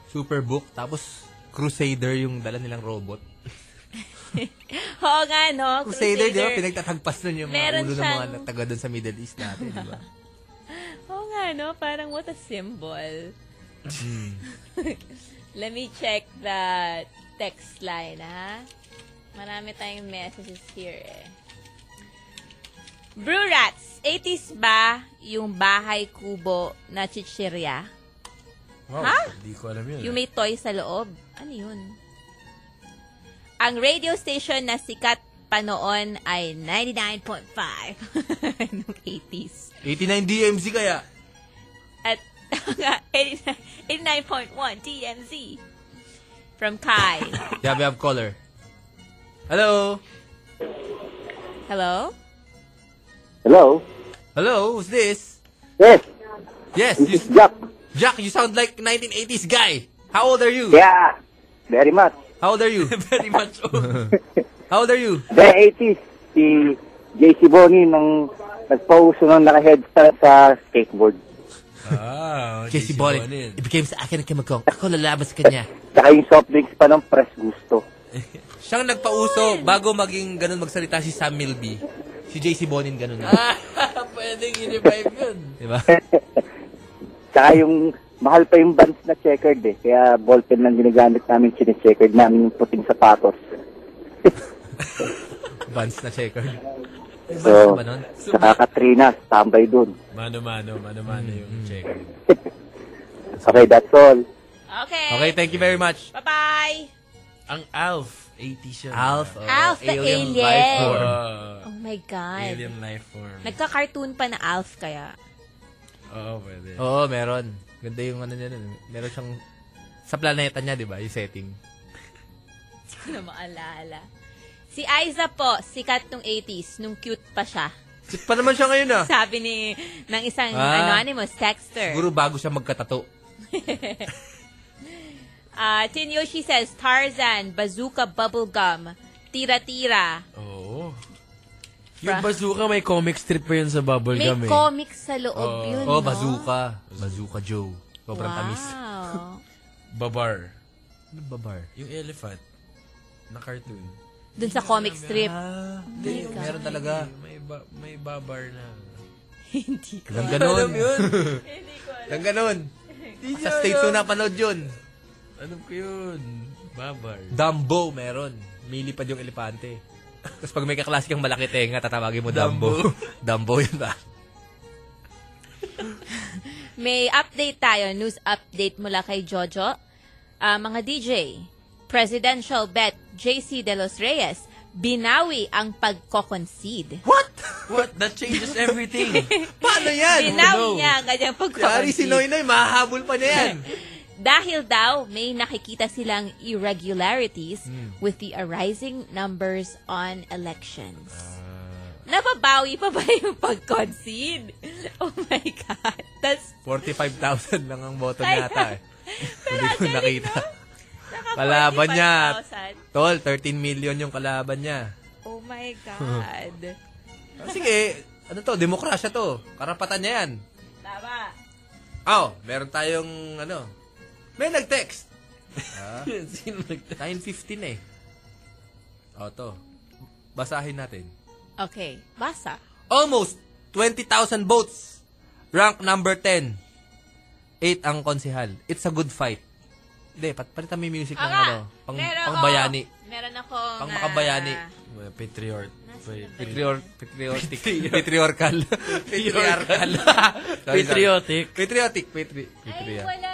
Superbook. Tapos, Crusader yung dala nilang robot.
Oo nga, no?
Crusader, di ba? Pinagtatagpas nun yung mga
Meron
ulo ng
siyang-
mga nataga dun sa Middle East natin, di ba?
Oo nga, no? Parang what a symbol.
Let me check the text line, ha? Marami tayong messages here, eh. Brew Rats, 80s ba yung bahay kubo na chichirya?
Wow, Hindi ko alam yun. ah.
Yung may toy sa loob? Ano yun? Ang radio station na sikat pa noon ay 99.5 nung 80s.
89 DMZ kaya.
At 89.1 DMZ from Kai.
Yeah, we have caller. Hello?
Hello?
Hello?
Hello? Who's this?
Yes,
Yes, you,
Jack.
Jack, you sound like 1980s guy. How old are you?
Yeah, very much.
How old are you?
Very much old.
How old are you?
The 80s, si JC Boni nang nagpauso nung naka-headset sa skateboard.
Ah,
Jesse Bolin. It became sa akin ang Kimagong. Ako lalaban sa kanya.
Tsaka yung soft drinks pa ng press gusto.
Siyang nagpauso bago maging ganun magsalita si Sam Milby. Si JC Bonin ganun na.
Ah, pwedeng i-revive yun.
Di
Diba?
ba?
Tsaka yung mahal pa yung bands na checkered eh. Kaya ballpen lang ginagamit namin, chine-checkered namin yung puting sapatos.
Vans na checker. Vans
So,
ba nun?
sa Katrina, standby dun.
Mano-mano, mano-mano yung check.
Okay, that's all.
Okay.
Okay, thank you very much.
Bye-bye.
Ang ALF, 80 siya.
Alf. uh,
Alf the alien.
life form.
Uh,
Oh my God.
alien life form.
Nagka-cartoon pa na Alf kaya.
Oo, pwede.
Oo, meron. Ganda yung ano niya. nun. Meron siyang sa planeta niya, di ba? Yung setting.
Hindi ko na maalaala. Si Aiza po, sikat nung 80s, nung cute pa siya.
Cute pa naman siya ngayon ah.
Sabi ni, ng isang ano,
Ah.
anonymous texter.
Siguro bago siya magkatato.
Ah, Tin Yoshi says, Tarzan, Bazooka Bubblegum, Tira-tira.
Oo. Yung bazooka, may comic strip pa yun sa
May
bubblegum eh.
comics sa loob yun,
Oh,
no?
bazooka. Bazooka Joe. Sobrang tamis.
Wow.
Babar.
Ano ba bar?
Yung elephant. Na cartoon.
Dun sa comic strip.
Ah, hindi. meron talaga.
May, ba- may babar na.
Hindi ko.
Hanggang ganun. Hanggang ganun. Sa States ko napanood yun.
Ano ko yun? Babar.
Dumbo meron. Milipad yung elepante. Tapos pag may kaklase kang malaki tenga, tatawagin mo Dumbo. Dumbo yun ba?
May update tayo, news update mula kay Jojo. Ah, mga DJ, presidential bet JC De Los Reyes, binawi ang pagkoconcede.
What? That changes everything.
Paano yan?
Binawi
Oh, no.
niya ang kanyang
Yari si
pagkoconcede.
Noynoy, mahahabol pa niya yan.
Dahil daw may nakikita silang irregularities
Hmm.
with the arising numbers on elections. Nababawi pa ba yung pag-concede? Oh my God. That's
45,000 lang ang boto
Kaya-
niya ata eh. Hindi ko
galing,
nakita.
naka
Kalaban niya.
45,000.
Tol, 13 million yung kalaban niya.
Oh my God.
Sige, ano to, demokrasya to. Karapatan niya yan.
Tama.
Aw, meron tayong ano. May nag-text.
Sino nag-
9.15 eh. O, to. Basahin natin.
Okay. Basa.
Almost 20,000 votes. Rank number 10. 8 ang konsihal. It's a good fight. Hindi, pat palitan mo yung music ng
Aka,
ano. Pang,
meron
pang
ako-
bayani.
Meron akong...
Pang
ah,
makabayani.
Well, Patriot.
Patriot, patriotic. Patriarchal. Patriarchal. Sorry, sorry.
Patriotic.
Patriotic. Patri
Ay,
patriarch.
wala.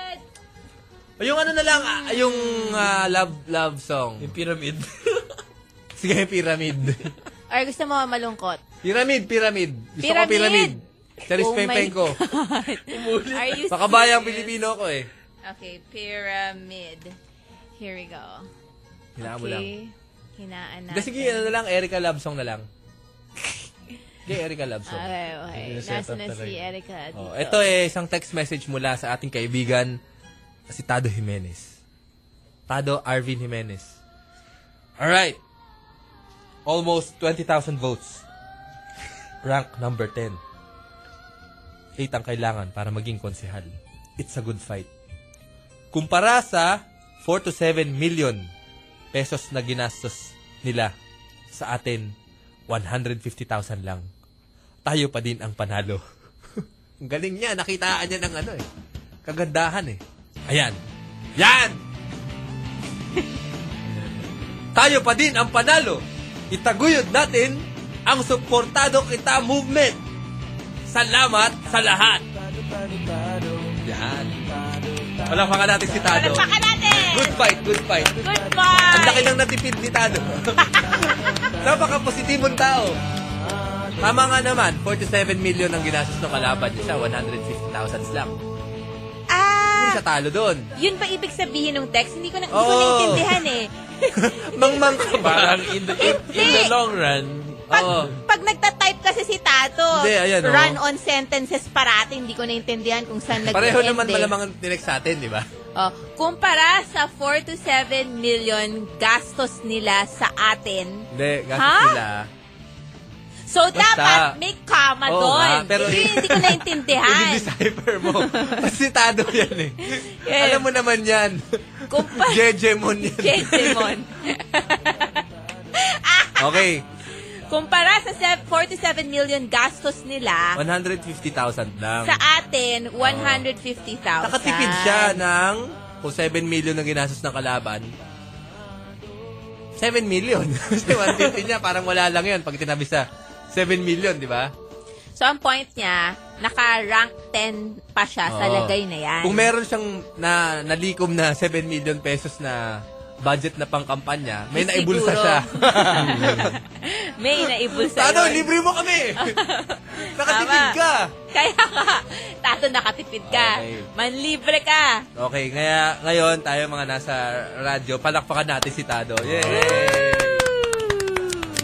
Yung ano na lang, ah, yung ah, love love song.
Yung pyramid.
Sige, pyramid.
Or gusto mo malungkot?
pyramid, pyramid. Gusto ko
Pyramid!
pyramid. Charis
Oh my
Pempeng ko.
God. Are you
Baka bayang
serious?
Pilipino ko eh.
Okay, pyramid. Here we go.
Hinaan mo lang.
Okay. Hinaan
Hindi,
natin.
sige, ano na lang, Erica love song na lang. Sige, Erica love song.
Okay, okay.
Hindi na set
Nasaan
up
na
talaga.
si Erica? Dito.
Oh, ito eh, isang text message mula sa ating kaibigan, si Tado Jimenez. Tado Arvin Jimenez. Alright. Almost 20,000 votes. Rank number 10. 8 ang kailangan para maging konsehal. It's a good fight. Kumpara sa 4 to 7 million pesos na ginastos nila sa atin, 150,000 lang. Tayo pa din ang panalo. Ang galing niya, nakitaan niya ng ano eh. Kagandahan eh. Ayan. Yan! Tayo pa din ang panalo. Itaguyod natin ang suportado kita movement. Salamat sa lahat. Yan. Palakpakan natin si Tado.
Palakpakan natin!
Good fight, good fight.
Good
Ang laki
boy!
ng natipid ni Tado. Napaka-positibong tao. Tama nga naman, 47 million ang ginastos ng kalaban niya siya, 150,000 lang. Hindi
Ah!
siya talo doon.
Yun pa ibig sabihin ng text? Hindi ko na, hindi ko
Oo.
naiintindihan eh.
Mangmang ka ba?
Parang in the, in, in the long run,
Pag,
Oo.
pag nagta-type kasi si Tato,
Hindi, ayan, oo.
run on sentences parati, hindi ko naiintindihan kung saan nag
Pareho naman malamang ang tinex sa atin, di ba?
Oh, kumpara sa 4 to 7 million gastos nila sa atin.
Hindi,
Ha?
gastos nila.
So, dapat may comma
Oo nga,
doon.
pero-
Hindi- hindi ko naiintindihan.
I-decipher mo. Pasitado yan eh. Alam mo naman yan.
Kumpara...
Jejemon yan.
Jegemon.
Okay.
Kumpara sa sev- 47 million gastos nila,
150,000 lang.
sa atin, 150,000.
Nakatipid siya ng kung 7 million ang ginastos ng kalaban. 7 million. Kasi 150 niya, parang wala lang yun pag tinabi sa 7 million, di ba?
So, ang point niya, naka-rank 10 pa siya sa
Oo.
lagay na yan.
Kung meron siyang na, nalikom na 7 million pesos na budget na pangkampanya, may naibulsa
Siguro.
siya.
May naibol sa'yo.
Tano, libre mo kami! Nakatipid
Tama.
ka!
Kaya ka, tato nakatipid ka.
Okay.
Manlibre ka.
Okay, kaya ngayon tayo mga nasa radyo, palakpakan natin si Tado. Yay!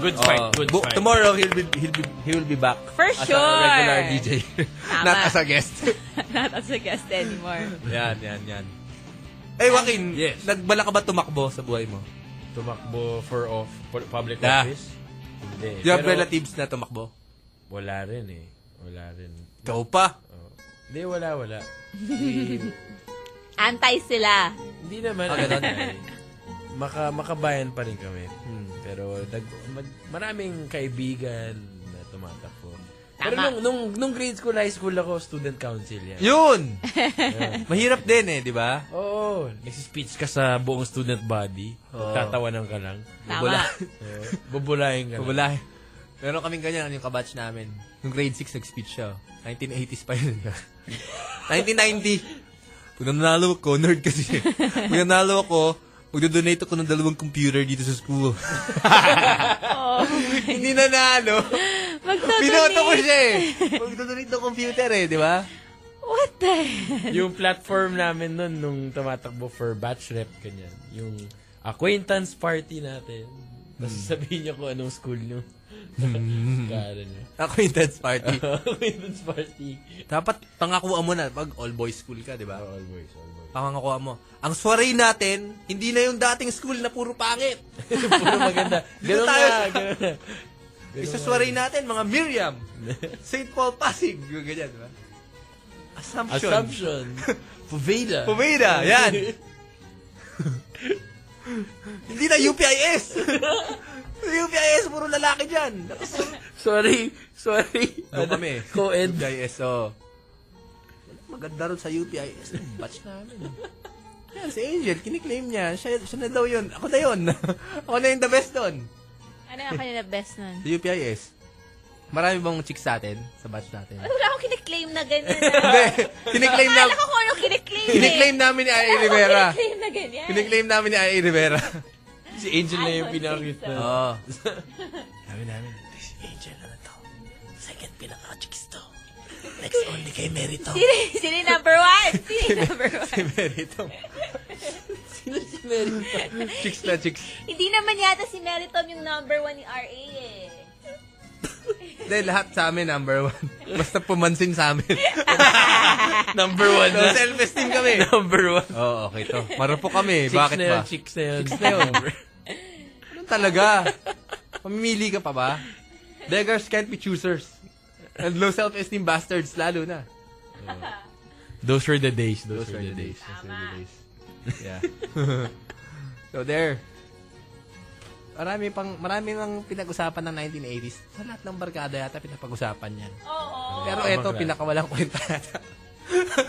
Good
Oh,
fight, good
bu-
fight.
Tomorrow he'll be he'll be he will be back.
For
as
sure.
a regular DJ, not as a guest.
Not as a guest anymore.
yan, yan, yan. Eh, Joaquin,
Yes.
nagbala ka ba tumakbo sa buhay mo?
Tumakbo for off pu- public
Ah.
office?
Do
Hindi.
you have
Pero
relatives na tumakbo?
Wala rin eh. Wala rin. Oh.
Ikaw pa.
Hindi, wala, wala. Hindi,
Antay sila.
hindi naman.
Ah, ganun.
eh. Maka, makabayan pa rin kami. Hmm. Pero nag, mag- maraming kaibigan na tumatakbo. Pero
Tama.
nung, nung, nung grade school, high school ako, student council yan.
Yun! Mahirap din eh, di ba?
Oo. Nagsispeech ka sa buong student body.
Oo.
Tatawanan ka lang.
Tama.
Oo. Bubulahin ka lang.
Wala. Meron kaming ganyan, yung kabatch namin. Nung grade 6, nag-speech siya. oh. 1980s pa yun. 1990. Pag nanalo ako, nerd kasi. Pag nanalo ako, magdodonate ako ng dalawang computer dito sa school. Hindi nanalo.
Magdodonate.
Pinoto ko siya eh. Magdodonate ng computer eh, di ba?
What the hell?
yung platform namin nun, nung tumatakbo for batch rep, ganyan. Yung acquaintance party natin. Tapos sabihin niyo kung anong school nyo. Kala niyo.
Ako yung dance party.
acquaintance party.
Dapat pangakuha mo na pag all boys school ka, di ba?
All boys, all boys.
Pangakuha mo. Ang soiree natin, hindi na yung dating school na puro pangit.
Puro maganda. Ganun
tayo
na,
sa-
ganun na.
Isuswaray natin mga Miriam, St. Paul Pasig, yung ganyan, di ba? Assumption.
Assumption. Poveda.
Pumida, yan. Hindi na UPIS. Sa UPIS, puro lalaki dyan.
Sorry. Sorry.
Doon
Ano,
kami.
Co-ed.
UPIS, oh. Maganda rin sa UPIS. Yung Batch namin. Yan, si Angel, kiniklaim niya. Siya, siya na daw yun. Ako na yun. Ako na yung the best doon.
Ano yung kanina best nun?
Sa UPIS. Marami bang chicks sa atin? Sa batch natin?
Wala akong kiniklaim na ganyan.
Hindi. Kiniklaim na...
Akala ko kung ano kiniklaim eh.
Kiniklaim namin ni Ai Rivera.
Kiniklaim na ganyan.
Kiniklaim namin ni Ai Rivera.
Si Angel na yung pinakit na.
Oo.
Sabi namin, si Angel naman to. Second pinaka-chicks to. Next only kay Merito.
Sino, sino yung number one? Sino yung number one?
Si Merito. Chicks na chicks.
Hindi naman yata si Meritom yung number one ni RA eh.
Hindi, lahat sa amin number one. Basta pumansin sa amin.
Number one
So,
na.
self-esteem kami.
Number one.
Oo, oh, okay to. Marupok kami.
Chicks
Bakit
na
ba?
yun, chicks na yun.
na yun. Ganun talaga. Mamimili ka pa ba? Beggars can't be choosers. And low self-esteem bastards, lalo na.
Those were the days. Those,
Those
were, the days.
Those were the days. Yeah. so there. Marami pang marami lang pinag-usapan ng 1980s. Sa lahat ng barkada yata pinapag-usapan yan.
Oo.
Pero
Tama
eto
ka.
pinakawalang kwenta yata.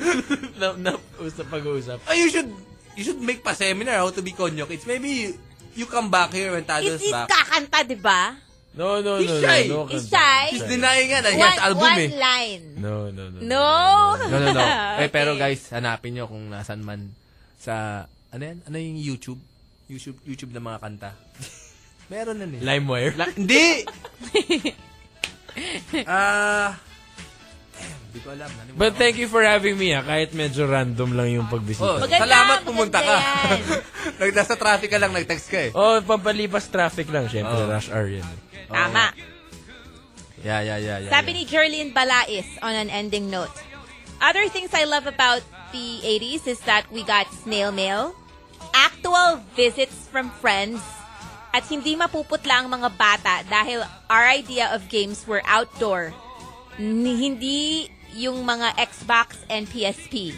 na, na, usap pag-uusap.
Oh, you should you should make pa seminar how to be conjugates. Maybe you, you come back here when
Is
Tado's
is
back.
kakanta, di ba?
No, no,
He's
no, no,
shy.
no. no,
He's
kanta.
shy.
He's denying yan. He
One,
has album
one
eh.
line.
No, no, no.
No?
No, no, no. Eh,
Okay.
pero guys, hanapin nyo kung nasan man sa, ano yan? Ano yung YouTube? YouTube, YouTube ng mga kanta. Meron nun eh.
LimeWire.
La- hindi! Ah... Hindi ko alam. Nalimutan
But
ko.
thank you for having me, ah. Kahit medyo random lang yung
Oh,
pagbisita.
Maganda,
salamat pumunta ka.
maganda
Nag, nasa traffic ka lang, nag-text ka eh.
Oh, pampalipas traffic lang. Siyempre,
Oh.
rush hour yan.
Tama.
Yeah, yeah, yeah. yeah
Sabi ni Gerlyn Balais on an ending note. Other things I love about the 80s is that we got snail mail, actual visits from friends, at hindi mapuputla ang mga bata dahil our idea of games were outdoor. N- hindi yung mga Xbox and PSP.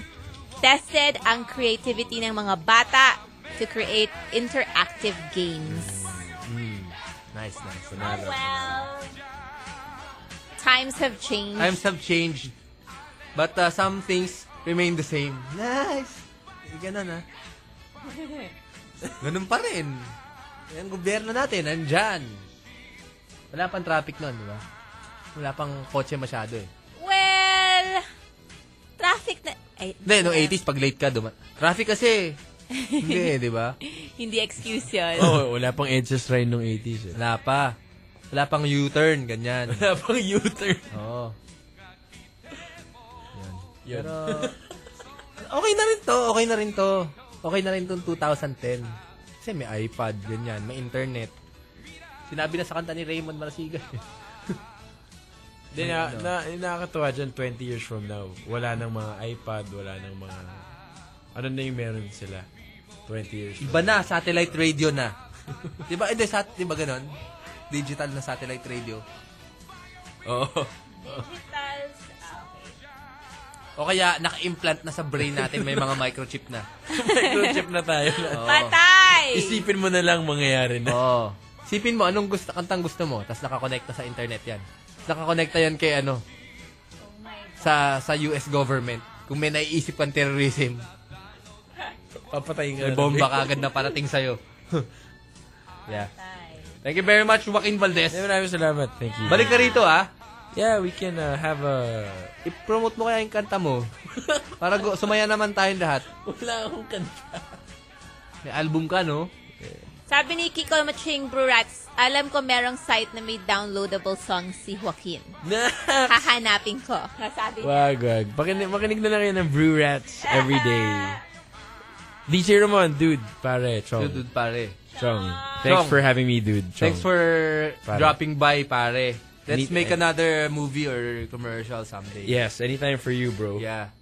Tested ang creativity ng mga bata to create interactive games.
yeah. Nice, nice.
Oh, well. Times have changed.
Times have changed. But uh, some things remain the same. Nice. Eh, Ganun ah. Ganun pa rin. Eh, Ang gobyerno natin, nandyan. Wala pang traffic nun, di ba? Wala pang kotse masyado eh.
well, traffic na... Ay,
Hindi, no 80s, pag late ka, duma- Traffic kasi. eh. Hindi, eh, di ba?
Hindi excuse yun.
Oh, wala pang edges ride nung 80s. Eh.
Wala pa. Wala pang U-turn, ganyan.
Wala pang U-turn.
Oo. Oh.
Yun.
Pero, okay na rin to, okay na rin to. Okay na rin tong 2010. Kasi may iPad, ganyan, may internet. Sinabi na sa kanta ni Raymond eh. Marasigan.
Then, na, na, nakakatuwa dyan 20 years from now. Wala nang mga iPad, wala nang mga... Ano na yung meron sila? 20 years from
Iba na, satellite radio na. di ba, hindi, sat, di ba ganun? Digital na satellite radio. Oo.
Digitals.
O kaya, naka-implant na sa brain natin, may mga microchip na.
Microchip na tayo.
Oo.
Patay!
Isipin mo na lang mangyayari na.
Oo. Sipin mo, anong gusto, kantang gusto mo, tapos nakakonekta sa internet yan. Tapos nakakonekta yan kay ano, sa sa US government. Kung may naiisip kang terrorism,
Papatayin ka
may
na.
bomba ka agad na parating sa'yo. yeah. Thank you very much, Joaquin Valdez.
Eh, maraming salamat. Thank you.
Balik ka rito, ah.
Yeah, we can uh, have a...
I-promote mo kaya yung kanta mo. Para go, sumaya naman tayong lahat.
Wala akong kanta.
May album ka, no?
Sabi ni Kiko Maching Brurats, alam ko merong site na may downloadable song si Joaquin. Hahanapin ko. Nasabi niya.
Wag, wag. Makinig, makinig na lang yun ng Brew Rats every day. DJ Ramon, dude, pare, chong.
Dude, dude, pare.
Chong. Thanks
Chong.
for having me, dude. Chong.
Thanks for
Pare.
dropping by, pare. Let's
Need- eh.
make another movie or commercial someday.
Yes, anytime for you, bro.
Yeah.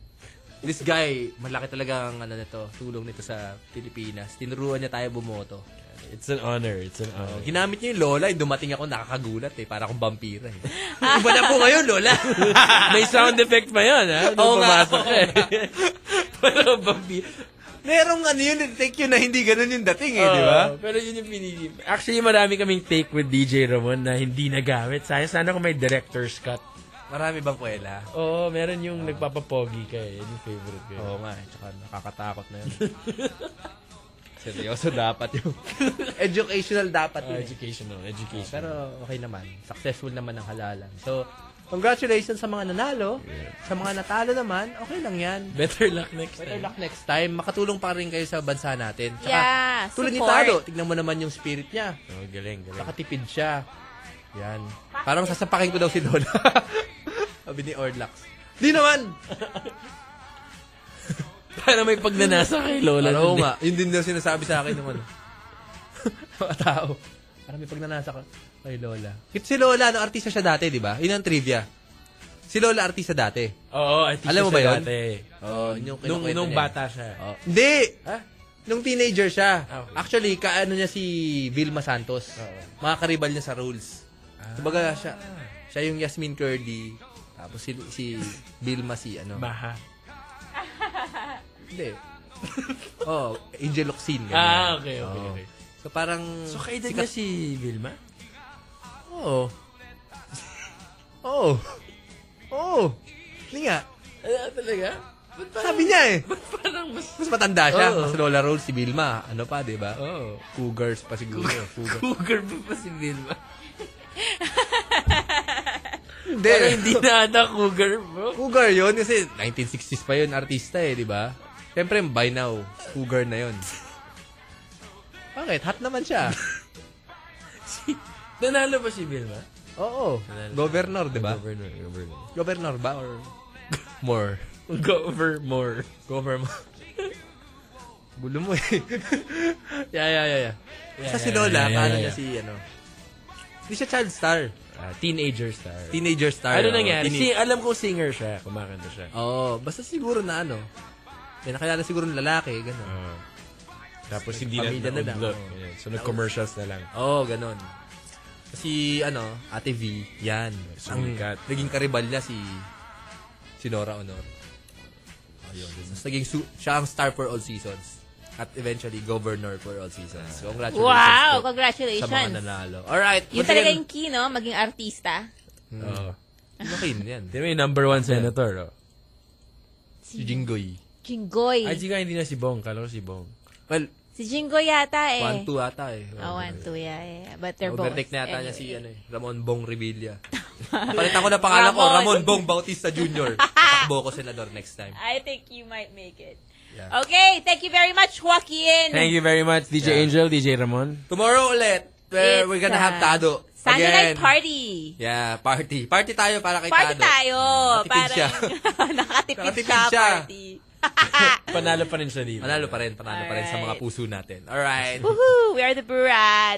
This guy, malaki talaga ang ano nito, tulong nito sa Pilipinas. Tinuruan niya tayo bumoto.
It's an honor. It's an honor.
Ginamit niya yung lola, eh, dumating ako nakakagulat eh, para akong vampira eh. Iba na po ngayon, lola.
May sound effect pa yun, ha?
Oo
Oo
nga,
pumasok
oo
eh. Pero vampire.
Merong ano yun, take yun na hindi ganun yung dating eh,
Oo,
di ba?
Pero yun yung pinili. Actually, marami kaming take with DJ Ramon na hindi nagamit. Sayang sana kung may director's cut.
Marami bang kwela?
Oo, meron yung nagpapapogi ka eh. Yun yung favorite ko.
Oo nga, eh, tsaka nakakatakot na yun. Seryoso dapat yun. Educational dapat
Ah,
yun. eh.
educational, educational.
Pero okay naman. Successful naman ang halalan. So, congratulations sa mga nanalo. Sa mga natalo naman, okay lang yan.
Better luck next
Better
time.
luck next time. Makatulong pa rin kayo sa bansa natin. Tsaka,
Yeah,
tulad ni
support.
Tado, tignan mo naman yung spirit niya.
Oh, galing, galing.
Nakatipid siya. Yan. Parang sasapakin ko daw si Lola. Sabi ni Orlax. Di naman!
Para may pagnanasa kay Lola.
Parang oo
nun eh.
nga. Yun din daw sinasabi sa akin naman. Mga tao. Parang may pagnanasa ka kay Lola. Si Lola, ano, artista siya dati, di ba? Yun ang trivia. Si Lola, artista dati.
Oo, at least
Alam mo ba
siya
yun?
dati. Oh,
Oo, yun yung
Nung,
kinukwento
nung
niya.
bata siya.
Oh. Hindi!
Ha?
Nung teenager siya.
Ah, okay.
Actually, kaano niya si Vilma Santos.
Oo. Ah.
Mga karibal niya sa rules. Kumbaga siya, siya yung Yasmin Curdy. Tapos si, si Vilma si ano.
Maha.
Hindi. oh, Angel Locsin. ganyan.
Ah, okay, okay,
Oo.
okay.
So parang...
So, kaedad niya si Vilma?
Oo. Oo. Oo. Hindi nga.
Ah, talaga? Ba't parang,
Sabi niya eh.
ba't parang mas...
Mas matanda siya.
Oo.
Mas Lola Rolls si Vilma. Ano pa, di ba?
Oh.
Cougars pa siguro. Cougar.
Cougar pa pa si Vilma.
Hindi.
Parang Eh, hindi na ata cougar, bro.
Cougar yun kasi 1960s pa yun artista eh, di ba? Siyempre, by now, cougar na yun. Bakit? Hot naman siya.
Nanalo ba si Vilma?
Oo. Governor, di ba?
Governor, governor.
Governor ba? Or more?
Governor more.
Governor. Gulo mo eh. yeah, yeah, yeah, yeah.
Yeah,
Sa si
yeah,
Lola,
yeah, yeah,
paano
yeah.
niya si, ano? Hindi siya child star.
Ah, teenager star.
Teenager star.
ano
oo.
nangyari?
Teen-
Si, alam ko singer siya. Kumakanta siya.
Oo. basta siguro na ano. May nakilala siguro ng lalaki, gano'n.
Oo. Tapos hindi na
Pamilya na lang,
naudlo.
oo.
Ayan. So, nag-commercials na lang.
Oo, oh, ganun. Si, ano, Ate V, yan.
Sumikat.
Ang naging karibal niya si, si Nora Honor. Ayun. Tapos naging, su- siya ang star for all seasons. at eventually governor for all seasons. Congratulations po
Wow!
sa mga
Congratulations!
nanalo. Alright.
Yun talaga yung key, no? Maging artista.
Oo.
Lakin Ano yan.
Di ba yung number one senator? Oh?
Si Jinggoy.
Jinggoy.
Ay, sige, hindi na si Bong. Kala ko si Bong.
Well,
Si Jinggoy yata eh.
1-2 ata eh.
Oh, one, two, yeah, yeah. But they're both.
Overtake na yata niya si ano,
anyway.
eh, Ramon Bong Revilla. Palitan ko na pangalan ko,
Ramon.
Ramon Bong Bautista Jr. Takbo ko senador next time.
I think you might make it.
Yeah.
Okay, thank you very much, Joaquin.
Thank you very much, DJ
Yeah.
Angel, DJ Ramon.
Tomorrow ulit, we're, we're gonna
It's,
have Tado.
Sunday
Again.
night party.
Yeah, party. Party tayo para kay
Party
Tado.
tayo.
Nakatipid
Parang
siya.
nakatipid,
Nakatipid
siya,
siya.
party.
Panalo Ano pa rin siya dito.
Panalo pa rin, panalo pa rin sa mga
Alright.
puso natin. Alright.
Woohoo! We are the Burats.